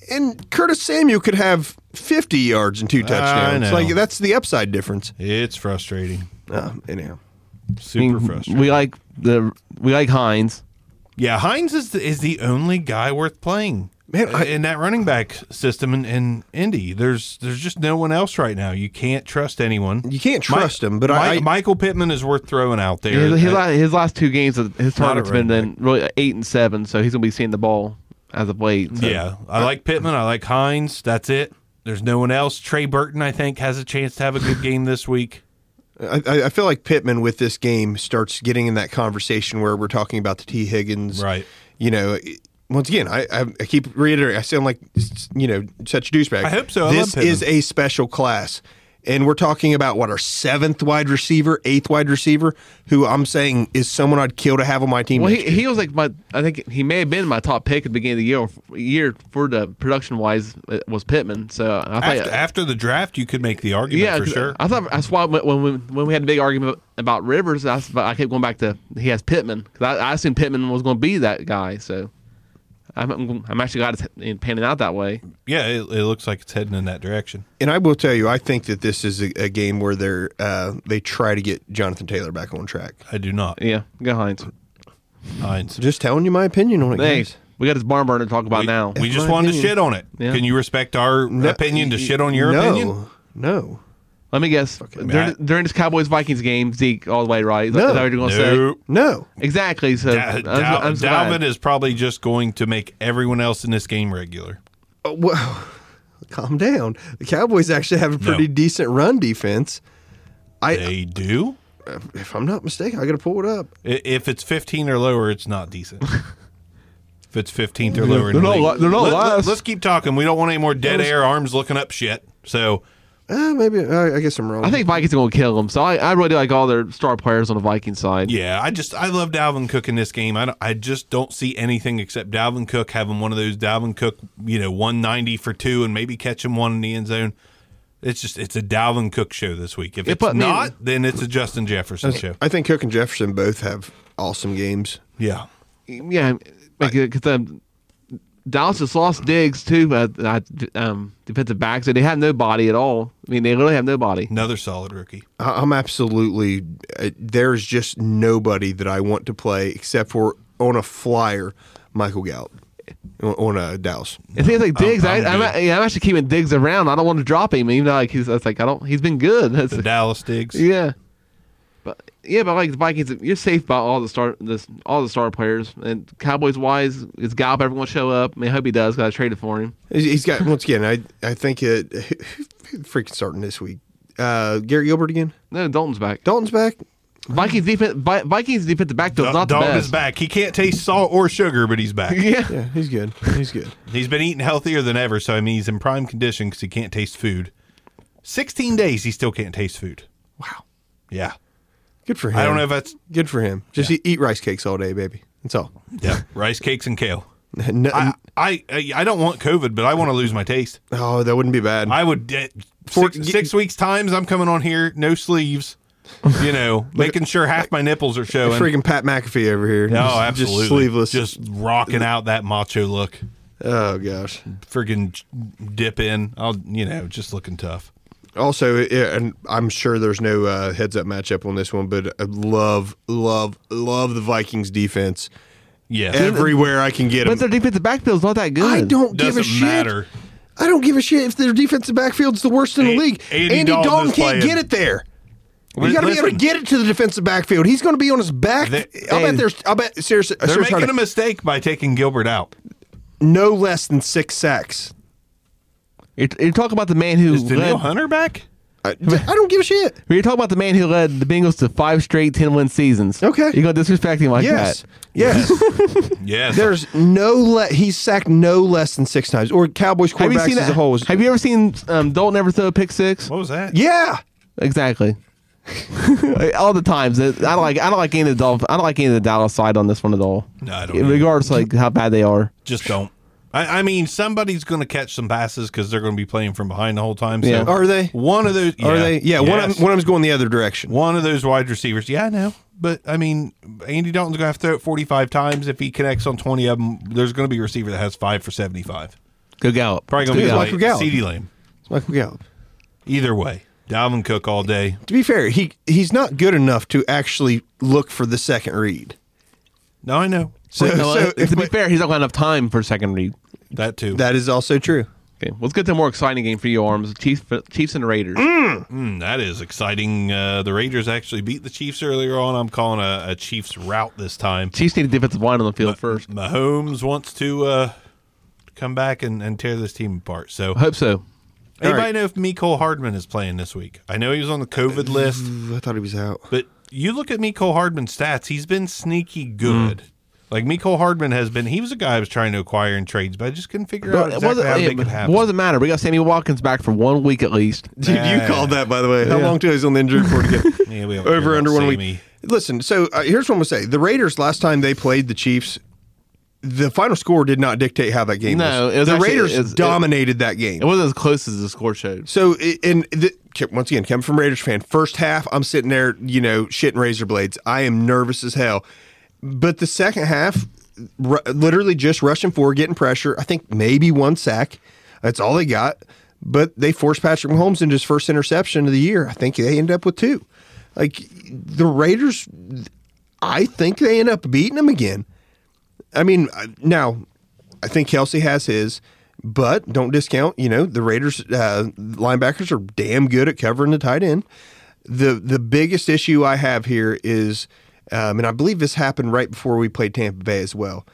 and Curtis Samuel could have 50 yards and two touchdowns.
know.
Like that's the upside difference.
it's frustrating.
Uh, anyhow,
I
Super
mean,
frustrating.
we like the we like Hines.
Yeah, Hines is the, is the only guy worth playing.
Man, I-
in that running back system in, in Indy, there's there's just no one else right now. You can't trust anyone.
you can't
Mi-
trust him, but I,
Mi- Michael Pittman is worth throwing out there.
His, his,
Uh,
la- his last two games, his
Not a
target's been
running
then really eight and seven, so he's gonna be seeing the ball as of late. so-
yeah, I like Pittman. I like Hines. That's it. There's no one else. Trey Burton, I think, has a chance to have a good game this
(laughs)
week.
I, I I feel like Pittman with this game starts getting in that conversation where we're talking about the T Higgins,
Right.
You know, it- once again, I, I, I keep reiterating. I sound like you know such a douchebag.
I hope so. I
this
love Pittman.
is a special class, and we're talking about what our seventh wide receiver, eighth wide receiver, who I'm saying is someone I'd kill to have on my team.
Well,
next
he,
year.
he was like my. I think he may have been my top pick at the beginning of the year. Year for the production wise was Pittman. So I thought,
After, after the draft, you could make the argument
yeah,
for
'cause
sure.
I thought that's why when when we, when we had a big argument about Rivers, that's but I kept going back to he has Pittman because I, I assumed Pittman was going to be that guy. So I'm I'm, I'm actually glad it's h- panning out that way.
yeah, it, it looks like it's heading in that direction.
and I will tell you, I think that this is a, a game where they're uh, they try to get Jonathan Taylor back on track.
I do not.
Yeah, go Hines.
Hines.
Just telling you my opinion on it. guys.
Thanks. We got this barn burner to talk about
We-
now.
We just
my
wanted to
opinion.
shit on it.
Yeah.
Can you respect our opinion to shit on your
no,
opinion?
No.
Let me guess. During,
Matt.
during this Cowboys Vikings game, Zeke all the way right. Is that-
No.
is that what you're going to say?
No.
No.
Exactly. So
Da-
I'm-
Dal-
I'm so glad.
Dalvin is probably just going to make everyone else in this game regular.
Uh, Well, (laughs) calm down. The Cowboys actually have a pretty decent run defense. I,
They do.
if I'm not mistaken, I got to pull it up.
I- If it's 15 or lower, it's not
(laughs)
decent. if it's 15th or lower, in the
not
league.
li- they're not last.
Let's keep talking. We don't want any more dead air arms looking up shit. So
Uh, maybe I, I guess I'm wrong.
I think Vikings are going to kill them. So I, I really do like all their star players on the Vikings side.
yeah, I just I love Dalvin Cook in this game. I, don't- I just don't see anything except Dalvin Cook having one of those Dalvin Cook you know 190 for two and maybe catching one in the end zone. It's just it's a Dalvin Cook show this week. If
It
it's
put me-
not, then it's a Justin Jefferson show.
I think Cook and Jefferson both have awesome games.
Yeah.
Yeah, because um, Dallas just lost Diggs too. Uh, uh, um, defensive back, so they have no body at all. I mean, they really have no body.
Another solid rookie.
I, I'm absolutely. Uh, there's just nobody that I want to play except for on a flyer, Michael Gallup on, on uh, Dallas.
It seems like Diggs. i
Mm-hmm. I'm
I'm,
good.
yeah, I'm actually keeping Diggs around. I don't want to drop him, even though like he's that's like I don't. He's been good. That's,
The Dallas Diggs.
yeah, but yeah, but like the Vikings, you're safe by all the star, this all the star players and Cowboys wise. Is Gallup ever going to show up? I mean, I hope he does. Got traded for him.
He's- He's got once again. I I think it. (laughs) Freaking starting this week. Uh, Gary Gilbert again.
No, Dalton's back.
Dalton's back.
Vikings defense. Vi- Vikings defensive backfield is not the
Dog
best.
is back. He can't taste salt or sugar, but he's back.
(laughs) Yeah.
Yeah, he's good. He's good.
He's been eating healthier than ever, so I mean he's in prime condition because he can't taste food. Sixteen days he still can't taste food.
Wow.
Yeah,
Good for him.
I don't know if that's
(laughs) good for him. Just eat, eat rice cakes all day, baby. That's all.
yeah rice cakes and kale.
No,
I I I I don't want COVID, but I want to lose my taste.
Oh, that wouldn't be bad.
I would eh,
For-
six, six weeks times. I'm coming on here, no sleeves. You
(laughs)
know, making sure half my nipples are showing.
Freaking Pat McAfee over here.
No,
just,
absolutely.
Just sleeveless.
Just rocking out that macho look.
oh gosh.
Friggin' dip in. I'll, you know, just looking tough.
Also, yeah, and I'm sure there's no uh, heads up matchup on this one, but I love, love, love the Vikings defense
Yeah.
everywhere I can get
But their
them.
defensive backfield's not that good.
I don't give
doesn't
a shit.
matter.
I don't give a shit if their defensive backfield's the worst in the
A-
league.
Andy
Andy,
Dalton
Dalton,
is
can't
playing.
get it there.
Li-
You got to be able to
listen.
get it to the defensive backfield. He's going to be on his back.
They-
I
Hey.
bet there's. I bet seriously.
They're
seriously,
making a mistake by taking Gilbert out.
no less than six sacks.
You're, you're talking about the man who
Is Daniel
led,
Hunter back?
I, I don't give a shit.
you're talking about the man who led the Bengals to five straight ten win seasons.
Okay.
you're gonna disrespect him like
Yes,
that.
yes.
Yes.
(laughs) There's no le- he's sacked no less than six times. Or Cowboys
Have you
quarterbacks
seen
as
that?
a whole. Was,
Have you ever seen um, Dalton ever throw a pick six?
what was that?
yeah,
Exactly. (laughs) all the times. I don't like. I don't like any of the Dolph- I don't like any of the Dallas side on this one at all.
No, I don't
In
either.
regards to like how bad they are.
Just don't. I, I mean, somebody's going to catch some passes because they're going to be playing from behind the whole time. So
Yeah.
Are they?
One of those.
are they? Yeah, one of
Yes.
them, one of them's going the other direction.
One of those wide receivers. Yeah, I know. But I mean, Andy Dalton's going to have to throw it 45 times. If he connects on 20 of them, there's going to be a receiver that has five for 75.
Go Gallup.
Probably going
Go
to be
Gallup.
like
Michael Gallup.
CeeDee Lamb.
Michael Gallup.
Either way, Dalvin Cook all day.
To be fair, he he's not good enough to actually look for the second read.
No, I know
So,
No, uh,
so
to
if
be
we-
fair, he's not gonna have time for a second read.
that too.
that is also true.
Okay, let's get to a more exciting game for you, Arms. Chiefs, Chiefs and the Raiders.
Mm, that is exciting. Uh, the Raiders actually beat the Chiefs earlier on. I'm calling a, a Chiefs route this time.
Chiefs need a defensive line on the field first.
Mahomes wants to uh, come back and, and tear this team apart. So,
I hope so.
anybody
right.
know if Miko Hardman is playing this week? I know he was on the COVID list.
I thought he was out.
But you look at Miko Hardman's stats, he's been sneaky good. Like Miko Hardman has been, he was a guy I was trying to acquire in trades, but I just couldn't figure out
But
exactly how to make it
it
happen.
doesn't matter. We got Sammy Watkins back for one week
(laughs)
at least.
(laughs) Dude, you
Yeah.
called that by the way. How long till he's on the injury report again?
Yeah, we don't care
(laughs) Over
about
under one
Sammy.
week. Listen, so uh, here's what I'm gonna say: the Raiders last time they played the Chiefs, the final score did not dictate how that game
No,
was.
it was
the
actually-
Raiders
it was- it-
dominated that game.
It wasn't as close as the score showed.
So, i- and the, Ke- once again, coming from Raiders fan, first half, I'm sitting there, you know, shitting razor blades. I am nervous as hell. But the second half, r- literally just rushing forward, getting pressure. I think maybe one sack. That's all they got. But they forced Patrick Mahomes into his first interception of the year. I think they end up with two. Like the Raiders, I think they end up beating them again. I mean, I- now I think Kelsey has his, but don't discount. You know, the Raiders uh, linebackers are damn good at covering the tight end. the The biggest issue I have here is, um, and I believe this happened right before we played Tampa Bay as well.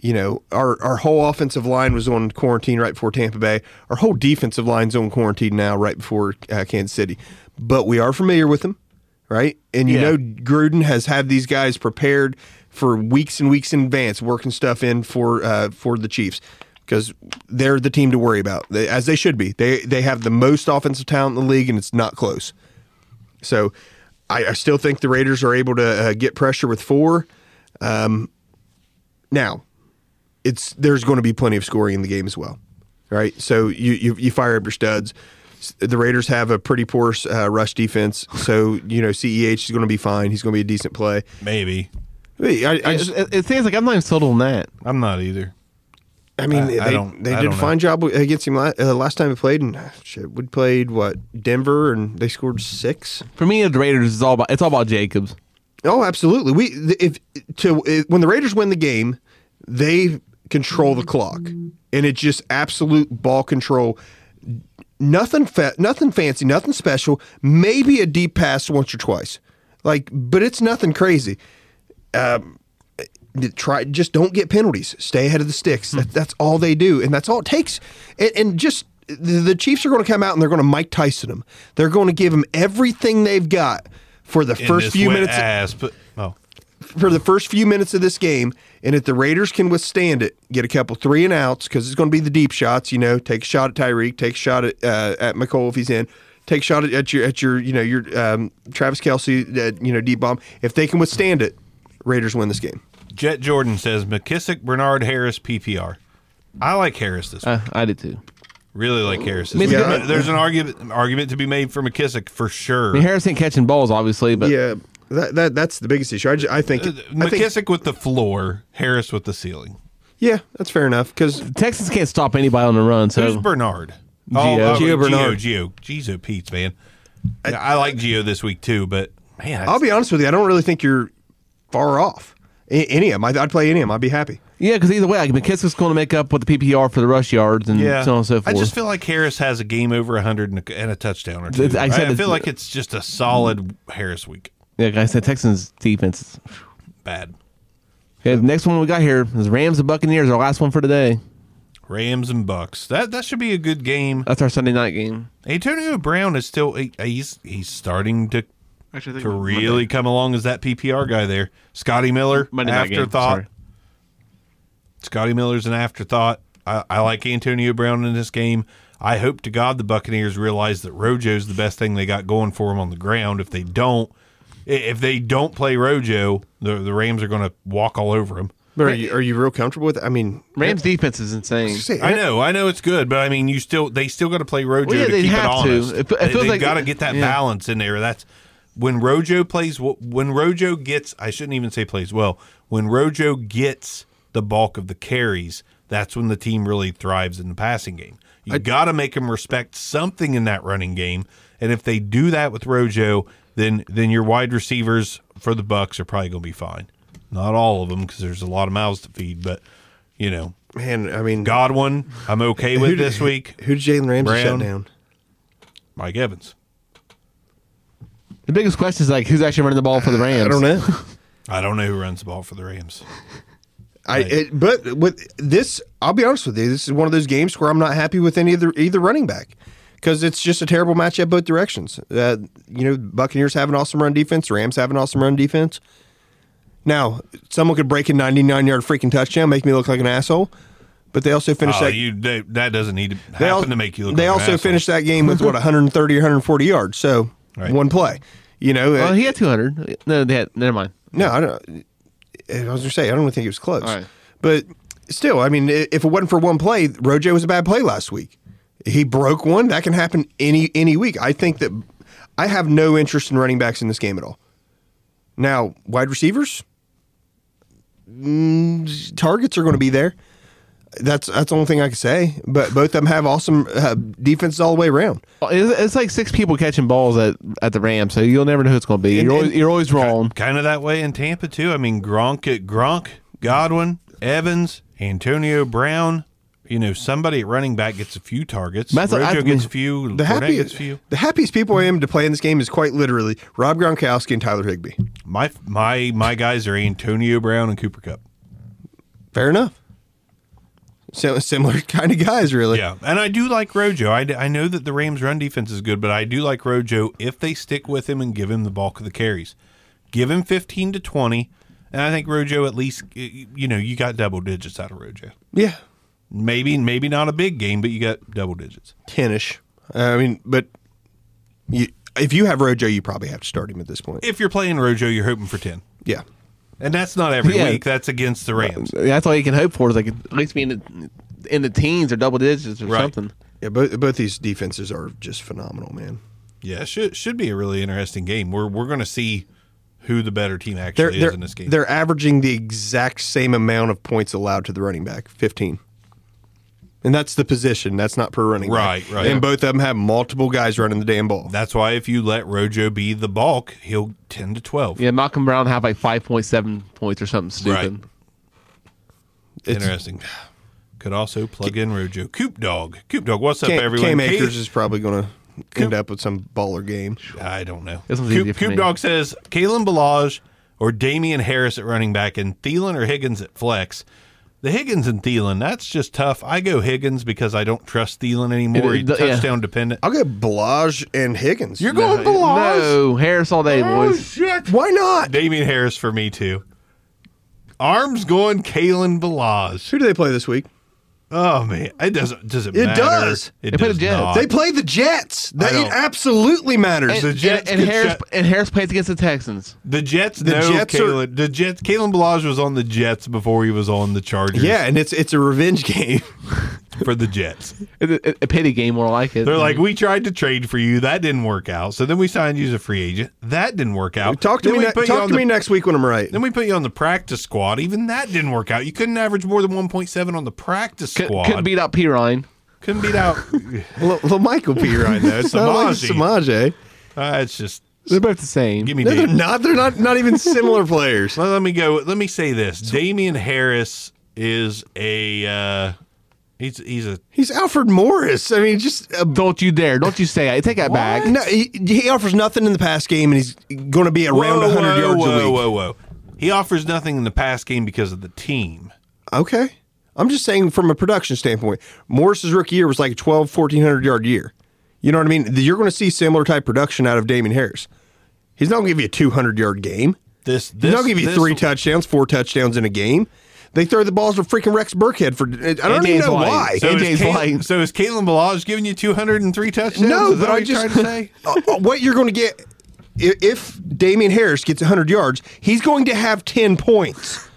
You know, our our whole offensive line was on quarantine right before Tampa Bay. Our whole defensive line's on quarantine now, right before uh, Kansas City. But we are familiar with them, right? And you
Yeah.
know, Gruden has had these guys prepared for weeks and weeks in advance, working stuff in for uh, for the Chiefs because they're the team to worry about, they, as they should be. They they have the most offensive talent in the league, and it's not close. So, I, I still think the Raiders are able to uh, get pressure with four. Um, now, it's there's going to be plenty of scoring in the game as well, right? So you you, you fire up your studs. S- The Raiders have a pretty poor uh, rush defense, so you know Ceh is going to be fine. He's going to be a decent play.
Maybe.
Wait, I, I
It,
just,
it, it seems like I'm not even sold on that.
I'm not either.
I mean,
I-
they,
I don't-
they
I
did a
don't
fine job against him last, uh, last time we played, and uh, shit, we played what Denver, and they scored six.
For me, the Raiders is all about it's all about Jacobs.
Oh, absolutely. We th- if to if, when the Raiders win the game, they control the clock, and it's just absolute ball control. Nothing, fa- nothing fancy, nothing special. Maybe a deep pass once or twice, like, but it's nothing crazy. to try just don't get penalties stay ahead of the sticks
Hmm.
that, that's all they do and that's all it takes and, and just the, the chiefs are going to come out and they're going to mike tyson them they're going to give them everything they've got for the
In
first
this
few
wet
minutes
Ass, but, oh,
for the first few minutes of this game and if the raiders can withstand it get a couple three and outs because it's going to be the deep shots you know take a shot at tyreek take a shot at, uh, at mccall if he's in take a shot at, at your at your you know your um, travis kelsey uh, you know deep bomb if they can withstand it raiders win this game
Jet Jordan says McKissick, Bernard Harris, PPR. I like Harris this
Uh, I did too.
Really like Harris. this
I mean,
week.
yeah.
There's an argument an argument to be made for McKissick for sure.
I mean, Harris ain't catching balls, obviously, but
yeah, that, that that's the biggest issue. I, ju- I
Uh,
think. I think
McKissick with the floor, Harris with the ceiling.
yeah, that's fair enough because
Texans can't stop anybody on the run.
Who's
So
Bernard? Oh, uh,
Gio. Gio
Bernard.
Bernard.
Gio. Gio Pete's man. I, like Gio this week too, but man,
I'll be honest with you, I don't really think you're far off. A- Any of them, I'd, I'd play any of them. I'd be happy.
yeah, because either way, like, McKissick's going to make up with the PPR for the rush yards and so on and so forth.
I just feel like Harris has a game over 100 and a, and a touchdown or two.
It's- I
I,
said
I feel
it's-
like it's just a solid Harris week.
yeah, like I said, Texans defense.
Bad.
Okay, the next one we got here is Rams and Buccaneers. Our last one for today.
Rams and Bucks. That that should be a good game.
That's our Sunday night game.
Antonio Brown is still he- he's he's starting to
Actually,
to really come along as that PPR guy there. Scotty Miller,
Monday night game,
afterthought.
sorry.
Scotty Miller's an afterthought. I, I like Antonio Brown in this game. I hope to God the Buccaneers realize that Rojo's the best thing they got going for them on the ground. If they don't, i- if they don't play Rojo, the the Rams are going to walk all over them.
But are you are you real comfortable with? I mean,
Rams defense is insane.
say,
I know, I know it's good, but I mean, you still they still got to play Rojo
Well, yeah,
to
they
keep it
have to.
honest.
It fe- it
They-
feels
They've
like-
got to get that
yeah.
balance in there. That's when Rojo plays. w- When Rojo gets, I shouldn't even say plays well. When Rojo gets the bulk of the carries, that's when the team really thrives in the passing game. You got to make them respect something in that running game, and if they do that with Rojo, then then your wide receivers for the Bucks are probably going to be fine. Not all of them because there's a lot of mouths to feed, but you know.
man, I mean,
Godwin, I'm okay with
Who did-
this week.
who did Jalen Ramsey
Brown.
shut down?
Mike Evans.
The biggest question is like who's actually running the ball for the Rams.
I don't know.
I don't know who runs the ball for the Rams.
I it, but with this, I'll be honest with you. This is one of those games where I'm not happy with any either either running back because it's just a terrible matchup both directions. Uh, you know, Buccaneers have an awesome run defense. Rams have an awesome run defense. Now, someone could break a 99 yard freaking touchdown, make me look like an asshole, but they also finished
Oh,
that.
you they, that doesn't need to
they
happen
al-
to make you look.
They
like an
also
asshole.
finished that game with
(laughs)
what 130, 140 yards. So
Right.
one play. You know,
(laughs) Well,
uh,
he had 200. No, they had. Never mind.
No, I don't. I was gonna say I don't really think it was close,
All right.
but still, I mean, i- if it wasn't for one play, Rojo was a bad play last week. He broke one. That can happen any any week. I think that I have no interest in running backs in this game at all. Now, wide receivers, mm, targets are going to be there. That's that's the only thing I can say. But both of them have awesome uh, defenses all the way around.
Well, It's, it's like six people catching balls at, at the Rams, so you'll never know who it's going to be.
And-
You're always,
and-
you're always wrong.
kind of that way in Tampa too. I mean, Gronk, uh, Gronk, Godwin, Evans, Antonio Brown. You know, somebody at running back gets a few targets.
That's what
Rojo
I-
gets a few.
The
Fournette gets
happiest
a few.
the happiest people I am to play in this game is quite literally Rob Gronkowski and Tyler Higbee.
My my my guys are Antonio Brown and Cooper Cup.
Fair enough. So, similar (laughs) kind of guys, really.
Yeah, and I do like Rojo. I, I know that the Rams' run defense is good, but I do like Rojo if they stick with him and give him the bulk of the carries. Give him 15 to 20, and I think Rojo at least, y- you know, you got double digits out of Rojo.
Yeah.
Maybe maybe not a big game, but you got double digits.
Tennish. Uh, I mean, but you, if you have Rojo, you probably have to start him at this point.
If you're playing Rojo, you're hoping for 10.
yeah.
And that's not every
Yeah.
week. That's against the Rams.
That's all you can hope for is like at least be in the, in the teens or double digits or
Right.
something.
Yeah, both, both these defenses are just phenomenal, man.
Yeah, it should should be a really interesting game. We're we're going to see who the better team
They're,
actually
they're,
is in this game.
they're averaging the exact same amount of points allowed to the running back 15. And that's the position. That's not per running
Right,
back.
right.
And both of them have multiple guys running the damn ball.
That's why if you let Rojo be the bulk, he'll 10 to 12.
Yeah, Malcolm Brown had like 5.7 points or something stupid.
Right.
It's-
Interesting. Could also plug in Rojo. Coop Dog. Coop Dog, what's up,
Cam,
everyone?
Cam
Kate-
Akers is probably going to end up with some baller game.
I don't know.
This one's easy
Coop,
for
Coop
me.
Dog says Kalen Balaj or Damian Harris at running back and Thielen or Higgins at flex. The Higgins and Thielen, that's just tough. I go Higgins because I don't trust Thielen anymore.
It- it-
He's
yeah.
touchdown dependent.
I'll get Balaj and Higgins. You're
No, no, Harris all day,
Oh,
boys.
Why not?
Damian Harris for me too. Arms going Kalen Balaj.
Who do they play this week?
Oh man, it doesn't. Does it?
It
matter?
does.
It
They play
does
the Jets.
not.
They play the Jets. That
don't-
it absolutely matters.
the
and,
Jets
and, and
could
Harris
shut-
and Harris plays against the Texans.
the Jets.
The
know
Jets are-
Kalen, the Jets. Kalen Balaj was on the Jets before he was on the Chargers.
yeah, and it's it's a revenge game.
for the Jets.
It, it- a pity game, more like it.
They're like, we tried to trade for you. That didn't work out. So then we signed you as a free agent. That didn't work out.
(laughs) Talk to
Oh. Then
me.
we
Ne-
put you
talk to
on
me
the-
next week when I'm right.
Then we put you on the practice squad. Even that didn't work out. You couldn't average more than 1.7 on the practice
Could,
squad.
couldn't beat out P Ryan.
Couldn't beat
(laughs)
out. Uh,
Well, well, Mike will be right now. It's (laughs) not like
Samaje.
Samaje.
Uh, it's just
They're both the same.
give me.
No, they're
Dam-
not. They're not. Not
(laughs)
even similar players.
let, let me go. Let me say this. Damian Harris is a. Uh, he's he's a.
He's Alfred Morris. I mean, just a
Don't you dare! Don't you say I take that back.
No, he, he offers nothing in the pass game, and he's going to be around
Whoa,
100
whoa,
yards
whoa,
a week.
Whoa, whoa, He offers nothing in the pass game because of the team.
Okay. I'm just saying from a production standpoint, Morris's rookie year was like a 12, 1400 yard year. You know what I mean? You're going to see similar type production out of Damien Harris. He's not going to give you a 200 yard game.
This
He's
this
not going to give you
this-
three touchdowns, four touchdowns in a game. They throw the balls to freaking Rex Burkhead for, I don't even
James
know
White.
why.
So
AJ's
is, Kalen,
lying.
so is Kalen Balaj giving you 203 touchdowns?
No,
is that
but
what
I
you're
just
trying to say?
Uh, uh, what you're going to get i- if Damian Harris gets 100 yards, he's going to have
(laughs)
10 points.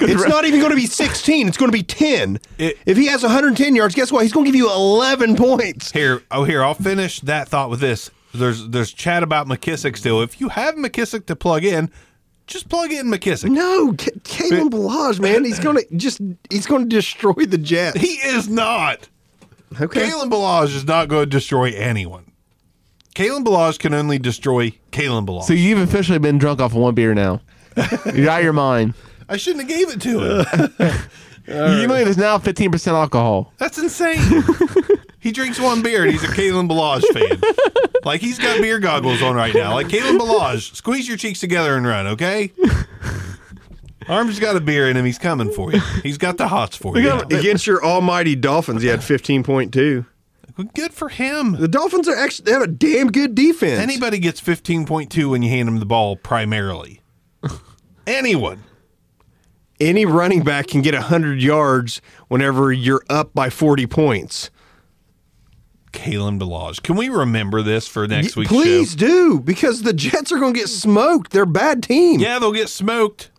it's not even going to be 16. It's going to be 10.
It-
if he has 110 yards, guess what? He's going to give you 11 points.
Here, oh, here, I'll finish that thought with this. There's there's chat about McKissick still. If you have McKissick to plug in, just plug in McKissick.
No, K- Kalen Balaj, man, he's going to just he's going to destroy the Jets.
He is not.
okay.
Kalen Balaj is not going to destroy anyone. Kalen Balaj can only destroy Kalen Balaj.
(laughs) So you've officially been drunk off of one beer now. You're out of your mind.
I shouldn't have gave it to him.
You believe there's now 15% alcohol.
That's insane. (laughs) he drinks one beer and he's a Kalen Balaj fan. like he's got beer goggles on right now. Like Kalen Balaj, squeeze your cheeks together and run, okay? Arm's got a beer in him. He's coming for you. He's got the hots for you.
Against your almighty Dolphins, he had 15.2.
Good for him.
The Dolphins are actually they have a damn good defense.
Anybody gets 15.2 when you hand him the ball primarily. Anyone.
any running back can get 100 yards whenever you're up by 40 points.
Kalen Balaj. Can we remember this for next week's
Please
show?
do, because the Jets are going to get smoked. They're a bad team.
Yeah, they'll get smoked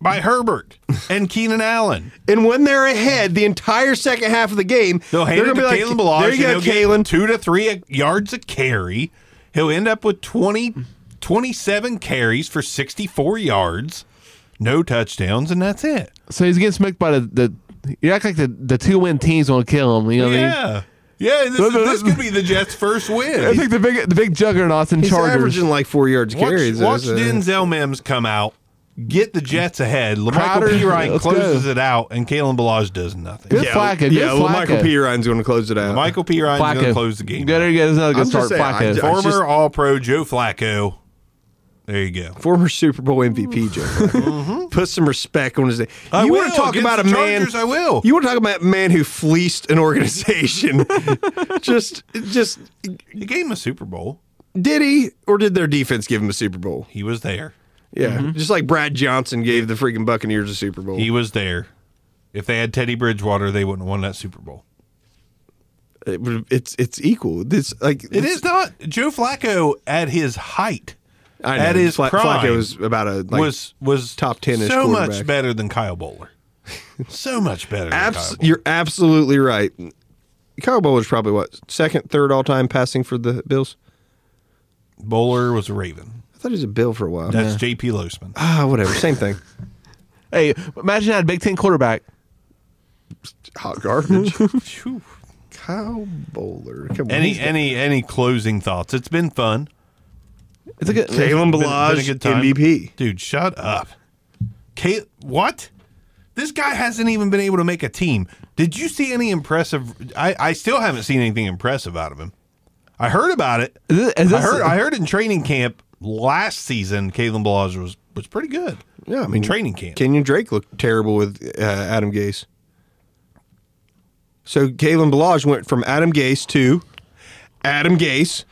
by Herbert and Keenan Allen.
And when they're ahead the entire second half of the game,
They'll hand
they're
it to
gonna be
Kalen
like,
Balazs.
There you go,
and he'll get
Kalen.
Two to three yards a carry. He'll end up with 20, 27 carries for 64 yards, no touchdowns, and that's it.
So he's getting smoked by the. the you act like the, the two win teams want to kill him. You know what I mean?
Yeah. Yeah, this, is,
(laughs)
this could be the Jets' first
I
win.
think the big the big juggernauts and
He's
Chargers.
averaging like four yards a
Watch,
carry.
watch
That's, uh,
Denzel Mims come out, get the Jets ahead.
Crowder,
LaMichael P. Ryan
let's
closes
go.
it out, and Kalen Balaj does nothing.
Good
yeah,
Flacco. Good
yeah, well,
Flacco.
Michael P. Ryan's going to close it out.
Michael P. Ryan's going to
Flacco.
close the game.
Good, good. There's another good
I'm just
start.
saying, I-
Flacco.
I-
Former
just-
All Pro Joe Flacco. There you go.
Former Super Bowl MVP, Joe. Flacco. Put some respect on his name.
Mm-hmm. I
you
will.
want to talk
Against
about a
the
man?
Chargers, I will.
You want to talk about a man who fleeced
(laughs)
an organization? just, just
He gave him a Super Bowl.
Did he, or did their defense give him a Super Bowl?
He was there.
Yeah, just like Brad Johnson gave the freaking Buccaneers a Super Bowl.
Mm-hmm. He was there. If they had Teddy Bridgewater, they wouldn't have won that Super Bowl.
It would- it's it's equal. This like
It is not Joe Flacco at his height.
I know,
at his
Fla-
prime
Flacco was about a like,
was was
top 10-ish
So much
quarterback.
better than Kyle
(laughs)
Bowler. so much better. Than Kyle
abs-
Bowler.
You're absolutely right. Kyle Bowler's probably what second, third all time passing for the Bills.
Bowler was a Raven.
I thought he was a Bill for a while.
That's J.P. Losman.
Ah, whatever,
(laughs)
same thing.
hey, imagine that Big Ten quarterback.
Hot (laughs) garbage.
Phew.
Kyle Bowler. Come on.
any
he's-
any any closing thoughts? It's been fun.
It's a good.
Been-
Kalen
been a
Balazs
good time.
MVP.
Dude, shut up. Kate, what? This guy hasn't even been able to make a team. Did you see any impressive? I, I still haven't seen anything impressive out of him. I heard about it.
Is this- is
I
this-
heard. I heard in training camp last season, Kalen Balazs was was pretty good.
Yeah, I
In
mean
training camp.
Kenyon Drake looked terrible with uh, Adam Gase. So Kalen Balaj went from Adam Gase to Adam Gase.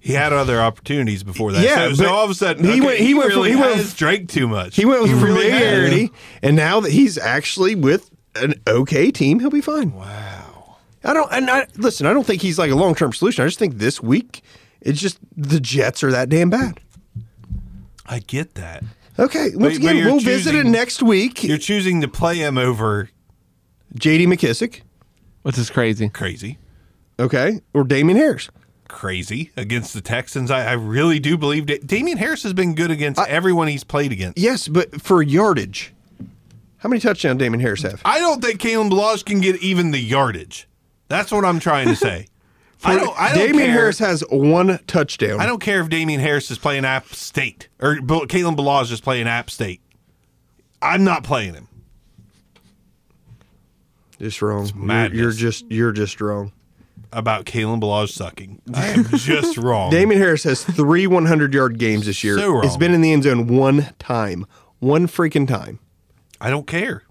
he had other opportunities before that.
Yeah,
so, so
but
all of a sudden
he
okay,
went- he went from-
really
he went-
has drank too much.
He went with
really
familiarity,
has.
and now that he's actually with an okay team, he'll be fine.
Wow.
I don't and I listen, I don't think he's like a long term solution. I just think this week it's just the Jets are that damn bad.
I get that.
Okay. Once
but
again,
you're
we'll visit it
choosing-
next week.
You're choosing to play him over
JD McKissick,
Which is crazy.
crazy,
okay, or Damien Harris.
crazy against the Texans. I, I really do believe da- Damian Harris has been good against everyone he's played against.
Yes, but for yardage. How many touchdowns Damien Harris have?
I don't think Kalen Balazs can get even the yardage. That's what I'm trying to
(laughs)
say. I don't. I don't
Damien
care.
Harris has one touchdown.
I don't care if Damian Harris is playing App State or Bo- Kalen Balazs is playing App State. I'm not playing him.
just wrong. You're,
madness.
you're just you're just wrong.
about Kalen Balaj sucking. I
(laughs)
am just wrong.
Damien Harris has three 100 yard games this year.
So wrong.
It's been in the end zone one time, one freaking time,
I don't care.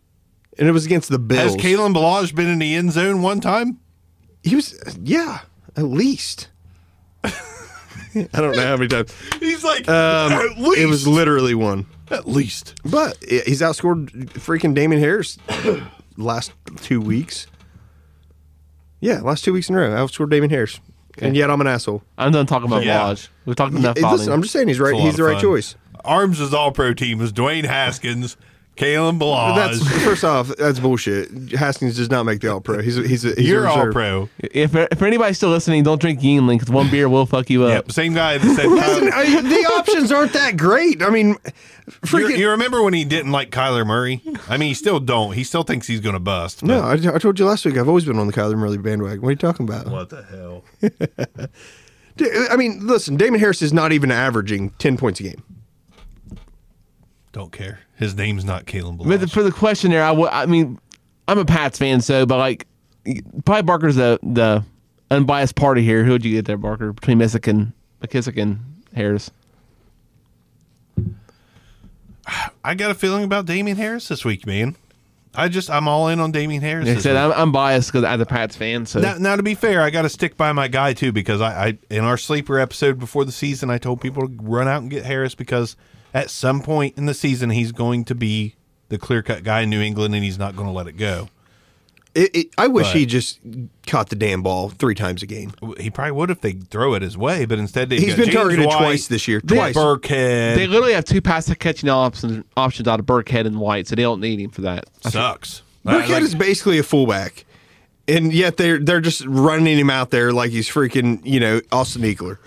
and it was against the
Has
Bills.
Kalen Balaj been in the end zone one time?
He was yeah, at least. (laughs) I don't know how many times.
He's like
Um,
at least.
It was literally one,
at least.
but i- he's outscored freaking Damon Harris last two weeks. Yeah, last two weeks in a row, outscored Damon Harris, and yet I'm an asshole.
I'm done talking about
Yeah.
Lodge. We've talked enough
Hey,
about
listen,
him.
I'm just saying he's right.
It's a lot
He's
of
the right
fun.
choice.
Arms is all pro team is Dwayne Haskins, Kalen
That's (laughs)
Balaj.
first off, that's bullshit. Haskins does not make the All Pro. He's a, he's a, he's a
You're all
reserve.
pro.
if, if anybody's still listening, don't drink Yingling because one beer will fuck you up.
Yep. Same guy that said
(laughs) Listen,
Kyle- (laughs)
I, the options aren't that great. I mean,
you,
freaking.
you remember when he didn't like Kyler Murray? I mean, he still don't. He still thinks he's going to bust.
no,
but-
I, I told you last week. I've always been on the Kyler Murray bandwagon. What are you talking about?
What the hell?
D- I mean, listen, Damon Harris is not even averaging ten points a game.
(laughs) Don't care. His name's not Kalen
But the,
Balaj.
for the question there, I would. I mean, I'm a Pats fan, so but like, probably Barker's the the unbiased party here. Who would you get there, Barker, between Missick and McKissick and Harris?
I got a feeling about Damian Harris this week, man. I just I'm all in on Damian Harris.
Like I
this
said
week.
I'm, I'm biased because I'm a Pats fan, so
Now, now, to be fair, I got to stick by my guy too because I, I, in our sleeper episode before the season, I told people to run out and get Harris because at some point in the season he's going to be the clear cut guy in New England and he's not going to let it go.
It, it, I wish
But-
he just caught the damn ball three times a game.
He probably would if they throw it his way, but instead they've
He's
got
been
James
targeted
White,
twice this year. Twice.
Burkhead
they literally have two pass catching options options out of Burkhead and White, so they don't need him for that.
sucks.
Burkhead
I like-
is basically a fullback, and yet they're they're just running him out there like he's freaking you know Austin Eckler.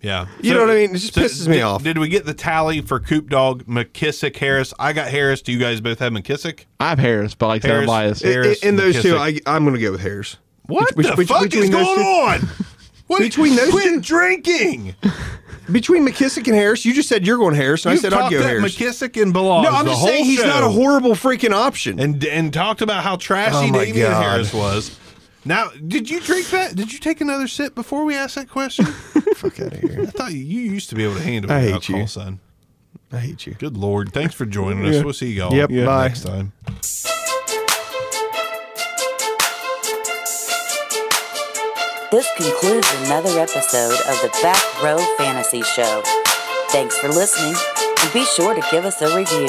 yeah.
You know what I mean? It just pisses me
did-
off.
Did we get the tally for Coop Dog, McKissick, Harris? I got Harris. Do you guys both have McKissick?
I have Harris, but like I said, I'm
Harris-
biased.
Harris-
In- in those two, I,
McKissick.
I'm going to go with Harris.
What
Bet-
the
bet-
fuck
between
is
those
going
two-
on? (laughs) What,
Between those
quit
two-
drinking.
Between McKissick and Harris, you just said you're going Harris, and
You
I said I'd
talked
go
up
Harris.
McKissick and Balaz.
no, I'm
the
just
whole
saying he's
show
not a horrible freaking option.
And and talked about how trashy
Oh my
Damian
God.
Harris was. Now, did you drink that? Did you take another sip before we asked that question?
Fuck out of here!
I thought you used to be able to handle
I hate
alcohol,
you.
son.
I hate you.
Good lord! Thanks for joining us. We'll see y'all
Yep, bye.
next time.
This concludes another episode of the Back Row Fantasy Show. Thanks for listening, and be sure to give us a review.